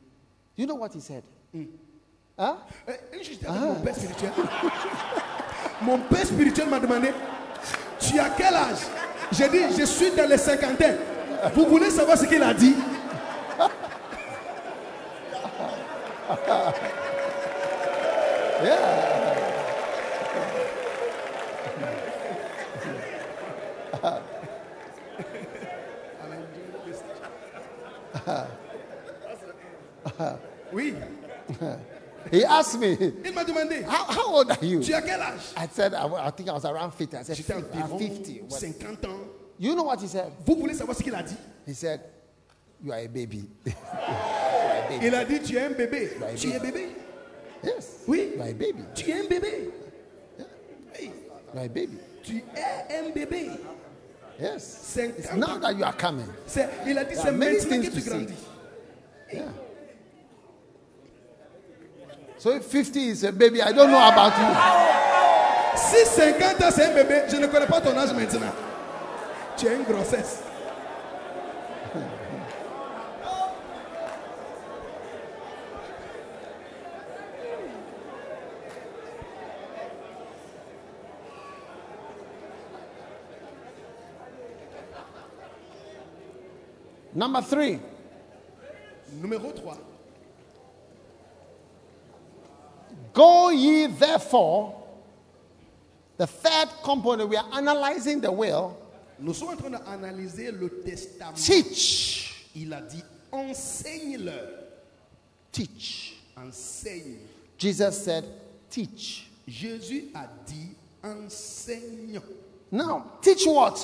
you know what he said? Huh? Euh, Un jour, j'étais avec mon père spirituel. mon père spirituel m'a demandé Tu as quel âge J'ai dit Je suis dans les cinquantaines. Vous voulez savoir ce qu'il a dit Oui. He asked me, Il m'a demandé How, how old are you? Tu as quel âge I said, I, wa- I think I was around 50. I said, J'étais 50, I'm environ 50. What- 50 ans. You know what he said? Vous voulez savoir ce qu'il a dit He said, You are a baby. You are a baby. Il a dit Tu es un bébé. Bah, Tu es bébé Yes. Oui. You are a baby. Tu es un bébé. Oui. You are a baby. Tu es un bébé. Yes. Cinq It's ans. now that you are coming. C'est- Il a dit There C'est are many maintenant things que tu to see. grandis. Yeah. So if 50 is a baby, I don't know about Si 50 ans c'est un bébé, je ne connais pas ton âge maintenant. Tu as une grossesse. you. Number three, Numéro 3. go ye therefore. The third component, we are analyzing the will. Nous sommes en train d'analyser le testament. Teach. Il a dit enseigne-leur. Teach. Enseigne. Jesus said, teach. Jésus a dit enseigne. Now, teach what?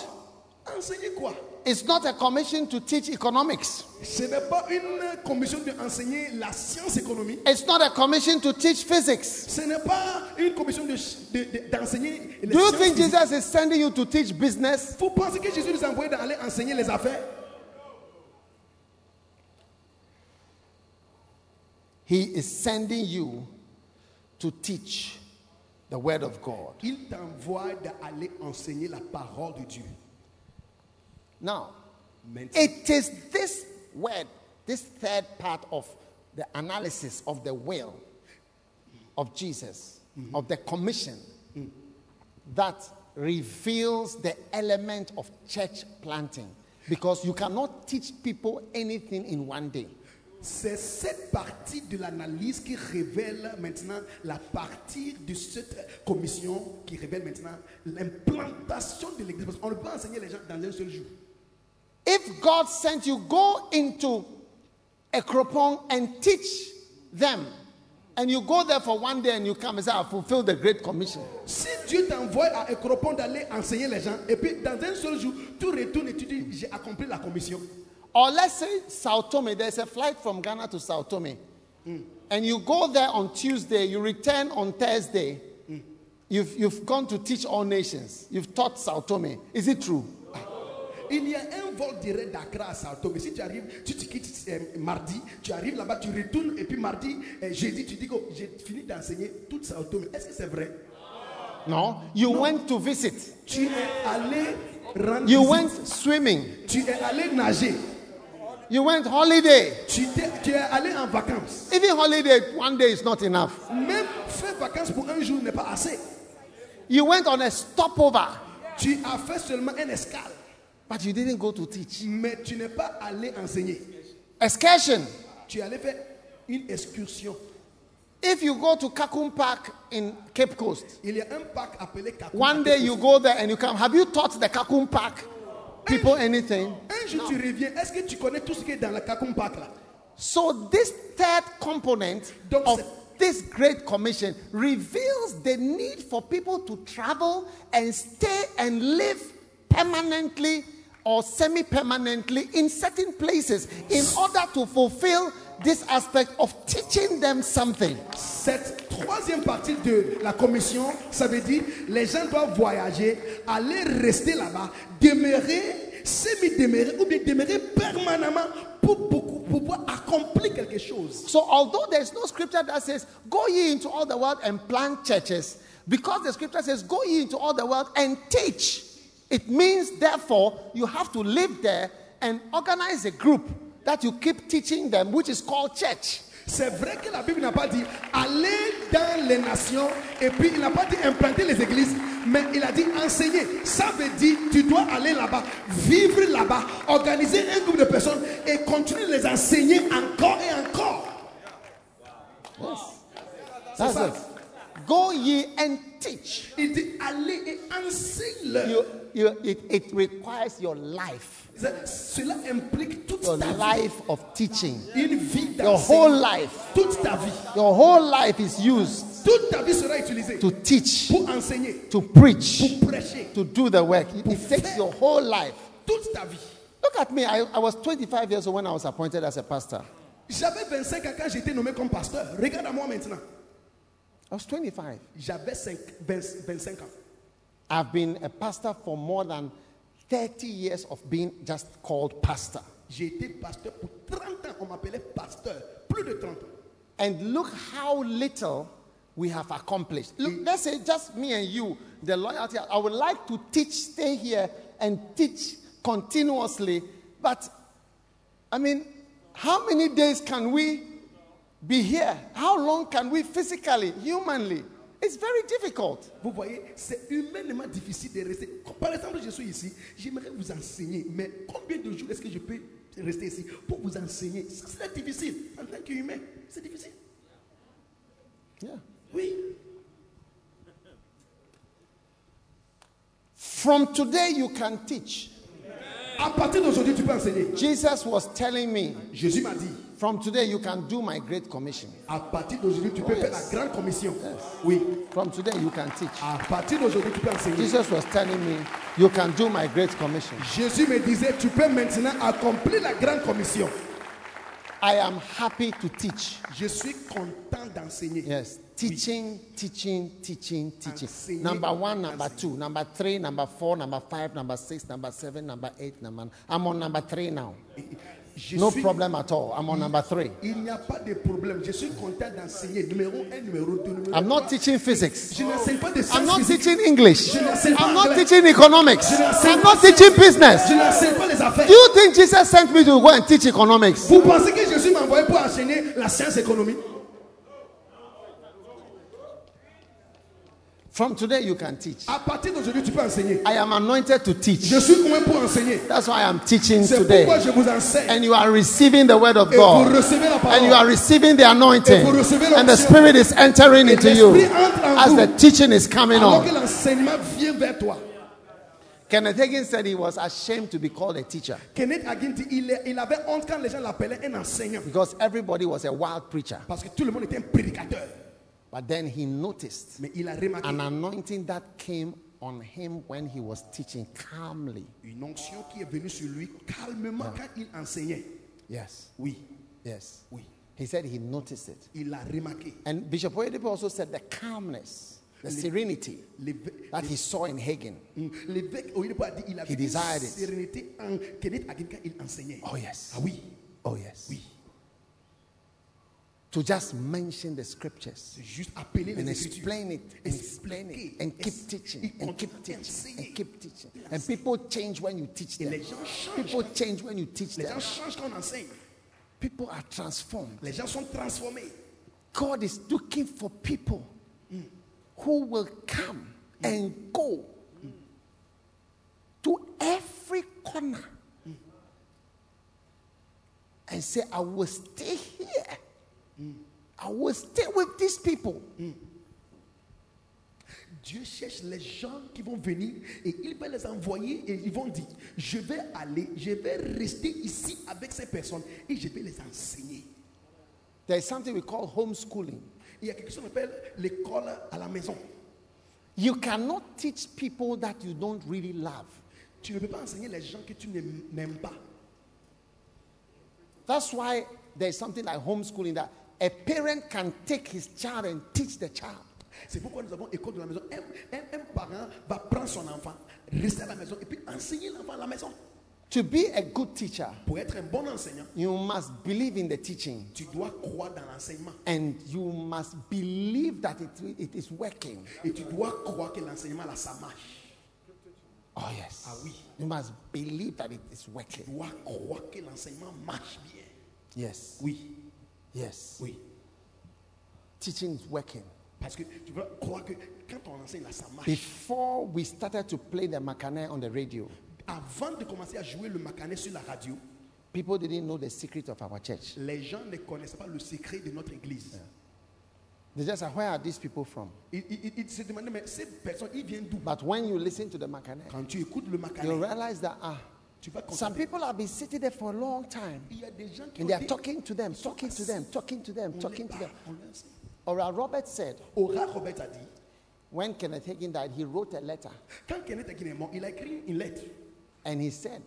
Enseigner quoi It's not a commission to teach economics. Ce n'est pas une commission d'enseigner la science économique. It's not a commission to teach physics. Ce n'est pas une commission d'enseigner de, de- d'enseigner les Do you sciences think physiques. Jesus is sending you to teach business? Vous pensez que Jésus nous a envoyé d'aller enseigner les affaires He is sending you to teach the Word of God. Il t'envoie d'aller enseigner la parole de Dieu. Now, Maintenant, it is this word, this third part of the analysis of the will of Jesus, of the commission, that reveals the element of church planting. Because you cannot teach people anything in one day. c'est cette partie de l'analyse qui révèle maintenant la partie de cette commission qui révèle maintenant l'implantation de l'Église. Parce qu'on ne peut pas enseigner les gens dans un seul jour. If God sent you, go into Ekropon and teach them. And you go there for one day and you come and say, I fulfill the Great Commission. Si Dieu t'envoie à Écropon d'aller enseigner les gens, et puis dans un seul jour, tu retournes et tu dis J'ai accompli la commission. Or let's say Sao Tome, there's a flight from Ghana to Sao Tome. And you go there on Tuesday, you return on Thursday. You've, you've gone to teach all nations. You've taught Sao Tome. Is it true? Il y a un vol direct d'Accra à Sao Tomé. Si tu arrives, tu te quittes euh, mardi, tu arrives là-bas, tu retournes, et puis mardi, euh, jeudi, tu dis que j'ai fini d'enseigner toute Sao Tomé. Est-ce que c'est vrai No. You went to visit. Tu es allé rendre You visite. went swimming. tu es allé nager, You went holiday. tu, t'es- tu es allé en vacances. Even holiday, one day is not enough. Même faire vacances pour un jour n'est pas assez. You went on a stopover, Tu as fait seulement un escale, but you didn't go to teach. mais tu n'es pas allé enseigner. Excursion. Tu es allé faire une excursion. If you go to Kakun Park in Cape Coast, Il y a un parc appelé Kakuma. One day you go there and you come. Have you taught the Kakun Park people anything? Un jour tu reviens. Est-ce que tu connais tout ce qui est dans le Kakum Park là So this third component Don't of say- this great commission reveals the need for people to travel and stay and live permanently or semi-permanently in certain places in order to fulfill this aspect of teaching them something. Cette troisième partie de la commission, ça veut dire les gens doivent voyager, aller rester là-bas, demeurer, semi-demeurer ou bien demeurer permanemment pour, beaucoup- pour pouvoir accomplir quelque chose. So, although there's no scripture that says, Go ye into all the world and plant churches, because the scripture says, Go ye into all the world and teach, it means, therefore, you have to live there and organize a group that you keep teaching them, which is called church. C'est vrai que la Bible n'a pas dit aller dans les nations et puis il n'a pas dit implanter les églises, mais il a dit enseigner. Ça veut dire tu dois aller là-bas, vivre là-bas, organiser un groupe de personnes et continuer de les enseigner encore et encore. That's it. it. Go ye and teach. Il dit allez et enseigne-leur. You, you, it, it requires your life, Ça- Cela implique toute your ta vie, life of teaching, une vie your whole d'enseignement. life. Toute ta vie, Your whole life is used toute ta vie sera utilisée to teach, pour enseigner, to preach. pour prêcher. to do the work. It, it takes your whole life. Toute ta vie. Look at me. I, I was 25 years old when I was appointed as a pastor. J'avais 25 ans quand j'étais nommé comme pasteur. Regarde à moi maintenant. I was 25. J'avais cinq- 20 25 ans. I've been a pastor for more than 30 years of being just called pastor. J'ai été pasteur pour 30 ans. On m'appelait pasteur. Plus de 30 ans. And look how little we have accomplished. Look, let's say just me and you, the loyalty. I would like to teach, stay here and teach continuously. But I mean, how many days can we be here? How long can we physically, humanly? It's very difficult. Vous voyez, c'est humainement difficile de rester. Par exemple, je suis ici, j'aimerais vous enseigner, mais combien de jours est-ce que je peux rester ici pour vous enseigner Ça, c'est très difficile. En tant qu'humain, c'est difficile. Yeah. Oui. From today, you can teach. À partir d'aujourd'hui, tu peux enseigner. Jesus was telling me Jésus m'a dit, From today, you can do my great commission. À partir d'aujourd'hui, tu peux yes. faire la grande commission. Oui. From today, you can teach. À partir d'aujourd'hui, tu peux enseigner. Jesus was telling me, You can do my great commission. Jésus me disait, tu peux maintenant accomplir la grande commission. I am happy to teach. Je suis content d'enseigner. Yes, teaching, teaching, teaching, teaching. Enseigner, Number one, number two, number three, number four, number five, number six, number seven, number eight, number. I'm on number three now. Je No suis- problem at all. I'm on number three. Il n'y a pas de problème. Je suis content d'enseigner. Numéro 1, numéro 2, numéro I'm not teaching Je physics. n'enseigne pas Ah. de I'm sciences not physiques. teaching English. Je n'enseigne pas I'm not anglais. teaching economics. Je n'enseigne I'm pas not teaching business. Je n'enseigne pas les affaires. Do you think Jesus sent me to go and teach economics? Vous pensez que Jésus m'a envoyé pour enseigner la science économique From today, you can teach. À partir d'aujourd'hui, tu peux enseigner. I am anointed to teach. Je suis convaincu pour enseigner. That's why I'm teaching C'est today. pourquoi je vous enseigne. and you are receiving the word of Et vous God, recevez la parole. and you are receiving the anointing, Et vous recevez and the l'onction. Spirit is entering Et into you l'Esprit entre en as vous. the teaching is coming Alors que on. l'enseignement vient vers toi. Kenneth Hagin said he was ashamed to be called a teacher Kenneth Hagin dit il, est- il avait honte quand les gens l'appelaient un enseignant. because everybody was a wild preacher. Parce que tout le monde était un prédicateur. But then he noticed Mais il a remarqué an anointing that came on him when he was teaching calmly. une onction qui est venue sur lui calmement Ah. quand il enseignait. Yes, Oui, yes. oui. He said he noticed it. Il a remarqué. And Bishop Oedipo also said the calmness, the serenity L'évê- that he saw in Hagin. Mm. L'évêque Oyedepo a dit il avait He une desired it. sérénité en Kenneth Hagin quand il enseignait. Oh, yes. Ah oui, Oh, yes. oui. To just mention the scriptures. C'est juste appeler and les Écritures. explain it and explain expliquer, it and keep expliquer, teaching and keep continuer à teaching enseigner. and keep teaching and people change when you teach Et them les gens changent. people change when you teach Les them gens changent quand on enseigne. people are transformed Les gens sont transformés. god is looking for people who will come and go to every corner and say i will stay here i will stay with these people Dieu cherche les gens qui vont venir et il va les envoyer et ils vont dire Je vais aller, je vais rester ici avec ces personnes et je vais les enseigner. there is something we call homeschooling Il y a quelque chose qu'on appelle l'école à la maison. You cannot teach people that you don't really love. Tu ne peux pas enseigner les gens que tu n'aimes n'aimes pas. That's why there's something like homeschooling that a parent can take his child and teach the child. C'est pourquoi nous avons école de la maison. Un, un- un parent va prendre son enfant, rester à la maison et puis enseigner l'enfant à la maison. To be a good teacher, Pour être un bon enseignant, you must believe in the teaching tu dois croire dans l'enseignement. and you must believe that it, it is working. Et tu dois croire que l'enseignement, là, ça marche. Oh, yes. Ah, oui. You must believe that it is Tu working. dois croire que l'enseignement marche bien. Yes. Oui, Yes. oui. Teaching is working. Parce que tu dois croire que quand on enseigne, là, ça marche. Before we started to play the macané on the radio, Avant de commencer à jouer le macané sur la radio, people didn't know the secret of our church. les gens ne connaissaient pas le secret de notre église. They just said, Where are these people from? Ils, ils- ils se demandaient, mais ces personnes, ils viennent d'où But when you listen to the Macané, Quand tu écoutes le you macané, realize that ah, tu vas some constater. people have been sitting there for a long time Il y a des gens qui and they ont are dit, talking to them, talking to them, talking to them, on talking to les them. parle, on les enseigne. Oral Robert said, Ora Robert a dit, when Kenneth Hagin died, he wrote a letter quand Kenneth Hagin est mort, il a écrit une lettre. and he said,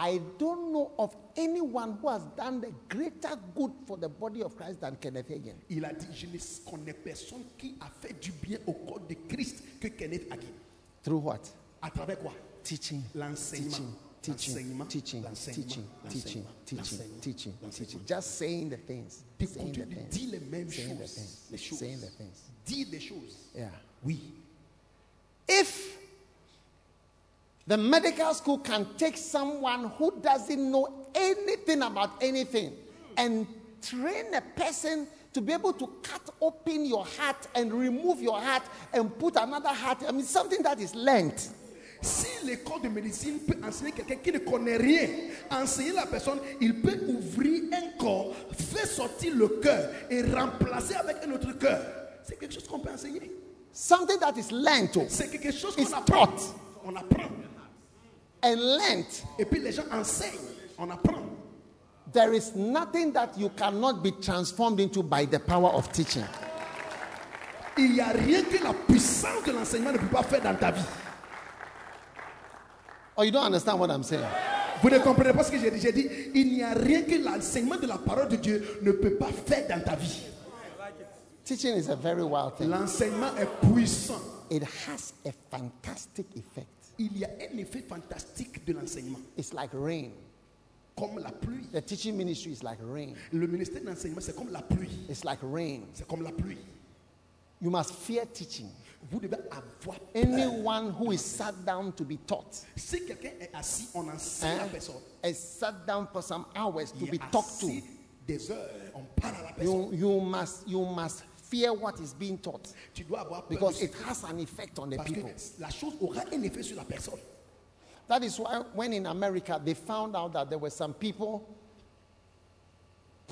I don't know of anyone who has done the greater good for the body of Christ than Kenneth Hagin. Il a dit, je ne connais personne qui a fait du bien au corps de Christ que Kenneth Hagin. Through what? À travers quoi Teaching. L'enseignement. Teaching, L'enseignement. teaching, L'enseignement. teaching, teaching, L'enseignement. teaching, teaching, L'enseignement. teaching. Just saying the things. Tu Saying the continues de things. dire les mêmes Saying the choses. Les things. choses. Saying the things. Dis des choses. Yeah. Oui. If the medical school can take someone who doesn't know anything about anything and train a person to be able to cut open your heart and remove your heart and put another heart, I mean, something that is learned. Si l'école de médecine peut enseigner quelqu'un qui ne connaît rien, enseigner la personne, il peut ouvrir un corps, faire sortir le cœur et remplacer avec un autre cœur. C'est quelque chose qu'on peut enseigner. Something that is learned oh, too. C'est quelque chose It's qu'on apprend. taught. On apprend. And learned Et puis les gens enseignent. On apprend. There is nothing that you cannot be transformed into by the power of teaching. Il n'y a rien que la puissance de l'enseignement ne peut pas faire dans ta vie. Or, Oh, you don't understand what I'm saying. Vous ne comprenez pas ce que j'ai dit. J'ai dit, il n'y a rien que l'enseignement de la parole de Dieu ne peut pas faire dans ta vie. Teaching is a very wild thing, L'enseignement est puissant. it has a fantastic effect. Il y a un effet fantastique de l'enseignement, It's like rain. comme la pluie. The teaching ministry is like rain. Le ministère de l'enseignement, c'est comme la pluie. It's like rain. C'est comme la pluie. You must fear teaching. Vous devez avoir peur. Anyone who is sat down to be taught Si quelqu'un est assis, on enseigne eh, la personne. and sat down for some hours to Il be est talked to, assis des heures, on parle à la you, personne. you, must, you must fear what is being taught Tu dois avoir peur. because de- it has an effect on the parce people. que la chose aura un effet sur la personne. That is why, when in America, they found out that there were some people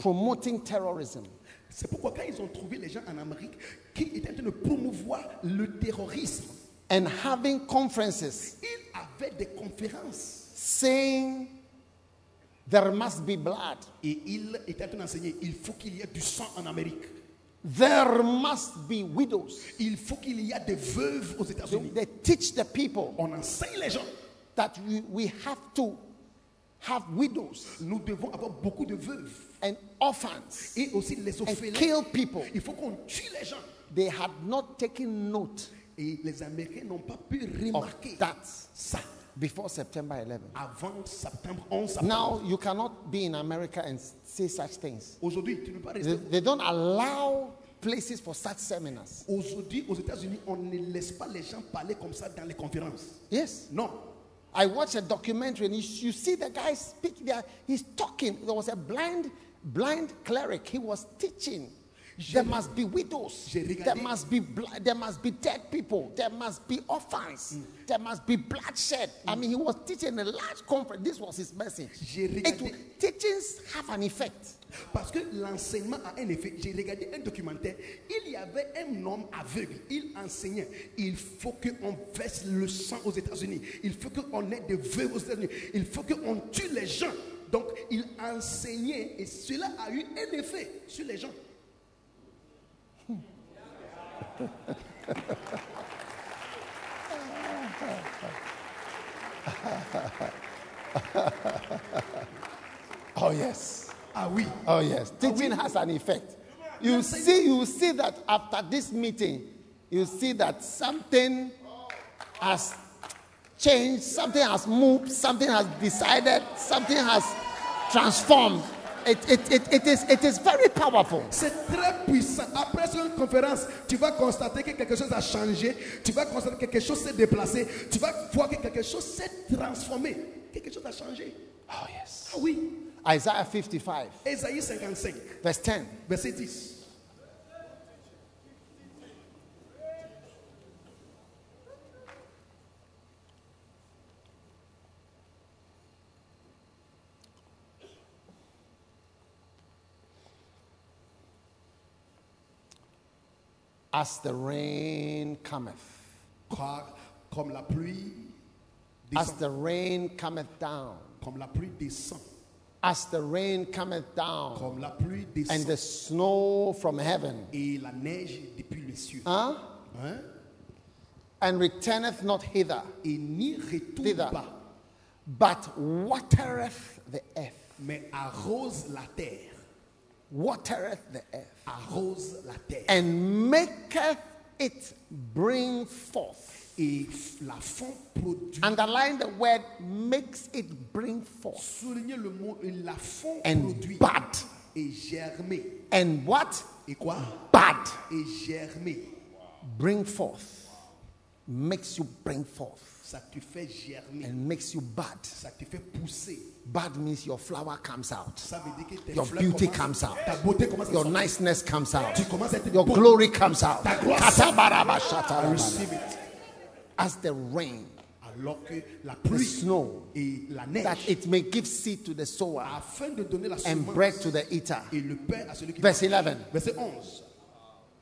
promoting terrorism. C'est pourquoi quand ils ont trouvé les gens en Amérique qui étaient en train de promouvoir le terrorisme, and having conferences ils avaient des conférences saying there must be blood, et ils étaient en train d'enseigner. Il faut qu'il y ait du sang en Amérique. there must be widows. Il faut qu'il y ait des veuves aux So États-Unis. they teach the people On enseigne les gens. that we, we have to have widows Nous devons avoir beaucoup de veuves and orphans et aussi les and orphelins. kill people. Il faut qu'on tue les gens. They had not taken note Et les Américains n'ont pas pu of remarquer that ça before September 11. avant septembre 11 septembre. Now you cannot be in America and say such things. Aujourd'hui, tu ne peux pas They, rester. they don't allow places for such seminars. Aujourd'hui, aux États-Unis, on ne laisse pas les gens parler comme ça dans les conférences. Yes. Non. I watched a documentary and you, you see the guy speak there. He's talking. There was a blind, blind cleric. He was teaching. There must be widows. j'ai regardé- There must be bl- there must be dead people. There must be orphans. There must be bloodshed. I mean, he was teaching a large conference. This was his message. J'ai It regardé- w- teachings have an effect. Parce que l'enseignement a un effet. J'ai regardé un documentaire. Il y avait un homme aveugle. Il enseignait. Il faut qu'on verse le sang aux États-Unis. Il faut qu'on ait des veuves aux États-Unis. Il faut qu'on tue les gens. Donc, il enseignait et cela a eu un effet sur les gens. Oh yes. Ah oui. Oh yes. Teaching has an effect. You see, you see that after this meeting, you see that something has changed, something has moved, something has decided, something has transformed. It, it, it, it, is, it is very powerful. C'est très puissant. Après une conférence, tu vas constater que quelque chose a changé. Tu vas constater que quelque chose s'est déplacé. Tu vas voir que quelque chose s'est transformé. Quelque chose a changé. Oh yes. Ah oui. Isaiah 55, Ésaïe 55, verse 10. verset 10. As the rain cometh, Car comme la pluie as descend, the rain cometh down, comme la pluie descend, as the rain cometh down, comme la pluie and descend, the snow from heaven. et la neige depuis les cieux, Huh? hein, and returneth not hither, et n'y retourne Thither. pas, but watereth the earth. mais arrose la terre, Watereth the earth. arrose la terre, And maketh it bring forth. et la font produire. Underline the word makes it bring forth. Soulignez le mot, et la font And produire, bud. et germer, And what? et quoi Bud. Et germer, Bring forth. Makes you bring forth. ça te fait germer, And makes you bud. ça te fait pousser. Bud means your flower comes out. Ça veut dire que tes Your fleurs beauty commencent- comes out. Ta beauté commence à Your sortir. niceness comes out. Tu commences à être Your beau. glory comes out. Ta gloire I Katabarabashatarabara. receive it. As the rain Alors que la the pluie snow, et la that neige, it may give seed to the sower afin de donner la and semence bread to the eater. et le pain à celui qui Verse 11. Verset 11.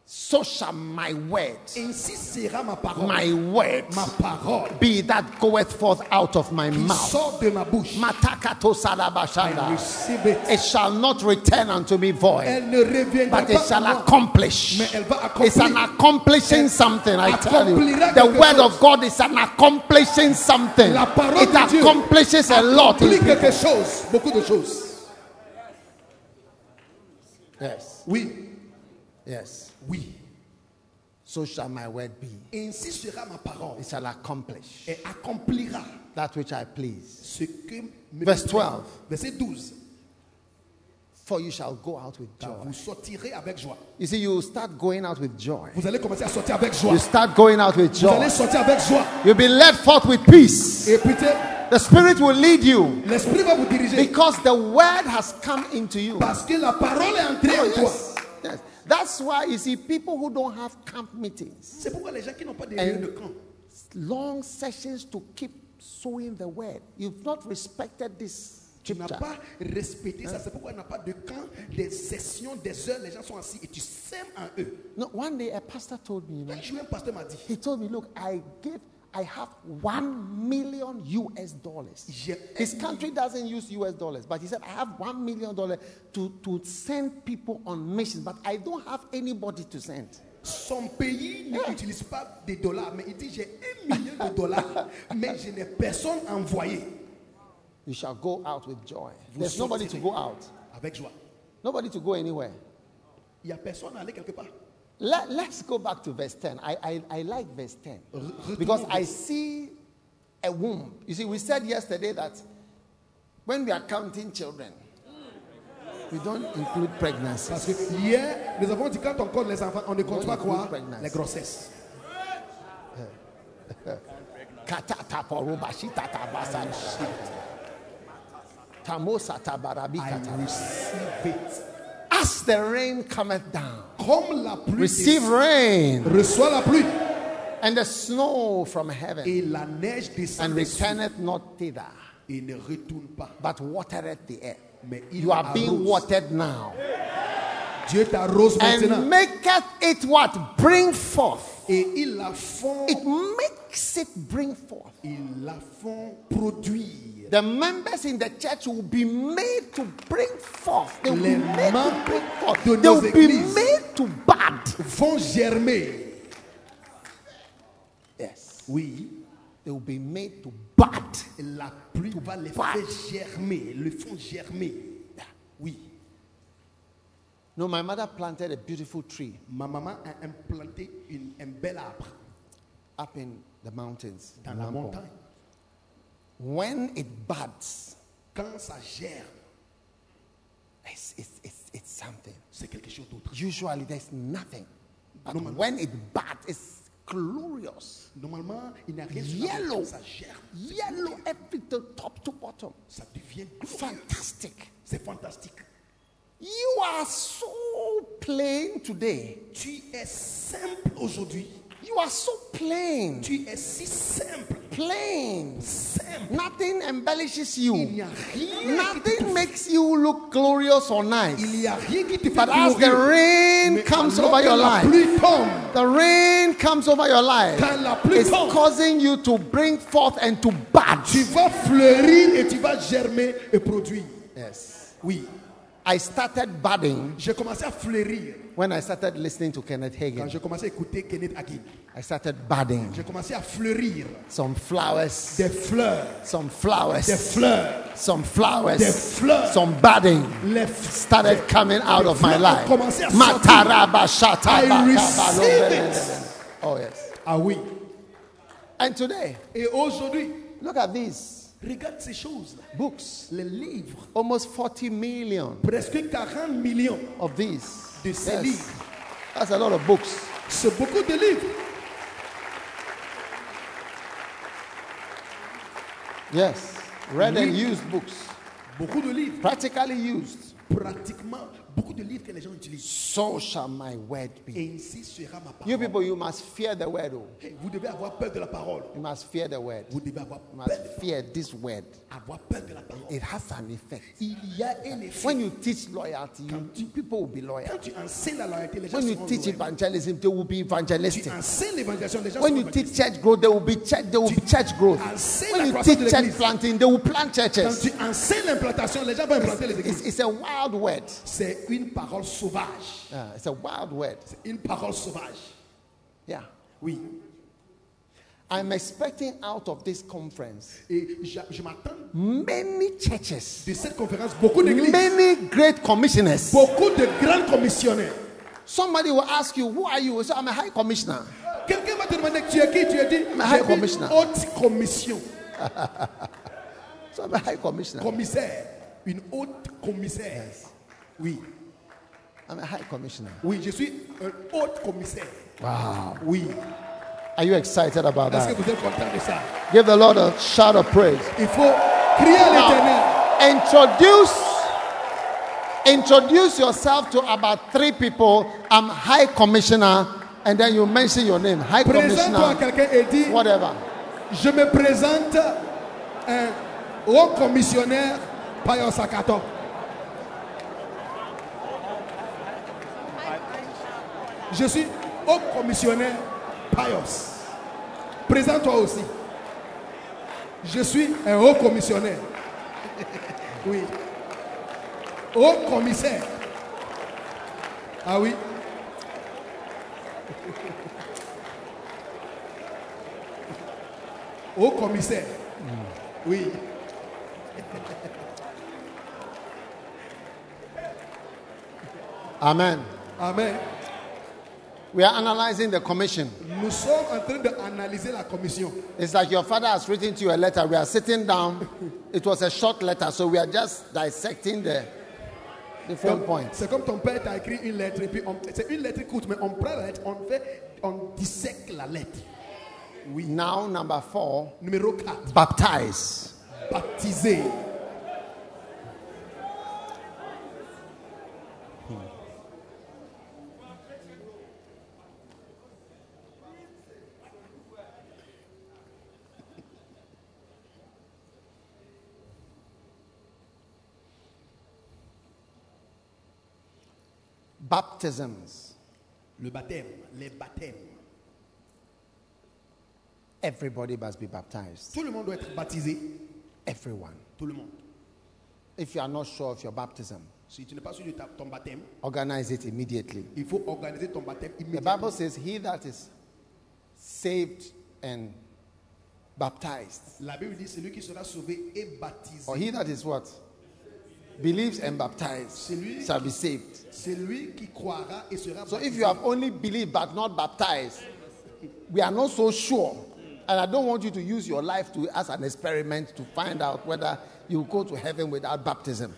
so shall my word, Ainsi sera ma parole. my word, ma parole be that goeth forth out of my qui mouth. sort de ma bouche. Matakato I salabashanda. receive it. It shall not return unto me void, Elle ne reviendra but it pas. à shall moi. accomplish. Mais elle va It's an accomplir. accomplishing something, I tell you. Accomplira The quelque word chose. of God is an accomplishing something. La parole It de Dieu accomplishes a lot. in Accomplit people. quelque chose, beaucoup de choses. Yes, Oui, yes. oui. So shall my word be. Ainsi sera ma parole. It shall accomplish Et accomplira that which I please. ce que. me- Verse 12. Verset 12. For you shall go out with Car joy. vous sortirez avec joie. You see, you start going out with joy. Vous allez commencer à sortir avec joie. You start going out with Vous joy. allez sortir avec joie. You'll be led forth with peace. Et puis, t'es- The Spirit will lead you l'esprit va vous diriger. because the word has come into you. Parce que la parole est entrée Oh, en toi. yes, yes. That's why you see people who don't have camp meetings, C'est pourquoi les gens qui n'ont pas de And- lieu de camp, long sessions to keep sowing the word. You've not respected this tu n'as scripture. pas respecté ça. C'est pourquoi on n'a pas de camp, des sessions, des heures. Les gens sont assis et tu sèmes en eux. No, one day a pastor told me, you know, Un jour, un pasteur m'a dit he told me, look, I give, I have one million US dollars. J'ai His country doesn't use US dollars, but he said, I have one million dollars to, to send people on missions, but I don't have anybody to send. Son pays n'utilise pas des dollars, mais il dit j'ai un million de dollars, mais je n'ai personne envoyé. You shall go out with joy. Vous There's nobody to sortirez. go out, Avec joie. nobody to go anywhere. Il n'y a personne à aller quelque part. Let, us go back to verse 10. I, I, I like verse 10 retournons because au I see a womb. You see, we said yesterday that when we are counting children, we don't include pregnancy. Parce que hier, nous avons dit quand on compte les enfants, on ne compte pas quoi pregnancy. Les grossesses. Katataporobashi tatabasana. I Tamosatabarabikata. receive it. As the rain cometh down, Comme la pluie. receive rain Reçois la pluie. and the snow from heaven, Et la neige and descend dessus returneth not thither. et ne retourne pas. but watereth the earth. Mais il You are being arrose. watered now. Dieu t'arrose maintenant. And maketh it what? Bring forth. Et ils la font, It makes it bring forth. ils la font produire. The members in the church will be made to bring forth. They will be Les made to membres bring forth. de They will nos be églises. made to bud. Vont germer. Yes. Oui. They will be made to bud. La pluie va les What? faire germer, le font germer. Ah, Oui. No, my mother planted a beautiful tree Ma maman a implanté une, un bel arbre up in the mountains. dans in la Lampong. montagne. When it buds, Quand ça germe, it's, it's, it's, it's something. c'est quelque chose d'autre. Usually there's nothing. But Normal. when it buds, it's glorious. Normalement, il n'y a rien sur la montagne, Yellow. ça germe. Yellow everything, top to bottom. Ça devient glorieux. Fantastic. C'est fantastique. You are so plain today. Tu es simple aujourd'hui. You are so plain. Tu es si simple. Plain. Simple. Nothing embellishes Il n'y you. a rien. qui te- Nothing makes you look glorious or nice. Il n'y a rien qui te fait But as the glorieux. rain Mais comes alors over que your la life, pluie tombe. the rain comes over your life. Quand la pluie It's tombe. causing you to bring forth and to bud. Tu vas fleurir et tu vas germer et produire. Yes. Oui, I started budding j'ai commencé à fleurir when I started listening to Kenneth quand Hagin. j'ai commencé à écouter Kenneth Hagin. I started budding. J'ai commencé à fleurir Some flowers, des fleurs, some des flowers, fleurs, some des flowers, fleurs. some budding les fleurs. started coming out of my life. Commencé à Mataraba, shataba, I receive kabalo, Oh, yes. Ah oui. And today, Et aujourd'hui, look at these regarde ces choses-là. books. Les livres, Almost 40 million presque 40 millions. of these. De ces livres. That's a lot of books. C'est beaucoup de livres. Yes. Read and Oui. used books. Beaucoup de livres. Practically used. Pratiquement Beaucoup de livres que les gens utilisent. so shall my word be. Et ainsi sera ma parole. You people, you must fear the word. Oh. Hey, vous devez avoir peur de la parole. You must fear the word. Vous devez avoir You peur, must fear this word. avoir peur de la parole. It has an effect. Il y a un effet. When you teach loyalty, you, you- people will be loyal. Quand tu enseignes la loyauté, les gens When you seront teach loyaux. evangelism, they will be Tu evangelistic. enseignes l'évangélisation, les gens When seront you baptisés. teach church growth, there will be church. There will be church growth. When you teach church planting, they will plant Quand churches. tu enseignes l'implantation, les gens vont implanter les It's, églises. it's a wild word. C'est une parole sauvage. Uh, it's a wild word. C'est une parole sauvage. Yeah. Oui. I'm expecting out of this conference Et j'a- je m'attends many churches, de cette conférence beaucoup d'églises, many great commissioners. beaucoup de grands commissionnaires. Somebody will ask you, "Who are you?" So I'm a high commissioner. Quelqu'un va te demander tu es qui, tu es dit, Ma high j'ai une commissioner. haute commission, So I'm a high commissioner. commissaire, une haute commissaire. Oui, I'm a high commissioner. oui, je suis un haute commissaire. Wow. Oui. Are you excited about Est-ce que that? vous êtes content de ça Give the Lord a shout of praise. Il faut crier à l'éternel. Now, introduce introduce yourself to about three people. I'm High Commissioner, and then you mention your name, High Présente-toi à Commissioner, quelqu'un et dis whatever. Je me présente un haut commissionnaire Payon Sakato. Je suis haut commissionnaire Payos. Présente-toi aussi. Je suis un haut commissionnaire. Oui. Haut commissaire. Ah oui. Haut commissaire. Oui. Amen. Amen. We are analyzing the commission. Nous sommes en train d'analyser la commission. It's like your father has written to you a letter. We are sitting down. It was a short letter, so we are just dissecting the different Comme- points. C'est comme ton père t'a écrit une lettre, et puis on- c'est une lettre courte, mais on prend la lettre, on fait, on dissèque la lettre. Now, number four, Numéro 4, baptize. baptiser. Baptisms. Le baptême, les baptêmes. Everybody must be baptized. Tout le monde doit être baptisé. Everyone. Tout le monde. If you are not sure of your baptism, Si tu n'es pas sûr de ta- ton baptême, organize it immediately. il faut organiser ton baptême The immédiatement. Bible says, He that is saved and baptized, La Bible dit celui qui sera sauvé est baptisé. or he that is what? Believes and baptized Celui- shall be saved. C'est lui qui croira et sera So baptisé. if you have only believed but not baptized, we are not so sure. And I don't want you to use your life to, as an experiment to find out whether you will go to heaven without baptism.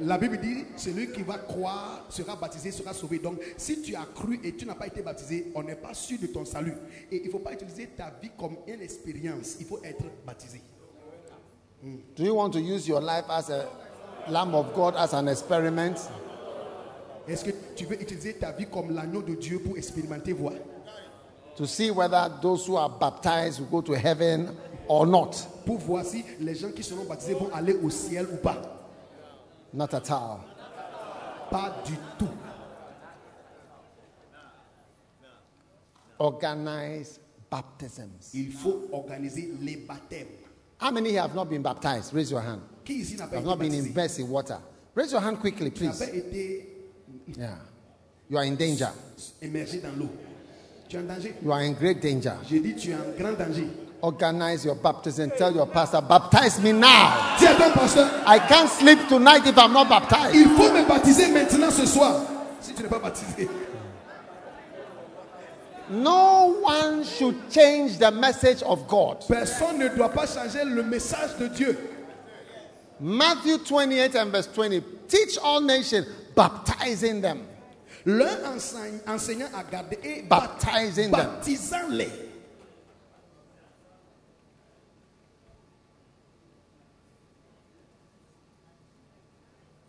La Bible dit celui qui va croire sera baptisé, sera sauvé. Donc, si tu as cru et tu n'as pas été baptisé, on n'est pas sûr de ton salut. Et il ne faut pas utiliser ta vie comme une expérience. Il faut être baptisé. Do you want to use your life as a lamb of God as an experiment? Est-ce que tu veux utiliser ta vie comme l'agneau de Dieu pour expérimenter, voir to see whether those who are baptized will go to heaven or not. Pour voir si les gens qui seront baptisés vont aller au ciel ou pas. Not at all. Pas du tout. Organize baptisms. Il faut organiser les baptêmes. How many here have not been baptized? Raise your hand. Qui ici n'a pas Have été not been baptisé immersed in water. Raise your hand quickly, N'a pas please. été Yeah. You are in danger. immergé dans l'eau. Tu es en danger. You are in great danger. J'ai dit tu es en grand danger. Organize your baptism. Tell your pastor, baptize me now. Dis à ton pasteur, I can't sleep tonight if I'm not baptized. Il faut me baptiser maintenant ce soir. Si tu n'es pas baptisé, No one should change the message of God. personne ne doit pas changer le message de Dieu. Matthew 28 and verse 20. Teach all nations, baptizing them. L'un enseigne- enseignant à garder et Baptizing them. baptisant-les.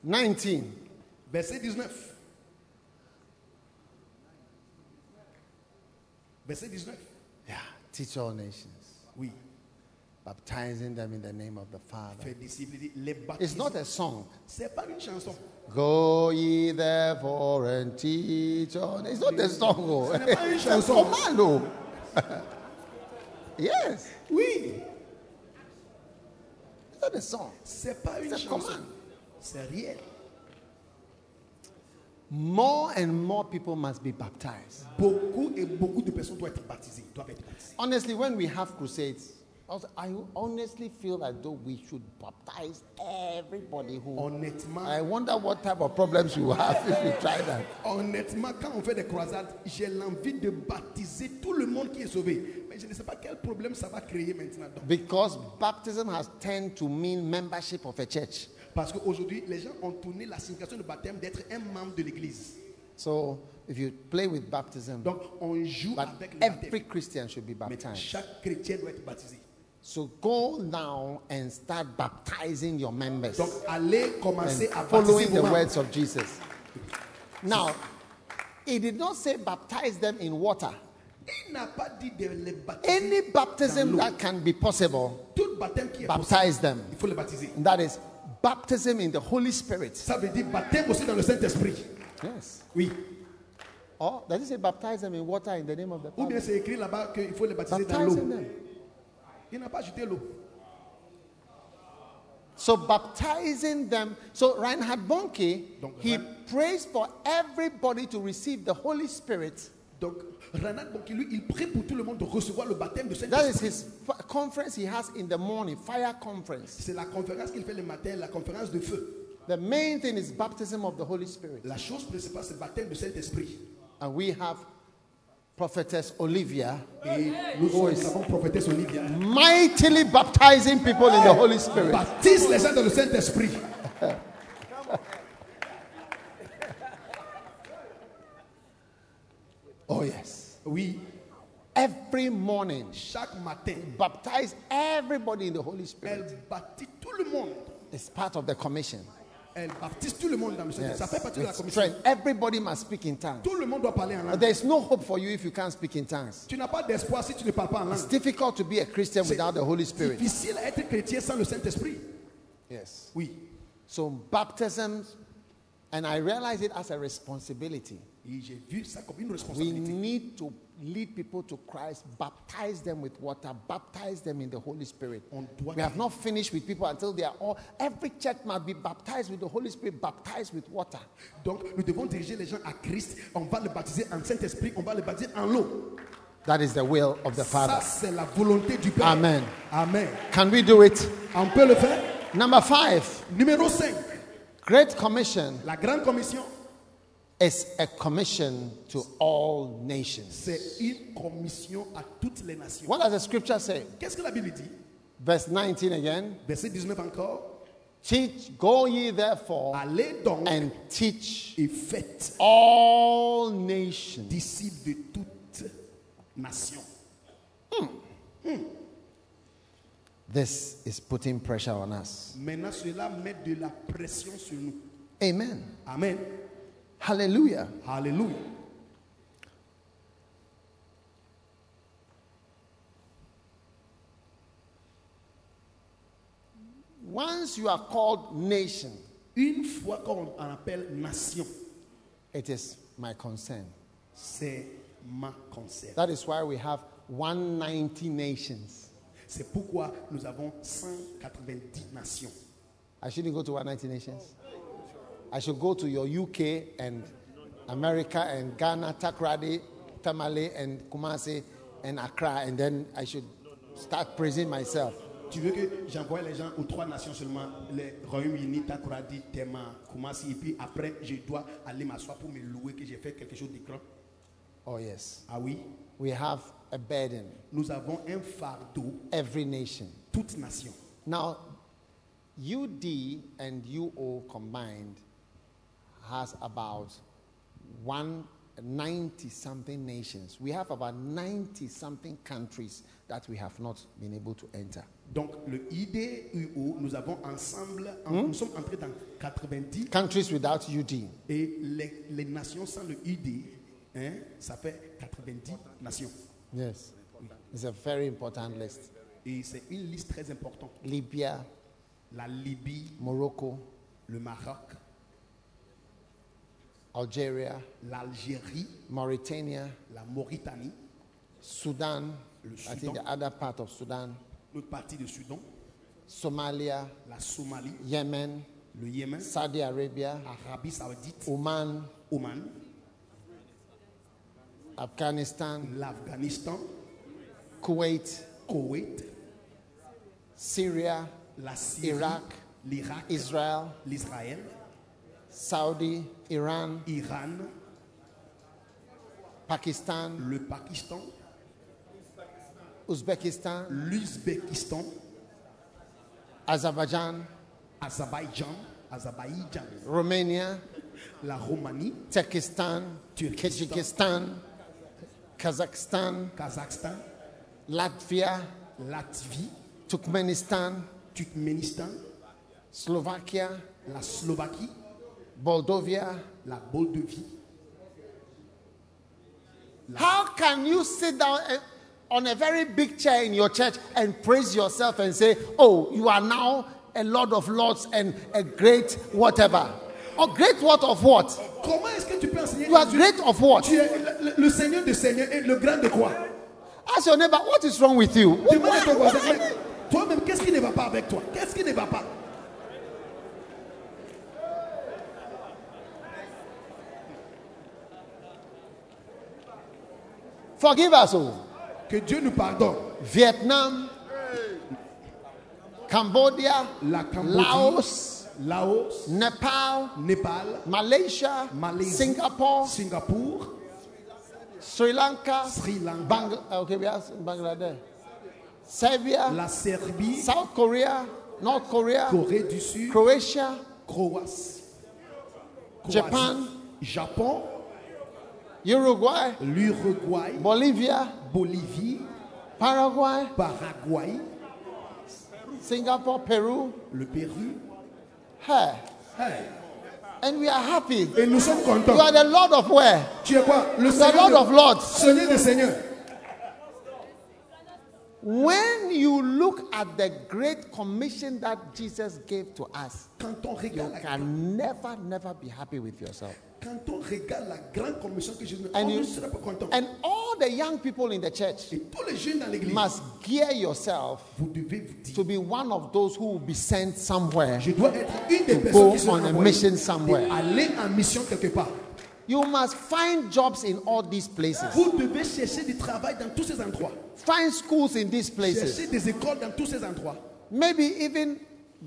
Nineteen. Verset 19. Verset 19. Yeah. Teach all nations, Oui. baptizing them in the name of the Father. Faire disciples, les It's baptiser. not a song. C'est pas une chanson. Go ye therefore and teach all. It's not a song. oh. n'est pas une It's a chanson. command. oh. yes. Oui. It's not a song. C'est pas une C'est chanson. comment? C'est réel. More and more people must be baptized. Beaucoup et beaucoup de personnes doivent être baptisées. Doivent être baptisées. Honestly, when we have crusades, also, I honestly feel as though we should baptize everybody who. Honnêtement, I wonder what type of problems you will have if you try that. honnêtement, quand on fait des croisades, j'ai l'envie de baptiser tout le monde qui est sauvé. Mais je ne sais pas quel problème ça va créer maintenant. Donc, Because baptism has tend to mean membership of a church. parce qu'aujourd'hui, les gens ont tourné la signification de baptême d'être un membre de l'Église. So if you play with baptism, Donc, on joue but avec le every baptême. Christian should be Mais baptized. chaque chrétien doit être baptisé. So go now and start baptizing your members Donc, allez commencer and à baptiser following the vos membres. words of Jesus. Now, he did not say baptize them in water. Il n'a pas dit de les baptiser. Any baptism that can be possible, Tout baptême qui est possible, baptize them. il faut le baptiser. And that is baptism in the Holy Spirit. Ça veut dire baptême aussi dans le Saint-Esprit. Yes. Oui. Or does it say baptize them in water in the name of the Ou Father? bien c'est écrit là-bas qu'il faut les baptiser dans l'eau. Baptizing them. Il n'a pas ajouté l'eau. So baptizing them. So Reinhard Bonke, Donc, he Rein- prays for everybody to receive the Holy Spirit. Donc, Ranat Bonki, lui, il prie pour tout le monde de recevoir le baptême de That is Saint-Esprit. his f- conference he has in the morning, fire conference. C'est la conférence qu'il fait le matin, la conférence de feu. The main thing is baptism of the Holy Spirit. La chose principale, c'est le baptême de Saint-Esprit. And we have prophetess Olivia Et nous, Oh, sommes- nous avons prophétesse Olivia. mightily baptizing people in the Holy Spirit. Baptise les gens dans le Saint-Esprit. Oh, yes. Oui, Every morning, chaque matin, baptize everybody in the Holy Spirit. elle baptise tout le monde. It's part of the commission. Elle baptise tout le monde dans le Saint-Esprit. Yes. Ça fait partie de la It's commission. strength. Everybody must speak in tongues. Tout le monde doit parler en langue. There is Uh, no hope for you if you can't speak in tongues. Tu n'as pas d'espoir si tu ne parles pas en langue. It's difficult to be a Christian without the Holy Spirit. difficile à être chrétien sans le Saint-Esprit. Yes. Oui. So baptism, and I realize it as a responsibility. Et j'ai vu ça comme une We responsabilité. need to lead people to Christ, baptize them with water, baptize them in the Holy Spirit. On doit- We have not finished with people until they are all. Every church must be baptized with the Holy Spirit, baptized with water. Donc, nous devons diriger les gens à Christ. On va le baptiser en Saint-Esprit. On va le baptiser en l'eau. That is the will of the Ça, Father. c'est la volonté du Père. Amen. Amen. Can we do it? On peut le faire. Number five, Numéro 5. Great Commission La grande commission, is a commission to all nations. c'est une commission à toutes les nations. What does the scripture say? Qu'est-ce que la Bible dit Verse 19 again. Verset 19 encore. Teach, go ye therefore Allez donc and teach et faites all nations. disciples de toutes nations. This is putting pressure on us. Maintenant, cela met de la pression sur nous. Amen. Amen. Hallelujah. Alléluia. Once you are called nation, Une fois qu'on on appelle nation, it is my concern. c'est ma concert. That is why we have 190 nations. C'est pourquoi nous avons 190 nations. I shouldn't go to 190 nations. I should go to your UK and America and Ghana, Takrady, Tamale, and Kumasi, and Accra, and then I should start praising myself. Tu veux que j'envoie les gens aux trois nations seulement, les Royaume-Uni, Takoradi, Tema, Kumasi, et puis après, je dois aller m'asseoir pour me louer que j'ai fait quelque chose de grand. Oh, yes. Ah oui, We have a burden, nous avons un fardeau, every nation. toute nation. Now, UD and UO combined has about 190 something nations. We have about 90 something countries that we have not been able to enter. Donc le IDUO, nous avons ensemble, en- nous sommes entrés dans 90 Countries without UD. et les, les nations sans le ID, hein, ça fait 90 nations. Yes. It's a very important list. Et c'est une liste très importante. Libya, La Libye, Morocco, le Maroc, Algeria, l'Algérie, Mauritania, la Mauritanie, Sudan, Le I think Sudan. the other part of Sudan, notre partie du Soudan, Somalia, la Somalie, Yemen, le Yémen, Saudi Arabia, Arabie Saoudite, Oman, Oman, Afghanistan, l'Afghanistan, Kuwait, Koweït, Syria, la Syrie, Irak, l'Irak, Israel, l'Israël, Saudi, Iran, Iran, Pakistan, le Pakistan, Uzbekistan, l'Ouzbékistan, Azerbaijan, Azerbaïdjan, Azerbaïdjan, Romania, la Roumanie, Turkestan, Turkestan. Kyrgyzstan, Kazakhstan, Kazakhstan, Latvia, Latvie, Turkmenistan, Turkménistan, Slovakia, la Slovaquie, Moldova. la Bolivie, How can you sit down and- on a very big chair in your church and praise yourself and say, Oh, you are now a Lord of Lords and a great whatever? Or great what of what? Comment est-ce que tu peux enseigner You are great of what? Tu es le, le- le Seigneur de Seigneur et le grand de quoi Ask your neighbor, What is wrong with you? Wh- Demande à ton voisin, wh- mais toi-même, qu'est-ce qui ne va pas avec toi Qu'est-ce qui ne va pas Forgive us, oh. Que Dieu nous pardonne. Vietnam, Cambodia, La Cambodie, Laos, Laos, Nepal, Népal, Malaysia, Malaisie, Singapore, Singapour, Sri Lanka, Sri Lanka, Bang- uh, okay, we are in Bangladesh, Serbia, la Serbie, South Korea, North Korea, Corée du Sud, Croatia, Croatie, Japan. Japon, Uruguay, l'Uruguay, Bolivia, Bolivie, Paraguay, Paraguay, Singapore, Peru. le Pérou. Hey, Hey. and we are happy. Et nous sommes You contents. are the Lord of where? Tu es quoi Le The Seigneur Lord of de, Lords. Seigneur des Seigneurs. When you look at the great commission that Jesus gave to us, Quand on regarde la can never, never be happy with yourself. Quand on regarde la grande commission que Jésus nous And on you- ne sera pas content. And all the young people in the church Et tous les jeunes dans l'église, must gear yourself vous devez vous dire, to be one of those who will be sent somewhere. je dois être une des To personnes go qui seront on a envoyées mission somewhere. et aller en mission quelque part. You must find jobs in all these places, Vous devez chercher du travail dans tous ces endroits. find schools in these places. Chercher des écoles dans tous ces endroits. Maybe even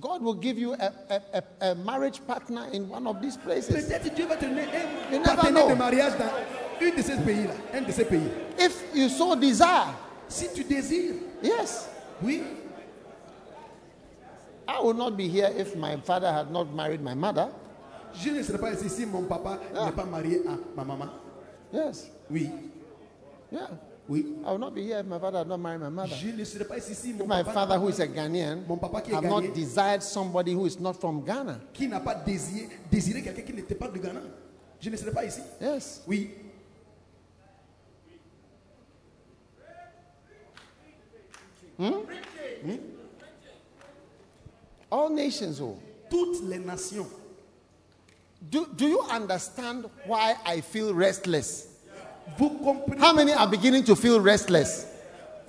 God will give you a, a, a, a marriage partner in one of these places. Peut-être Dieu va te donner un You never partenaire know. de mariage dans une de ces pays-là, un de ces pays. If you so desire, Si tu désires, yes. oui, I would not be here if my father had not married my mother. je ne serai pas ici si mon papa Ah. n'est pas marié à ma maman. Yes, Oui, yeah. oui. I would not be here if my father had not married my mother. Je ne serai pas ici si mon My papa father, who is a Ghanaian, Mon papa qui est have not Ghanéen. desired somebody who is not from Ghana. qui n'a pas désiré, désiré quelqu'un qui n'était pas du Ghana. Je ne serais pas ici. Yes. Oui, All nations oh. will. toutes les nations. Do, do you understand why I feel restless? Vous comprenez, How many are beginning to feel restless?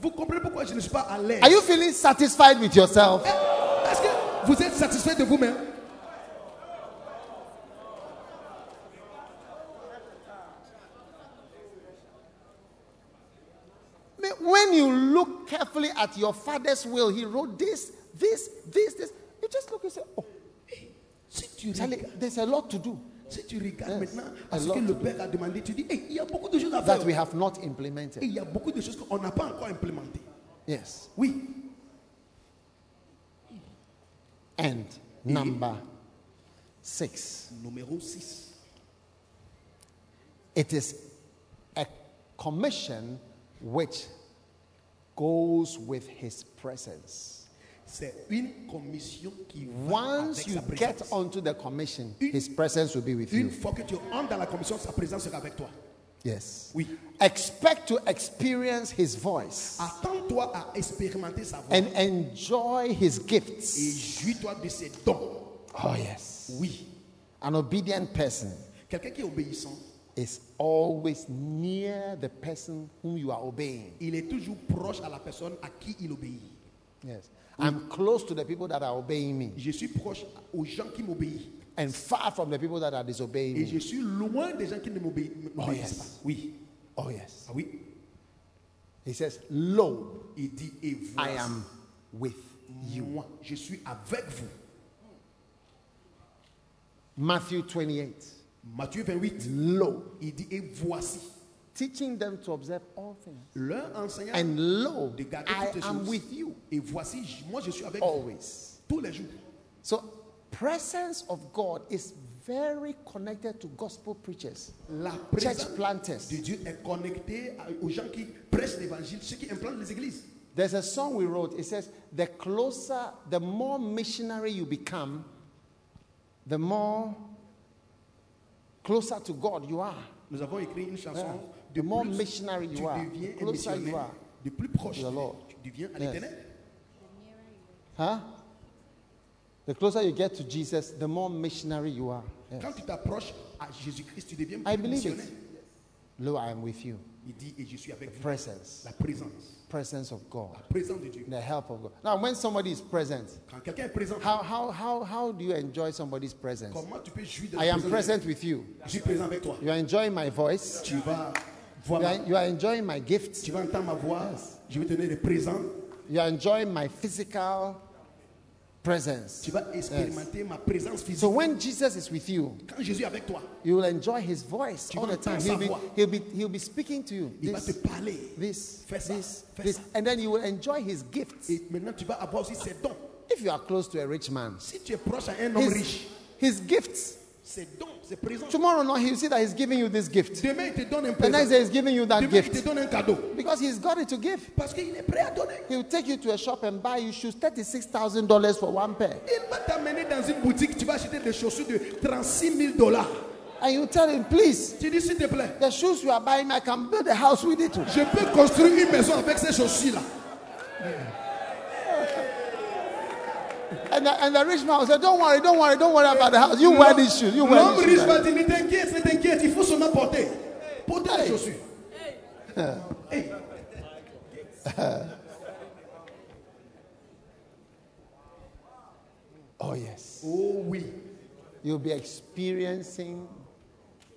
vous comprenez pourquoi je ne suis pas à l'aise Eh, Are you feeling satisfied with yourself? Est-ce que vous êtes satisfait de vous-même Me- When you look carefully at your father's will, he wrote this, this, this, this. You just look and say, Oh, Si tu Charlie, regardes, there's a lot to do si tu regardes maintenant a à ce lot que to le Père a demandé, tu dis, Hey, il y a beaucoup de choses à that faire. we have not implemented. Et il y a beaucoup de choses qu'on n'a pas encore implémentées. Yes. Oui, And number six, numéro 6. it is a commission which goes with his presence. C'est une commission qui va Once avec you sa présence. get onto the commission, his presence will be with Une you. fois que tu entres dans la commission, sa présence sera avec toi. Yes. Oui. Expect to experience his voice Attends-toi à expérimenter sa voix and enjoy his et gifts. jouis-toi de ses dons. Oh, yes. Oui. An obedient person Quelqu'un qui est obéissant, is always near the person whom you are obeying. il est toujours proche à la personne à qui il obéit. Yes. I'm close to the people that are obeying me Je suis proche aux gens qui m'obéissent and far from the people that are disobeying et me. je suis loin des gens qui ne m'obé- m'obéissent Oh, yes. pas. Oui. Oh, yes. Ah oui. He says, Lo, Il dit et I voici, am with moi, je suis avec vous. Matthew 28. Matthieu 28. Lo, Il dit et voici. teaching them to observe all things. Leur enseignant And lo, de garder I toutes les am choses. with you Oh. Et voici, j- moi je suis avec vous always. tous les jours. So, presence of God is very connected to gospel preachers, La church présence planters. de Dieu est connectée à- aux gens qui prêchent l'évangile, ceux qui implantent les églises. There's a song we wrote. It says, "The closer, the more missionary you become, the more closer to God you are. Nous avons écrit une chanson Yeah. de The more plus Ah, missionary you tu are, deviens the un closer you missionnaire, are de plus proche to the Lord. tu deviens à Yes. l'éternel. Huh? The closer you get to Jesus, the more missionary you are. Yeah. Quand tu t'approches à Jésus-Christ, tu deviens I plus believe it. missionnaire. Lo, I am with you. Il dit et je suis avec vous. Presence, La présence, presence of God, la présence de Dieu. the help of God. Now, when somebody is present, Quand quelqu'un est présent, how how how how do you enjoy somebody's presence? comment tu peux jouir de la I am présence de Dieu? present with you. Je suis présent avec toi. You are enjoying my voice. Tu vas voir You ma- are, you are enjoying my gifts. Tu vas entendre ma voix. Je vais te donner le présent. You are enjoying my physical presence. Tu vas expérimenter ma présence physique. So when Jesus is with you, Quand Jésus est avec toi, you will enjoy his voice Tu all vas the time. entendre He'll sa be, voix. he'll be, he'll be speaking to you. il va te This, parler. this, Fais ça, this, fais this. ça. And then you will enjoy his gifts. Et maintenant, tu vas avoir aussi ses dons. If you are close to a rich man, Si tu es proche à un homme his, riche, his gifts. ses dons, ses présents. Tomorrow night, he'll see that he's giving you this gift. Demain, il te donne un The next day, présent. he's giving you that Demain, il te gift. donne un cadeau. Because he's got it to give. Parce qu'il est prêt à donner. He'll take you to a shop and buy you shoes, $36,000 for one pair. Il va t'amener dans une boutique, tu vas acheter des chaussures de 36 000 dollars. And you tell him, please, Tu dis, s'il te plaît, the shoes you are buying, I can build a house with it. je peux construire une maison avec ces chaussures-là. And the, and the rich man will say, don't worry, don't worry, don't worry about the house. You wear these shoes. You wear L'homme these riche shoes. va dire, ne t'inquiète, ne t'inquiète, il faut seulement porter. Porter les chaussures. Hey. Oh, yes. Oh oui, You'll be experiencing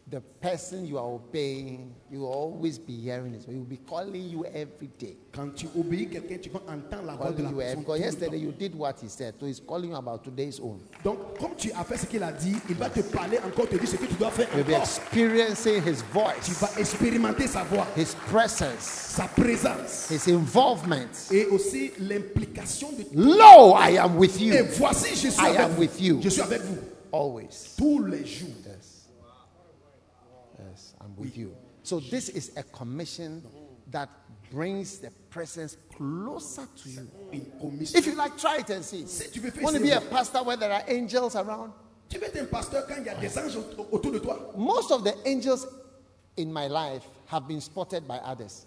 the person you are obeying. You will always be hearing his voice. He will be calling you every day. quand tu obéis quelqu'un, tu vas entendre la voix de Calling la you every, personne. tout because le yesterday temps. you did what he said, so he's calling you about today's own. Donc, comme tu as fait ce qu'il a dit, il va te parler encore, te dire ce que tu dois faire You'll be encore. experiencing his Tu voice, vas expérimenter sa voix, his presence, sa présence his involvement. et aussi l'implication de Lo, I am with Et you voici, je suis I avec am vous. with you. Je suis avec vous always. tous les jours. Yes. Yes, I'm with you. So this is a commission that brings the presence closer to you. Une commission. If you like, try it and see. Si tu veux faire Want to be a ça, pastor where there are angels around? tu veux être un pasteur quand il y a des anges au- autour de toi. Most of the angels in my life have been spotted by others.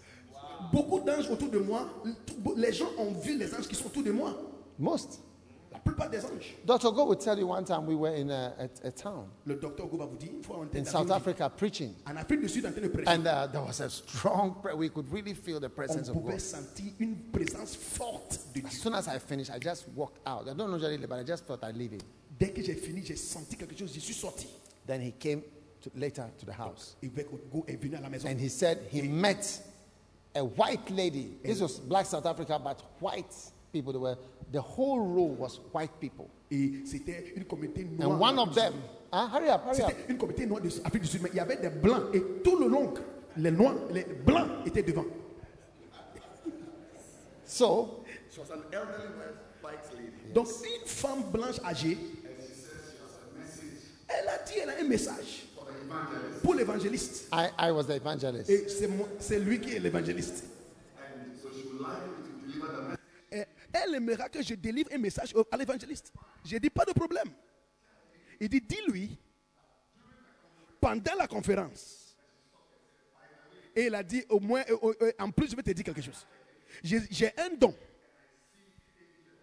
Beaucoup d'anges autour de moi. tout- Les gens ont vu les anges qui sont autour de moi. Most. La plupart des anges. Dr. Go would tell you one time we were in a, a, a town Le docteur Ogo va vous dire une fois on était in dans South une- Africa preaching, En Afrique du Sud, en train de prêcher, and uh, there was a strong prayer. We could really feel the presence on of pouvait God. sentir une présence forte de As Dieu. soon as I finished, I just walked out. I don't usually, leave, but I just thought I'd leave it. Dès que j'ai fini, j'ai senti quelque chose. Je suis sorti. Then he came to, later to the house Évêque Ogo est venu à la maison. and he said he met a white lady. This was black South Africa, but white people. They were, the whole row was white people. Et c'était une communauté noire. And one of them, ah, hurry up, hurry up. C'était une communauté noire de Afrique du Sud, mais il y avait des blancs et tout le long, les noirs, les blancs étaient devant. So She was an elderly white, white lady. Donc une femme blanche âgée, elle a dit, elle a un message pour l'évangéliste. I, I was the evangelist. Et c'est moi- c'est lui qui est l'évangéliste. And so she would like me to deliver the message. Et Elle aimera que je délivre un message au- à l'évangéliste. Je dis pas de problème. Il dit, dis-lui, pendant la conférence. Et il a dit, au moins, euh, euh, euh, en plus, je vais te dire quelque chose. J'ai j'ai un don.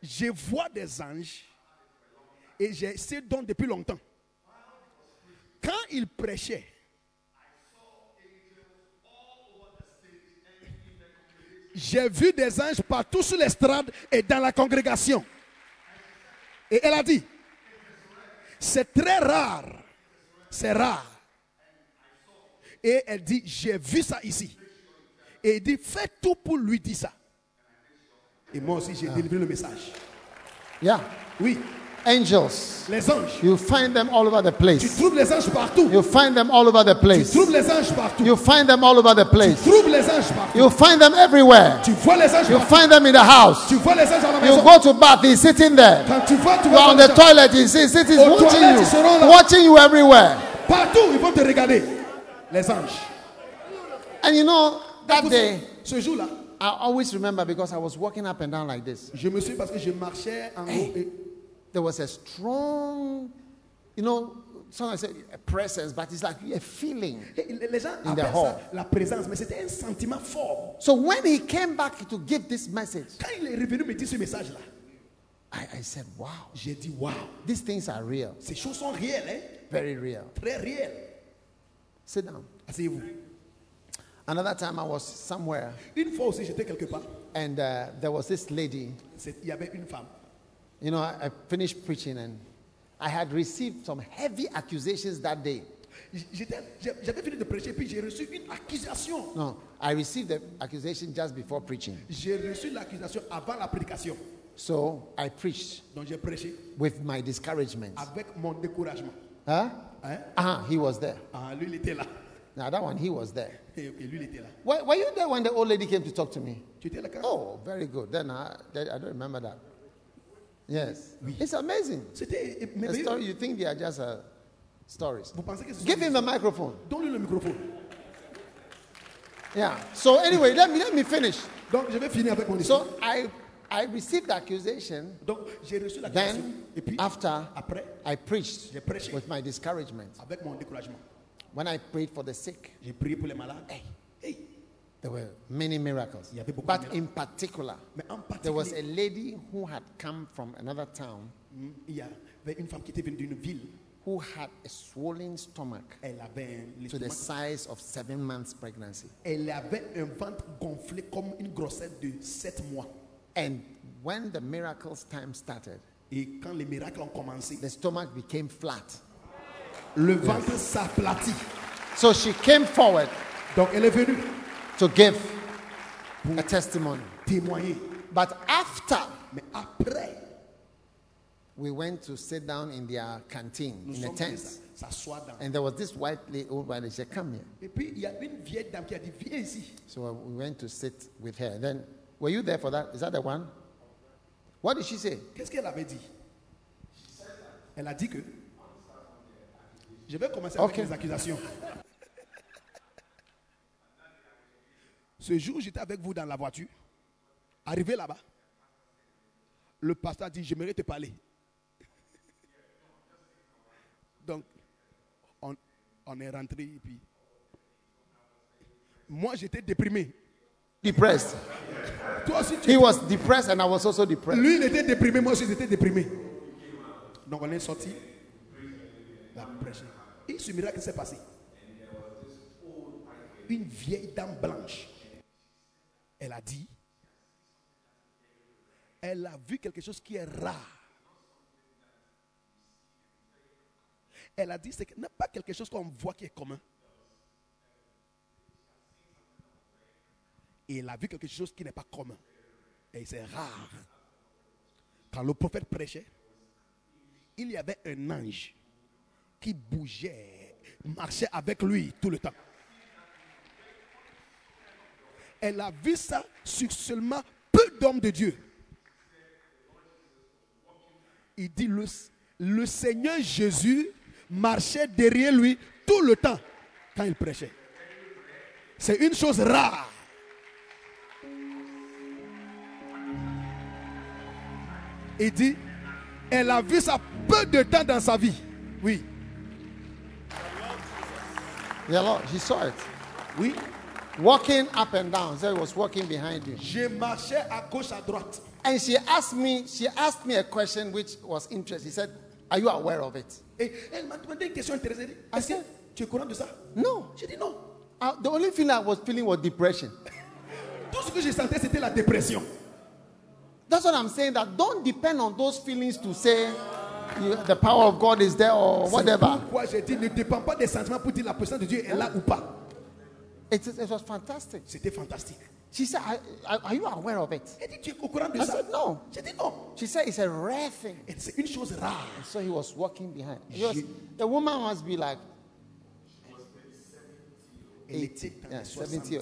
Je vois des anges. Et j'ai ce don depuis longtemps. Quand il prêchait, J'ai vu des anges partout sur l'estrade et dans la congrégation. Et elle a dit, c'est très rare, c'est rare. Et elle dit, j'ai vu ça ici. Et il dit, fais tout pour lui dire ça. Et moi aussi, j'ai délivré le message. Yeah. Oui, Angels. les anges. You find them all over the Tu place. trouves les anges partout. You find them all over the Tu place. trouves les anges partout. You find them all over the Tu place. trouves les anges partout. You find them everywhere. Tu vois les anges You partout. find them in the house. Tu vois les anges à la You maison. go to bath, he's sitting there. Quand tu vois, tu You are vois on les the anges. toilet, he's, he's, he's Aux watching toilettes, ils seront là. you. Watching you everywhere. Partout, ils vont te regarder. Les anges. And you know, that day, Ce jour-là, I always remember because I was walking up and down like this. je me suis parce que je marchais en haut et There was a strong, you know, sometimes I say a presence, but it's like a feeling. et les gens In the appellent hall. ça la présence, mais c'était un sentiment fort. So when he came back to give this message, Quand il est revenu me dire ce message-là, I, I said, wow, j'ai dit waouh, these things are real, ces choses sont réelles, hein? very real. très réelles. Sit down. Asseyez-vous. Another time I was somewhere Une fois aussi, j'étais quelque part, and uh, there was this lady. C'est- il y avait une femme. You know, I, I finished preaching and I had received some heavy accusations that day. J- j'étais- j'ai- J'avais fini de prêcher, puis j'ai reçu une accusation. No, I received the accusation just before preaching. J'ai reçu l'accusation avant la prédication. So I preached Donc j'ai prêché with my discouragement. avec mon découragement. Huh? Hein? Ah, he was there. Ah, lui, il était là. Now that one, he was there. Et, et lui, il était là. Were, were you there when the old lady came to talk to me? Tu étais là quand Oh, very good. Then I, then I don't remember that. Yes, it's amazing. C'était é- The merveilleux. story, you think they are just uh, stories. Vous pensez que c'est Give him the microphone. Donne-lui le microphone. Yeah. So anyway, let me let me finish. Donc, je vais finir avec mon histoire. So I I received the accusation. Donc, j'ai reçu la question. Then Et puis, after après, I preached J'ai prêché. with my discouragement. avec mon découragement, When I prayed for the sick, j'ai prié pour les malades. Hey. there were many miracles. Il y avait beaucoup de But miracles. in particular, Mais en there was a particulier, lady who had come from another town hmm, il y avait une femme qui était venue d'une ville. who had a swollen stomach Elle avait un, to the l'estomac- size of seven months pregnancy. elle avait un ventre gonflé comme une grossesse de 7 mois. And when the miracles time started, Et quand les miracles ont commencé, the stomach became flat. le ventre s'aplatit. So she came forward Donc, elle est venue to give a testimony. témoigner. But after Mais après, we went to sit down in their canteen, nous in the sommes venus tents, s- s'asseoir dans and there was this white lady, old white lady, she said, come here. Et puis il y a une vieille dame qui a dit Viens ici. So uh, we went to sit with her. Then, were you there for that? Is that the one? What did she say? Qu'est-ce qu'elle avait dit Elle a dit que. Je vais commencer avec Ok. les accusations. Ce jour, j'étais avec vous dans la voiture. Arrivé là-bas, le pasteur a dit J'aimerais te parler. Donc, on, on est rentré et puis. Moi, j'étais déprimé. Depressed. Toi aussi, tu He was depressed, and I was also depressed. Lui, il était déprimé, moi aussi, j'étais déprimé. Donc, on est sorti. La prêche. Et ce miracle s'est passé. Une vieille dame blanche, elle a dit, elle a vu quelque chose qui est rare. Elle a dit, c'est que- n'est pas quelque chose qu'on voit qui est commun. Et elle a vu quelque chose qui n'est pas commun. Et c'est rare. Quand le prophète prêchait, il y avait un ange qui bougeait, marchait avec lui tout le temps. Elle a vu ça sur seulement peu d'hommes de Dieu. Il dit le, le Seigneur Jésus marchait derrière lui tout le temps quand il prêchait. C'est une chose rare. Il dit, elle a vu ça peu de temps dans sa vie. Oui, The Lord, he saw it. oui. Walking up and down. So he was walking behind you. Je marchais à gauche, à droite. And she asked me, she asked me a question which was interesting. She said, Are you aware of it? Et elle m'a demandé une question intéressante. Elle dit, Est-ce que tu es courant de ça No. J'ai dit non. Uh, the only feeling I was feeling was depression. Tout ce que je sentais, c'était la dépression. That's what I'm saying. That don't depend on those feelings to say you, the power of God is there or C'est whatever. pourquoi j'ai dit, ne dépend pas des sentiments pour dire la puissance de Dieu est là ou pas. It, is- it was fantastic. C'était fantastique. She said, are, are- are you aware of it? Elle dit, tu es au courant de I ça said, No. J'ai dit non. She said, It's a rare thing. Et c'est une chose rare. So he was walking behind. He was- She- the woman must be like, Elle était dans yeah, les 70 or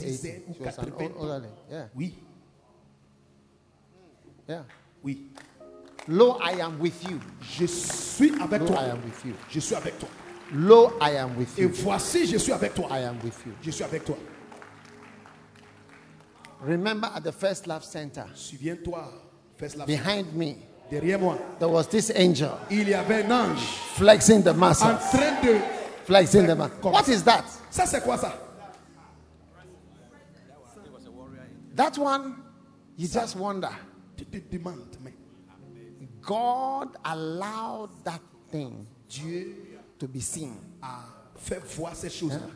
80. 70 ou She was an 80. old, older lady. Yeah, Oui, yeah. oui. Lo, I am with you. Je suis avec Lo, toi. I am with you. Je suis avec toi. Lo, I am with Et you. voici, je suis avec toi. I am with you. Je suis avec toi. Remember at the First Love Center, Souviens-toi, fais la behind me, Derrière moi, there was this angel il y avait un ange flexing the en muscle. train de. Flexing the muscle. Come. What is that? Ça, c'est quoi ça That one, you just wonder. Tu te demandes, mais God allowed that thing Dieu to be seen. a fait ah, voir ces choses-là. Hein?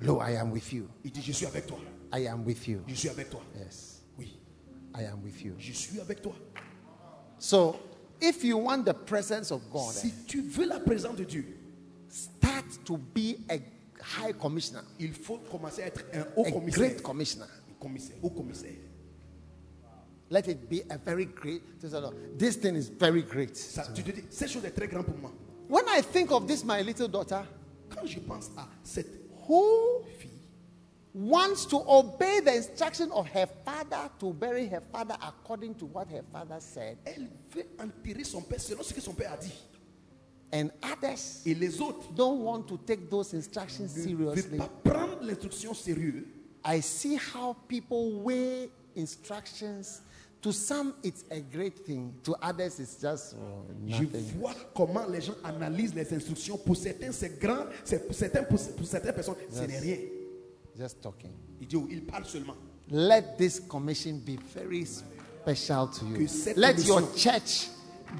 Lo, I am with you. Il dit Je suis avec toi. I am with you. Je suis avec toi. Yes, Oui, I am with you. je suis avec toi. So, if you want the presence of God, eh, Si tu veux la présence de Dieu, start to be a high commissioner, il faut commencer à être un haut a commissaire. great commissioner. Un commissaire, haut commissaire. Let it be a very great. to say, "Lord, This thing is very great. Ça, tu te dis Cette chose est très grande pour moi. When I think of this, my little daughter, Quand je pense à cette who fille wants to obey the instruction of her father to bury her father according to what her father said, Elle veut enterrer son père selon ce que son père a dit. and others Et les autres don't want to take those instructions ne veulent seriously, pas prendre l'instruction sérieux. I see how people weigh instructions. To some, it's a great thing. To others, it's just oh, Je nothing. vois comment les gens analysent les instructions. Pour certains, c'est grand. C'est pour, certains, pour, pour certaines personnes, ce n'est rien. Just talking. Il dit, oh, il parle seulement. Let this commission be very special to you. Que cette Let your commission- church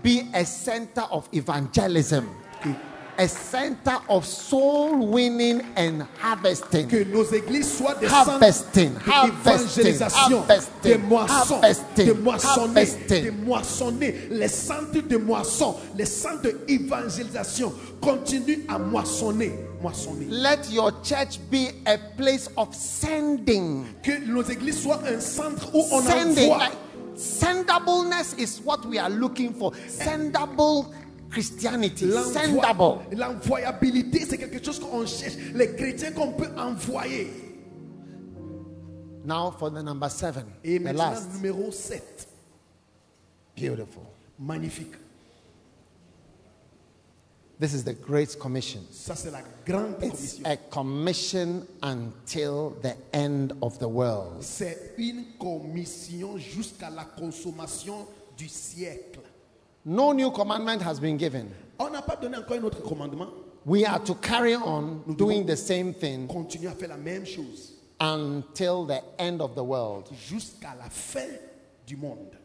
be a center of evangelism, Que, a center of soul winning and harvesting. que nos églises soient des Harvesting, centres d'évangélisation, harvesting, des moissons, harvesting, des moissonnés, harvesting. des moissonnés. Les centres de moissons, les centres d'évangélisation continuent à moissonner, moissonner. Let your church be a place of sending. Que nos églises soient un centre où on sending envoie. like, sendableness is what we are looking for sendable christianity L'envoi- sendable L'envoyabilité, c'est quelque chose qu'on cherche. Les chrétiens qu'on peut envoyer. now for the number seven Et the maintenant, last numéro 7. beautiful Magnifique. this is the great commission Ça, c'est la grande it's commission. a commission until the end of the world C'est une commission jusqu'à la consommation du siècle. no new commandment has been given On n'a pas donné encore un autre commandement. we are to carry on doing the same thing Continue à faire la même chose until the end of the world jusqu'à la fin du monde.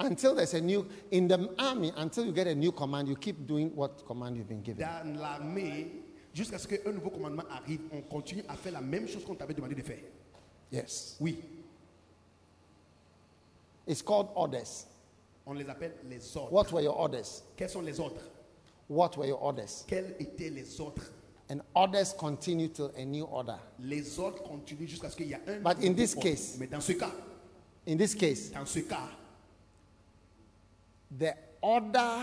until there's a new in the army until you get a new command you keep doing what command you've been given Dans l'armée, jusqu'à ce qu'un nouveau commandement arrive, on continue à faire la même chose qu'on t'avait demandé de faire. yes Oui, It's called orders. on les appelle les ordres. What were your orders? Quels sont les ordres What were your orders? Quels étaient les ordres And orders continue till a new order. Les ordres continuent jusqu'à ce qu'il y a un. But in nouveau this ordre. case- Mais dans ce cas, In this case, dans ce cas, the order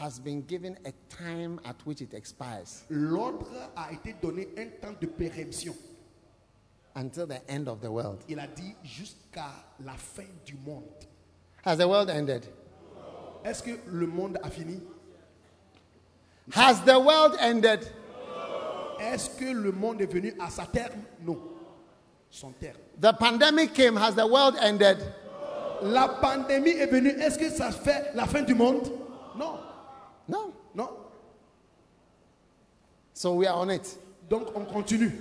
has been given a time at which it expires l'ordre a été donné un temps de péremption. until the end of the world. Il a dit jusqu'à la fin du monde. Has the world ended? Est-ce que le monde a fini Has the world ended? Est-ce que le monde est venu à sa terme Non. Son terme. The pandemic came. Has the world ended? La pandémie est venue. Est-ce que ça fait la fin du monde Non. No. Non. So we are on it. Donc on continue.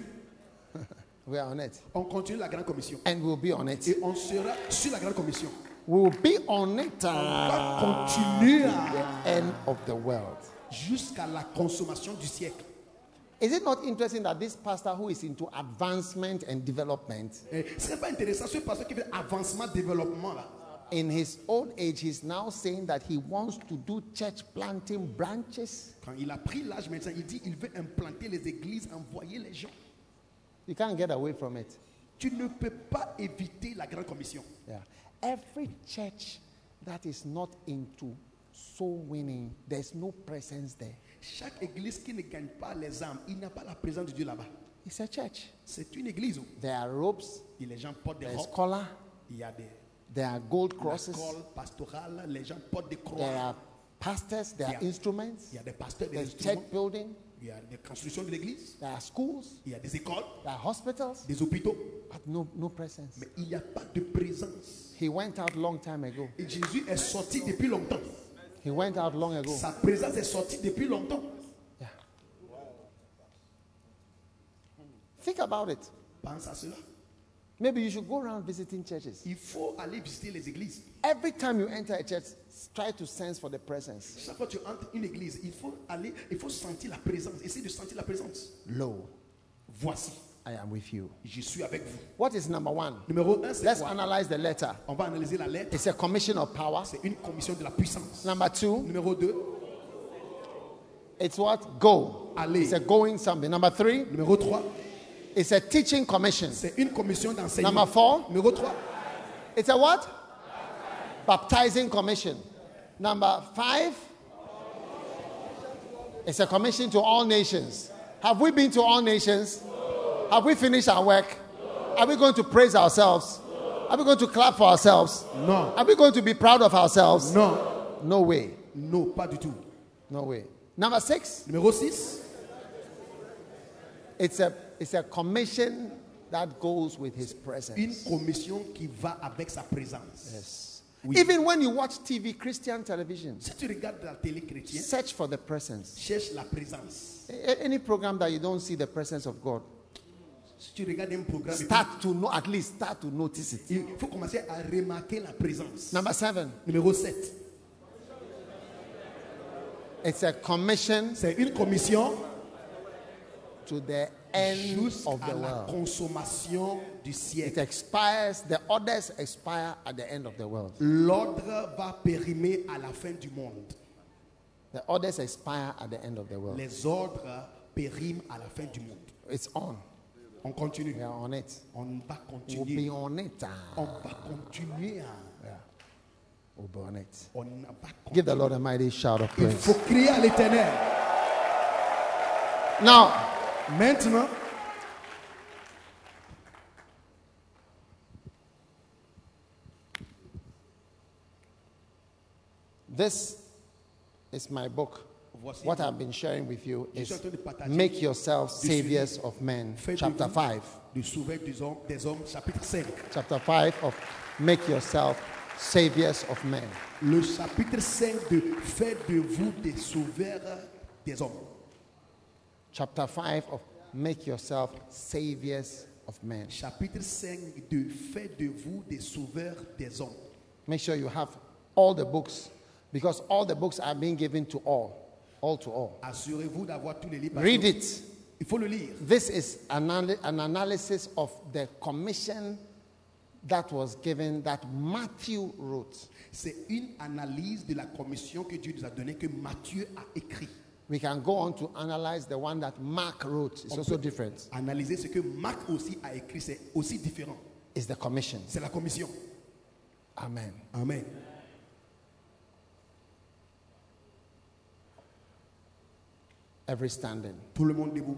We are on it. On continue la grande commission. And we'll be on it. Et on sera sur la grande commission. We'll be on it On va uh, continuer to à- the end of the world. jusqu'à la consommation du siècle. Is it not interesting that this pastor who is into advancement and development, Eh, Ce serait pas intéressant ce pasteur qui fait avancement, développement là. in his old age, he's now saying that he wants to do church planting branches? Quand il a pris l'âge maintenant, il dit il veut implanter les églises, envoyer les gens. You can't get away from it. Tu ne peux pas éviter la grande commission. Yeah. Every church that is not into soul winning, there's no presence there. Chaque église qui ne gagne pas les âmes, il n'y a pas la présence de Dieu là-bas. It's a church. C'est une église où There are ropes, les gens portent des there's robes, collar, il y a des Uh-huh. there are gold crosses, écoles pastorales, les gens portent des there croix, are pastors, there are Yeah. instruments, il y a des pasteurs, des there's church instruments, building, il y a des constructions de l'église, there are schools, il y a des écoles, there are hospitals, des hôpitaux, but no, no presence. mais il n'y a pas de présence. He went out long time ago. Et Jésus est sorti depuis longtemps. He went out long ago. Sa présence est sortie depuis longtemps. Yeah. Think about it. Pense à cela. Maybe you should go around visiting churches. Il faut aller visiter les églises. Every time you enter a church, try to sense for the presence. Chaque fois que tu entres une église, il faut aller, il faut sentir la présence. Essaye de sentir la présence. Lo, Voici, I am with you. je suis avec vous. What is number one? Numéro 1, c'est Let's quoi analyze the letter. On va analyser la lettre. It's a commission of power. C'est une commission de la puissance. Number two, Numéro 2, it's what? Go. Allez. It's a going something. Number three, numéro 3, it's a teaching commission. c'est une commission d'enseignement. Number four. Numéro 3, It's a what? Baptizing commission. Number five, it's a commission to all nations. Have we been to all nations? Have we finished our work? Are we going to praise ourselves? Are we going to clap for ourselves? non, Are we going to be proud of ourselves? non, No way. non, pas du tout. No way. Number six, Numéro 6, it's a, it's a commission that goes with his presence. une commission qui va avec sa présence. Oui. Even when you watch TV, Christian television, Si tu regardes la télé chrétienne, search for the presence. cherche la présence. A- a- Any program that you don't see the presence of God, Si tu regardes un programme, start to know, at least start to notice it. il faut commencer à remarquer la présence. Number seven, Numéro 7, it's a commission c'est une commission to the end of jusqu'à the la world. consommation du It siècle. expires, the orders expire at the end of the world. L'ordre va périmer à la fin du monde. The orders expire at the end of the world. Les ordres périment à la fin du monde. It's on. On continue. We are on it. On va We'll be continuer. on it. ah. On va continuer. à- We'll be on it. On va continuer. Give the Lord a mighty shout of Il faut praise. crier à l'éternel. Now, Maintenant, this is my book. voici. What I've been sharing with you Je suis en is train de partager Make Yourselves du suivi. Saviors of Men, Faites de chapter vous 5. Le sauveur des hommes, des hommes, chapitre 5. Chapter 5 of Make Yourself Saviors of Men. Le chapitre 5 de Faites de vous des sauveurs des hommes. Chapter 5 of Make Yourself Saviors of Men. Chapitre 5 de Faites de vous des sauveurs des hommes. Make sure you have all the books because all the books are being given to all, all to all. Assurez-vous d'avoir tous les livres. Read it. Il faut le lire. This is an, ana- an analysis of the commission that was given that Matthew wrote. C'est une analyse de la commission que Dieu nous a donnée, que Matthieu a écrit. We can go on to analyze the one that Mark wrote. It's also different. Analyser ce que Marc aussi a écrit, c'est aussi différent. It's the commission. C'est la commission. Amen. Amen. Every standing. Tout le monde debout.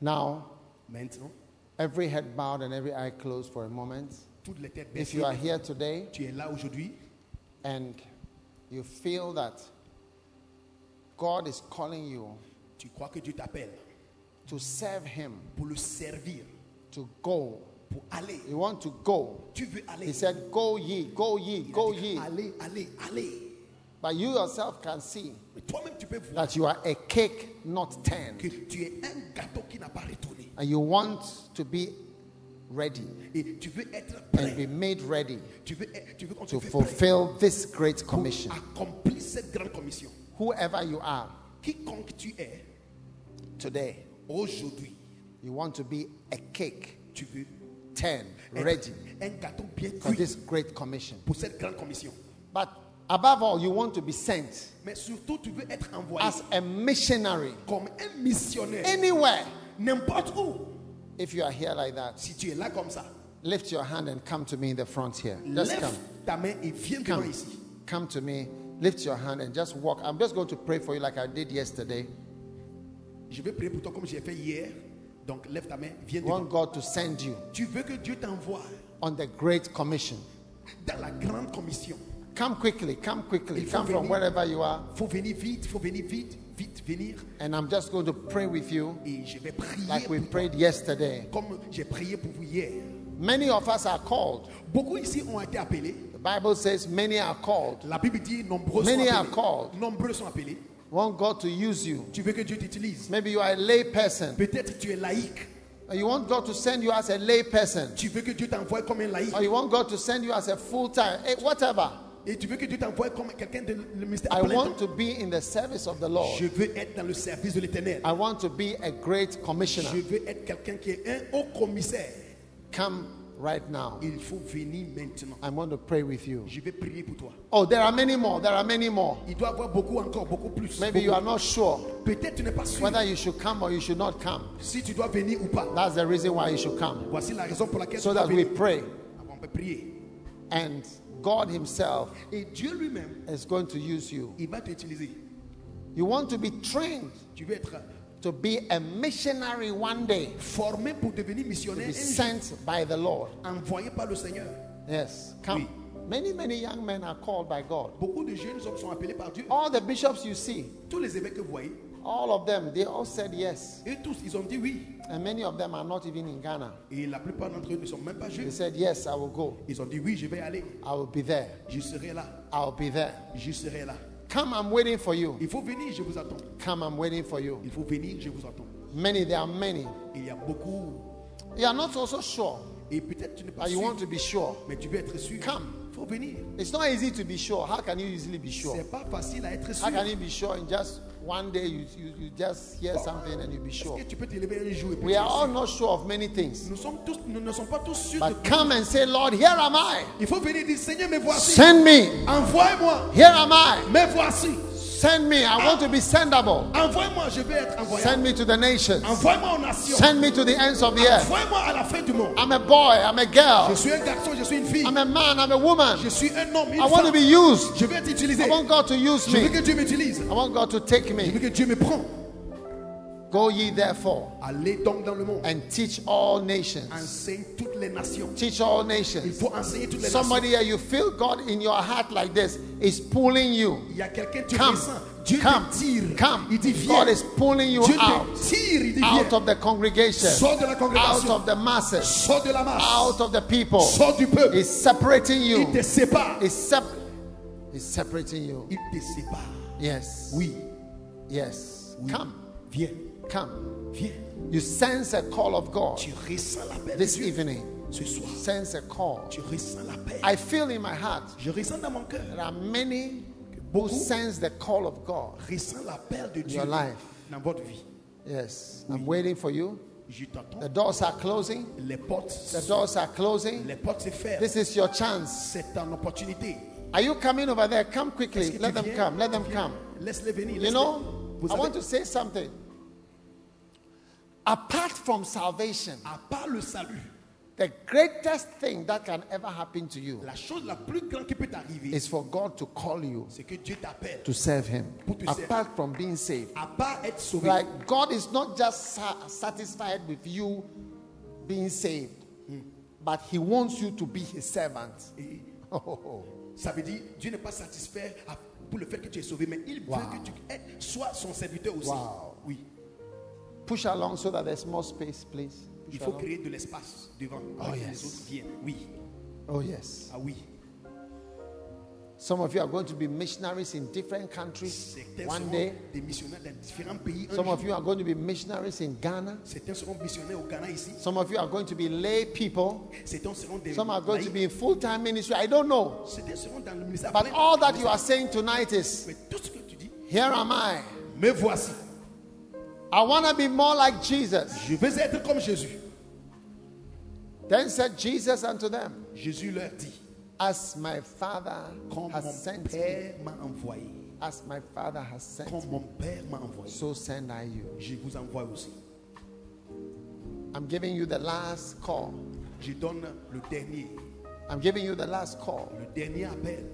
Now, Maintenant, every head bowed and every eye closed for a moment. toutes les têtes If baissées. you are here today Tu es là aujourd'hui and you feel that God is calling you Tu crois que Dieu t'appelle to serve Him, pour le servir, to go. pour aller. You want to go. Tu veux aller. He said, Go ye, go ye, Il a go dit, ye. Allez, allez, allez. But you yourself can see Mais toi-même, tu peux voir that you are a cake, not que turned. tu es un gâteau qui n'a pas retourné. And you want to be ready Et tu veux être and prêt. be made ready Tu veux, être- tu veux qu'on te to fait prêt fulfill this great commission. pour accomplir cette grande commission. Whoever you are Quiconque tu es, today, aujourd'hui, you want to be a cake, tu veux turned, être ready un gâteau bien for cuit this great commission. pour cette grande commission. But above all, you want to be sent Mais surtout, tu veux être envoyé as a missionary comme un missionnaire, anywhere. n'importe où. If you are here like that, Si tu es là comme ça, lift your hand and come to me in the front here. Just lève come. ta main et viens devant Come. ici. Come to me. Lift your hand and just walk. I'm just going to pray for you like I did yesterday. Je vais prier pour toi comme j'ai fait hier. Donc, lève ta main, viens You devant. want God to send you Tu veux que Dieu t'envoie on the great commission. dans la grande commission. Come quickly, come quickly. Il faut Come from venir. wherever you are. Faut venir vite, faut venir vite, vite venir. And I'm just going to pray with you Et je vais prier like we pour- prayed yesterday. comme j'ai prié pour vous hier. Many of us are called. Beaucoup ici ont été appelés. The Bible says many are called. La Bible dit nombreux Many sont are appelés. called. Nombreux sont appelés. Want God to use you. Tu veux que Dieu t'utilise. Maybe you are a lay person. Peut-être tu es laïque. Or You want God to send you as a lay person. Tu veux que Dieu t'envoie comme un laïque. Or you want God to send you as a full time, whatever. Et tu veux que Dieu t'envoie comme quelqu'un de le ministère. I à plein want temps. to be in the service of the Je Lord. veux être dans le service de l'éternel. I want to be a great Je commissioner. veux être quelqu'un qui est un haut commissaire. Come right now. Il faut venir maintenant. I want to pray with you. Je vais prier pour toi. Oh, there are many more. There are many more. Il doit y avoir beaucoup encore, beaucoup plus. Maybe you Beaucoup. are not sure Peut-être tu n'es pas sûr whether you should come or you should not come. si tu dois venir ou pas. That's the reason why you should come. Voici la raison pour laquelle So tu dois that we venir. pray. On peut prier. And God Himself Et Dieu lui-même, is going to use you. il va t'utiliser. You want to be trained Tu veux être to be a missionary one day, formé pour devenir missionnaire, be un jour, sent by the Lord. envoyé par le Seigneur. Yes, come. Many, many young men are called by God. Beaucoup de jeunes hommes sont appelés par Dieu. All the bishops you see, Tous les évêques que vous voyez, all of them, they all said yes. eux tous, ils ont dit oui. And many of them are not even in Ghana. Et la plupart d'entre eux ne sont même pas They juifs. said, Yes, I will go. Ils ont dit oui, je vais aller. I will be there. Je serai là. I'll be there. Je serai là. Come, I'm waiting for you. Il faut venir, je vous attends. Come, I'm waiting for you. Il faut venir, je vous attends. Many, there are many. Il y a beaucoup. You are not also sure, Et peut-être tu n'es pas but you sûr. want to be sure. Mais tu veux être sûr. Come. Faut venir. It's not easy to be sure. How can you easily be sure? C'est pas facile à être sûr. How can you be sure in just one day you, you, you just hear something and you be sure? Est-ce que tu peux te lever un jour et puis We dire, are all not sure of many things. Nous sommes tous, nous ne sommes pas tous sûrs. de But come and say, Lord, here am I. Il faut venir dire Seigneur, me voici. Send me. Envoie-moi. Here am I. Me voici. Send me. I want to be sendable. Envoie-moi, je vais être envoyé. Send me to the nations. Envoie-moi aux nations. Send me to the ends of the earth. Envoie-moi à la fin du monde. I'm a boy. I'm a Je girl. suis un garçon, je suis une fille. I'm a man. I'm a woman. Je suis un homme, I une want to femme. be used. Je veux être utilisé. I want God to use Je veux me. que Dieu m'utilise. I want God to take Je veux me. que Dieu me prend. Go ye therefore Allez donc dans le monde. and teach all nations. Enseigne toutes les nations. Teach all Il nations. faut enseigner toutes les nations. Somebody here, you feel God in your heart like this is pulling you. Il y a quelqu'un, tu Come, ressens. Dieu te come, tire. come. Il dit viens. God is pulling you Dieu out, te tire. Il dit out viens. of the congregation, Sors de la out congrégation. of the masses, Sors de la masse. out of the people. Sors du peuple. He's separating Il you. te sépare. He's, sep- he's separating you. Il te sépare. Yes. Oui. Yes. oui. Come. Viens. Come. Viens. You sense a call of God Tu ressens l'appel. de this Dieu. evening. Ce soir, Sense a call. tu ressens l'appel. I feel in my heart Je ressens dans mon cœur. there are many who Beaucoup sense the call of God. ressens l'appel de Dieu Your life. dans votre vie. Yes. I'm waiting for you. Je t'attends. The doors are closing. Les portes, The doors are closing. les portes se ferment. This is your chance. C'est ton opportunité. Are you coming over there? Come Est-ce quickly. que tu Let them viens? come. Let them Viens. come. Laisse-les venir. You laisse-les. know, Vous I savez, want to say something. Apart from salvation, à part le salut, the greatest thing that can ever happen to you la chose la plus grande qui peut t'arriver, is for God to call you c'est que Dieu t'appelle. to serve Him. Pour te servir. Apart from being saved, À part être sauvé, like God is not just sa- satisfied with you being saved, but He wants you to be His servant. Et Oh, ça veut dire Dieu n'est pas satisfait à- pour le fait que tu es sauvé, mais il Wow. veut que tu aies- sois son serviteur aussi. Wow. Oui. Push along so that there's more space, please. Push Il faut along. créer de l'espace devant pour Oh, que yes. les autres viennent. Oui. Oh, yes. Ah oui. Some of you are going to be missionaries in different countries Certains one seront day. des missionnaires dans différents pays. un Some jour. of you are going to be missionaries in Ghana. Certains seront missionnaires au Ghana ici. Some of you are going to be lay people. Certains seront des Some are going to laïcs. be in full time ministry. I don't know. Certains seront dans le ministère. But plein. all that you are saying tonight is Mais tout ce que tu dis, here am I. me voici. I want to be more like Jesus. Je veux être comme Jésus. Then said Jesus unto them, Jésus leur dit, As my Father comme has mon sent me, Père m'a envoyé, as my Father has sent comme me, mon Père m'a envoyé, so send I you. je vous envoie aussi. I'm giving you the last call. Je donne le dernier, I'm giving you the last call. le dernier appel,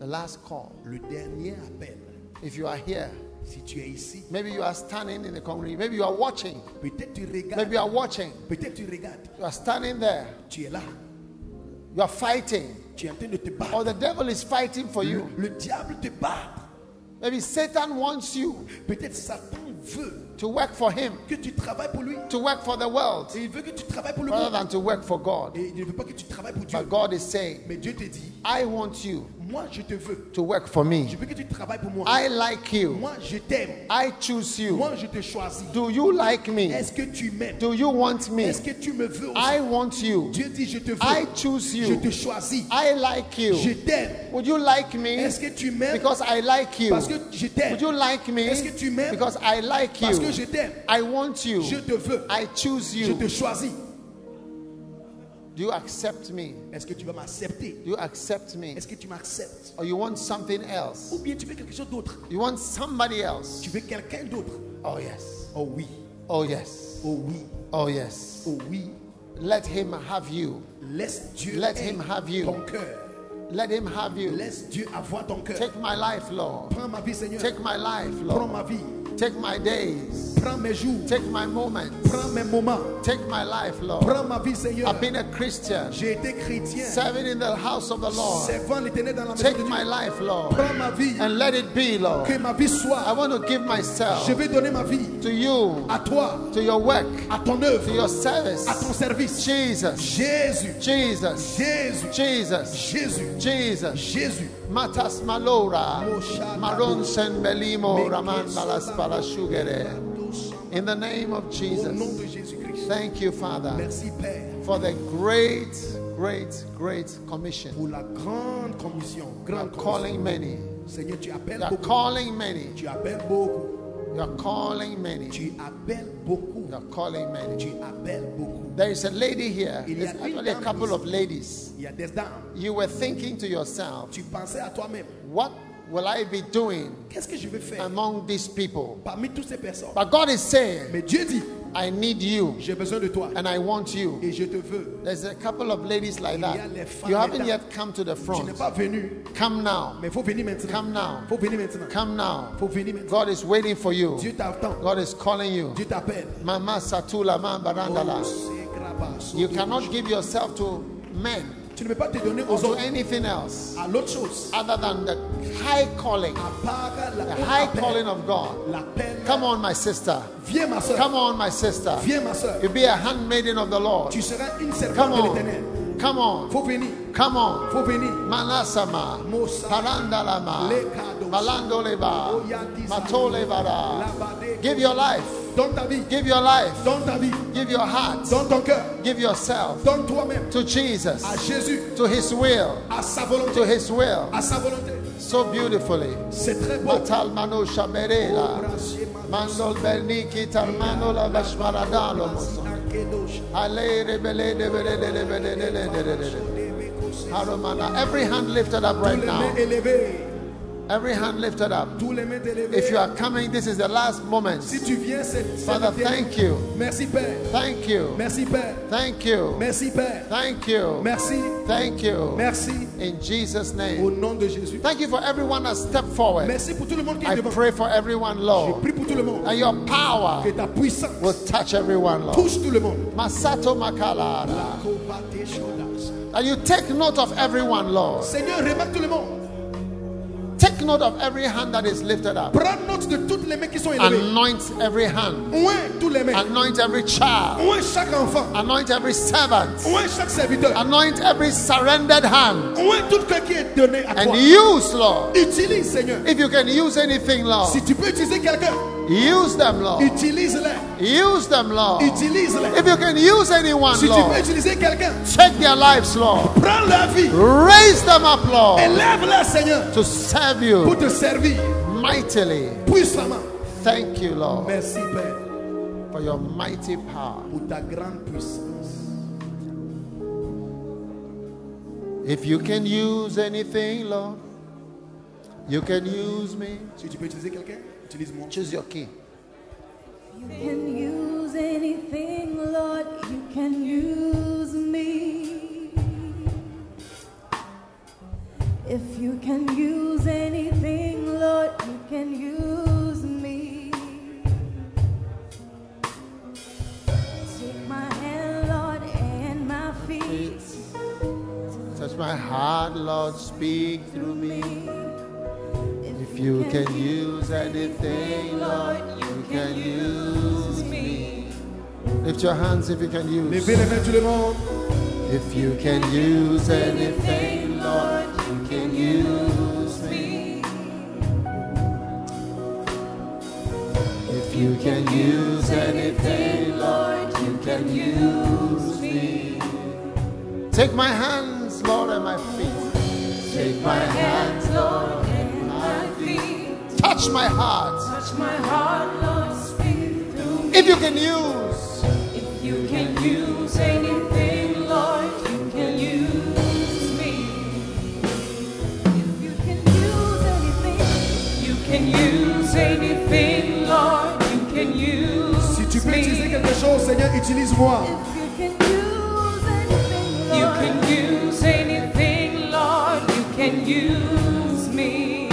The last call. le dernier appel. If you are here, Si tu es ici, maybe you are standing in the congregation, maybe you are watching, peut-être tu maybe regardes, you are watching, peut-être tu regardes, you are standing there, tu es là, you are fighting, tu es en train de te battre. or the devil is fighting for Le, you. le diable te bat. Maybe Satan wants you Peut-être Satan veut to work for him, que tu travailles pour lui. to work for the world, Et il veut que tu travailles pour le rather monde. than to work for God. Et il ne veut pas que tu travailles pour But Dieu. Ah. Bah, God is saying, Mais Dieu te dit, I want you moi je te veux. to work for Je me. veux que tu travailles pour moi. I like you. Moi je t'aime. I choose you. Moi je te choisis. Do you like me? Est-ce que tu m'aimes? Do you want me? Est-ce que tu me veux aussi? I want you. Dieu dit, je te I veux. choose Je te you. choisis. I like Je you. t'aime. Would you like me? Est-ce que tu m'aimes? Because I like you. Parce que je t'aime. Would you like me? Est-ce que tu m'aimes? Because I like Parce que je you. t'aime. I want you. Je te veux. I choose Je you. te choisis. Do you accept me? Est-ce que tu vas m'accepter? Do you accept me? Est-ce que tu m'acceptes? Or you want something Ou else? bien tu veux quelque chose d'autre? You want somebody else? Tu veux quelqu'un d'autre? Oh yes. Oh oui. Oh yes. Oh oui. Oh yes. Oh oui. Let him have you. Laisse Dieu Let être him have you. ton cœur. Let him have you. Laisse Dieu avoir ton cœur. Take my life, Lord. Prends ma vie, Seigneur. Take my life, Prends Lord. ma vie. Take my days. Prends mes jours. Take my moments. Prends mes moments. Take my life, Lord. Prends ma vie, Seigneur. I've been a Christian, J'ai été chrétien. serving in the house of the Lord. Servant l'éternel dans la maison Take de Dieu. my life, Lord, Prends ma vie. and let it be, Que Lord. ma vie I soit. want to give myself Je vais donner ma vie to you, à toi, to your work, à ton to œuvre, your à ton service. service. Jesus, Jésus. Jesus, Jésus. Jesus, Jésus. Jesus. Jésus. Matas malora, maron sen belimo, raman balas parashugere. In the name of Au nom Jesus, de Jésus-Christ. thank you, Father, Oh, Merci, Père, for the great, great, great commission. pour la grande commission. You are Grande commission. calling many. Seigneur, tu You appelles are beaucoup. calling many. Tu appelles beaucoup. You are calling many. Tu appelles beaucoup. You are calling many. Tu appelles beaucoup. There is a lady here. Il y a There's une actually a dame couple ici. of ladies. Il y a des dames. You were thinking to yourself, Tu pensais à toi-même. what will I be doing Qu'est-ce que je vais faire among these people? parmi toutes ces personnes But God is saying, Mais Dieu dit, I need you j'ai besoin de toi and I want you. et je te veux. There's a couple of ladies like y a les that. femmes You haven't là. yet come to the Tu n'es front. pas venu, Come now. mais faut venir maintenant. Come now. Faut venir maintenant. Come now. Faut venir maintenant. God is waiting for Dieu you. t'attend. God is calling you. Dieu t'appelle. Mama Satula Mamba Oh, Randala. c'est grave, ça. You cannot give yourself to men. Tu ne peux pas te donner or aux to autres anything else à l'autre chose. other than the high calling, À part the la high l'appel. calling of God. L'appel. Come on, my sister. Viens ma soeur. Come on, my sister. Viens ma soeur. You be a handmaiden of the Lord. Tu seras une Come servante de l'éternel. on. Come on. Faut venir. Come on. Faut venir. Manasama. Mosa. Parandalama. Lekados. Malandoleva. Oyadisa. Matolevara. Labade. Give your life. Donne ta vie. Give your life. Donne ta vie. Give your heart. Donne ton cœur. Give yourself Donne toi-même to Jesus. à Jésus, To his will. à sa To volonté. his will. À sa volonté. So beautifully. C'est très beau. Matal manu shamerela. Mandol berniki tarmano la bashmaradalo moso. Ale rebele debele debele debele debele debele. Harumana. Every hand lifted up Tous right les mains now. élevées. Every hand lifted up. Tous les mains élevées. If you are coming, this is the last moment. Si tu viens, c'est. c'est Father, le dernier. thank you. Merci Père. Thank you. Merci Père. Thank you. Merci Père. Thank you. Merci. Thank you. Merci. In Jesus' Au name. nom de Jésus. Thank you for everyone that stepped forward. Merci pour tout le monde qui est I devant. pray for everyone, Je Lord. prie pour tout le monde. And your power Que ta will puissance touch everyone, Lord. touche tout le monde. Masato Makalara. Seigneur, And you take note of everyone, Lord. remarque tout le monde. Take note of every hand that is lifted up. Prends note de toutes les mains qui sont élevées. Anoint every hand. Ouin tous les mains. Anoint every child. Ouin chaque enfant. Anoint every servant. Ouin chaque serviteur. Anoint every surrendered hand. Ouin tout ce qui est donné à And toi. use, Lord. Utilise, Seigneur. If you can use anything, Lord, Si tu peux utiliser quelqu'un, use them, Lord. utilise-le. Use them, Lord. Utilise-le. If you can use anyone, Si tu peux Lord, utiliser quelqu'un, take their lives, Lord. prends la vie. Raise them up, Lord, Élève-la, Seigneur, to serve pour you te servir mightily. puissamment. Thank you, Lord, Merci, Père, for your mighty power. pour ta grande puissance. If you can use anything, Lord, you can use me. Si tu peux utiliser quelqu'un, utilise-moi. Choose your key. You can use anything, Lord. You can use me. If you can use anything, Lord, you can use me. Take my hand, Lord, and my feet. Touch my heart, Lord, speak through me. If If you can use anything, Lord, you can use me. Lift your hands if you can use. Levez les mains tout le monde. If you can use anything, Lord, you can use me. If you can use anything, Lord, you can use me. Take my hands, Lord, and my feet. Take my hands, hands, Lord, and my feet. touch my heart. Touch my heart, Lord, speak through me. If you can use, If you can use anything, Lord, you can use me. If you can use anything, you can use anything, Lord, you can use Si tu peux me. utiliser quelque chose, Seigneur, utilise-moi. If you can use anything, Lord, you can use anything, Lord, you can use me.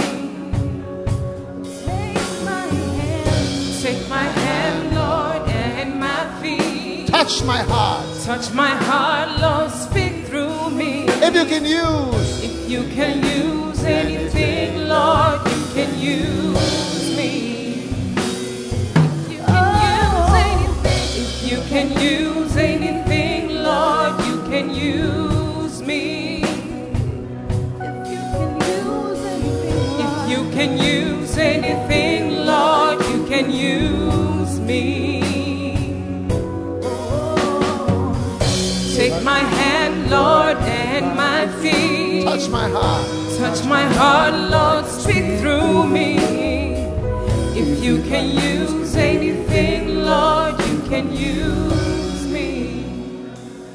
Take my hand, take my hand, Lord, and my feet. touch my heart. Touch my heart, Lord, speak through me. If you can use, If you can use anything, Lord, you can use me. If you can use anything, if you can use anything, Lord, you can use me. If you can use anything, Lord, you can use me. Take my hand, Lord, and my feet. touch my heart. Touch my heart, Lord, speak through me. If you can use anything, Lord, you can use me.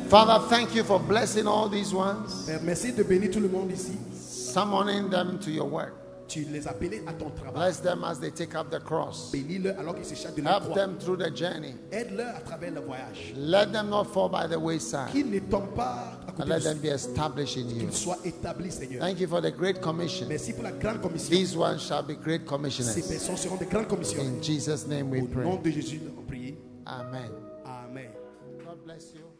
Father, thank you for blessing all these ones, Père, merci de bénir tout le monde ici. summoning them to your work. Tu les appelais à ton travail. Bless them as they take up the cross. Bénis-le alors qu'ils s'échappent de la Help croix. them through the journey. Aide-le à travers le voyage. Let them not fall by the wayside. Qu'ils ne tombent pas à And côté let de them be established in you. Qu'ils soient établis, Seigneur. Thank you for the great commission. Merci pour la grande commission. These ones shall be great Ces commissioners. personnes seront des grandes commissions. In Jesus' name we Au nom pray. de Jésus, nous avons prié. Amen. Amen. God bless you.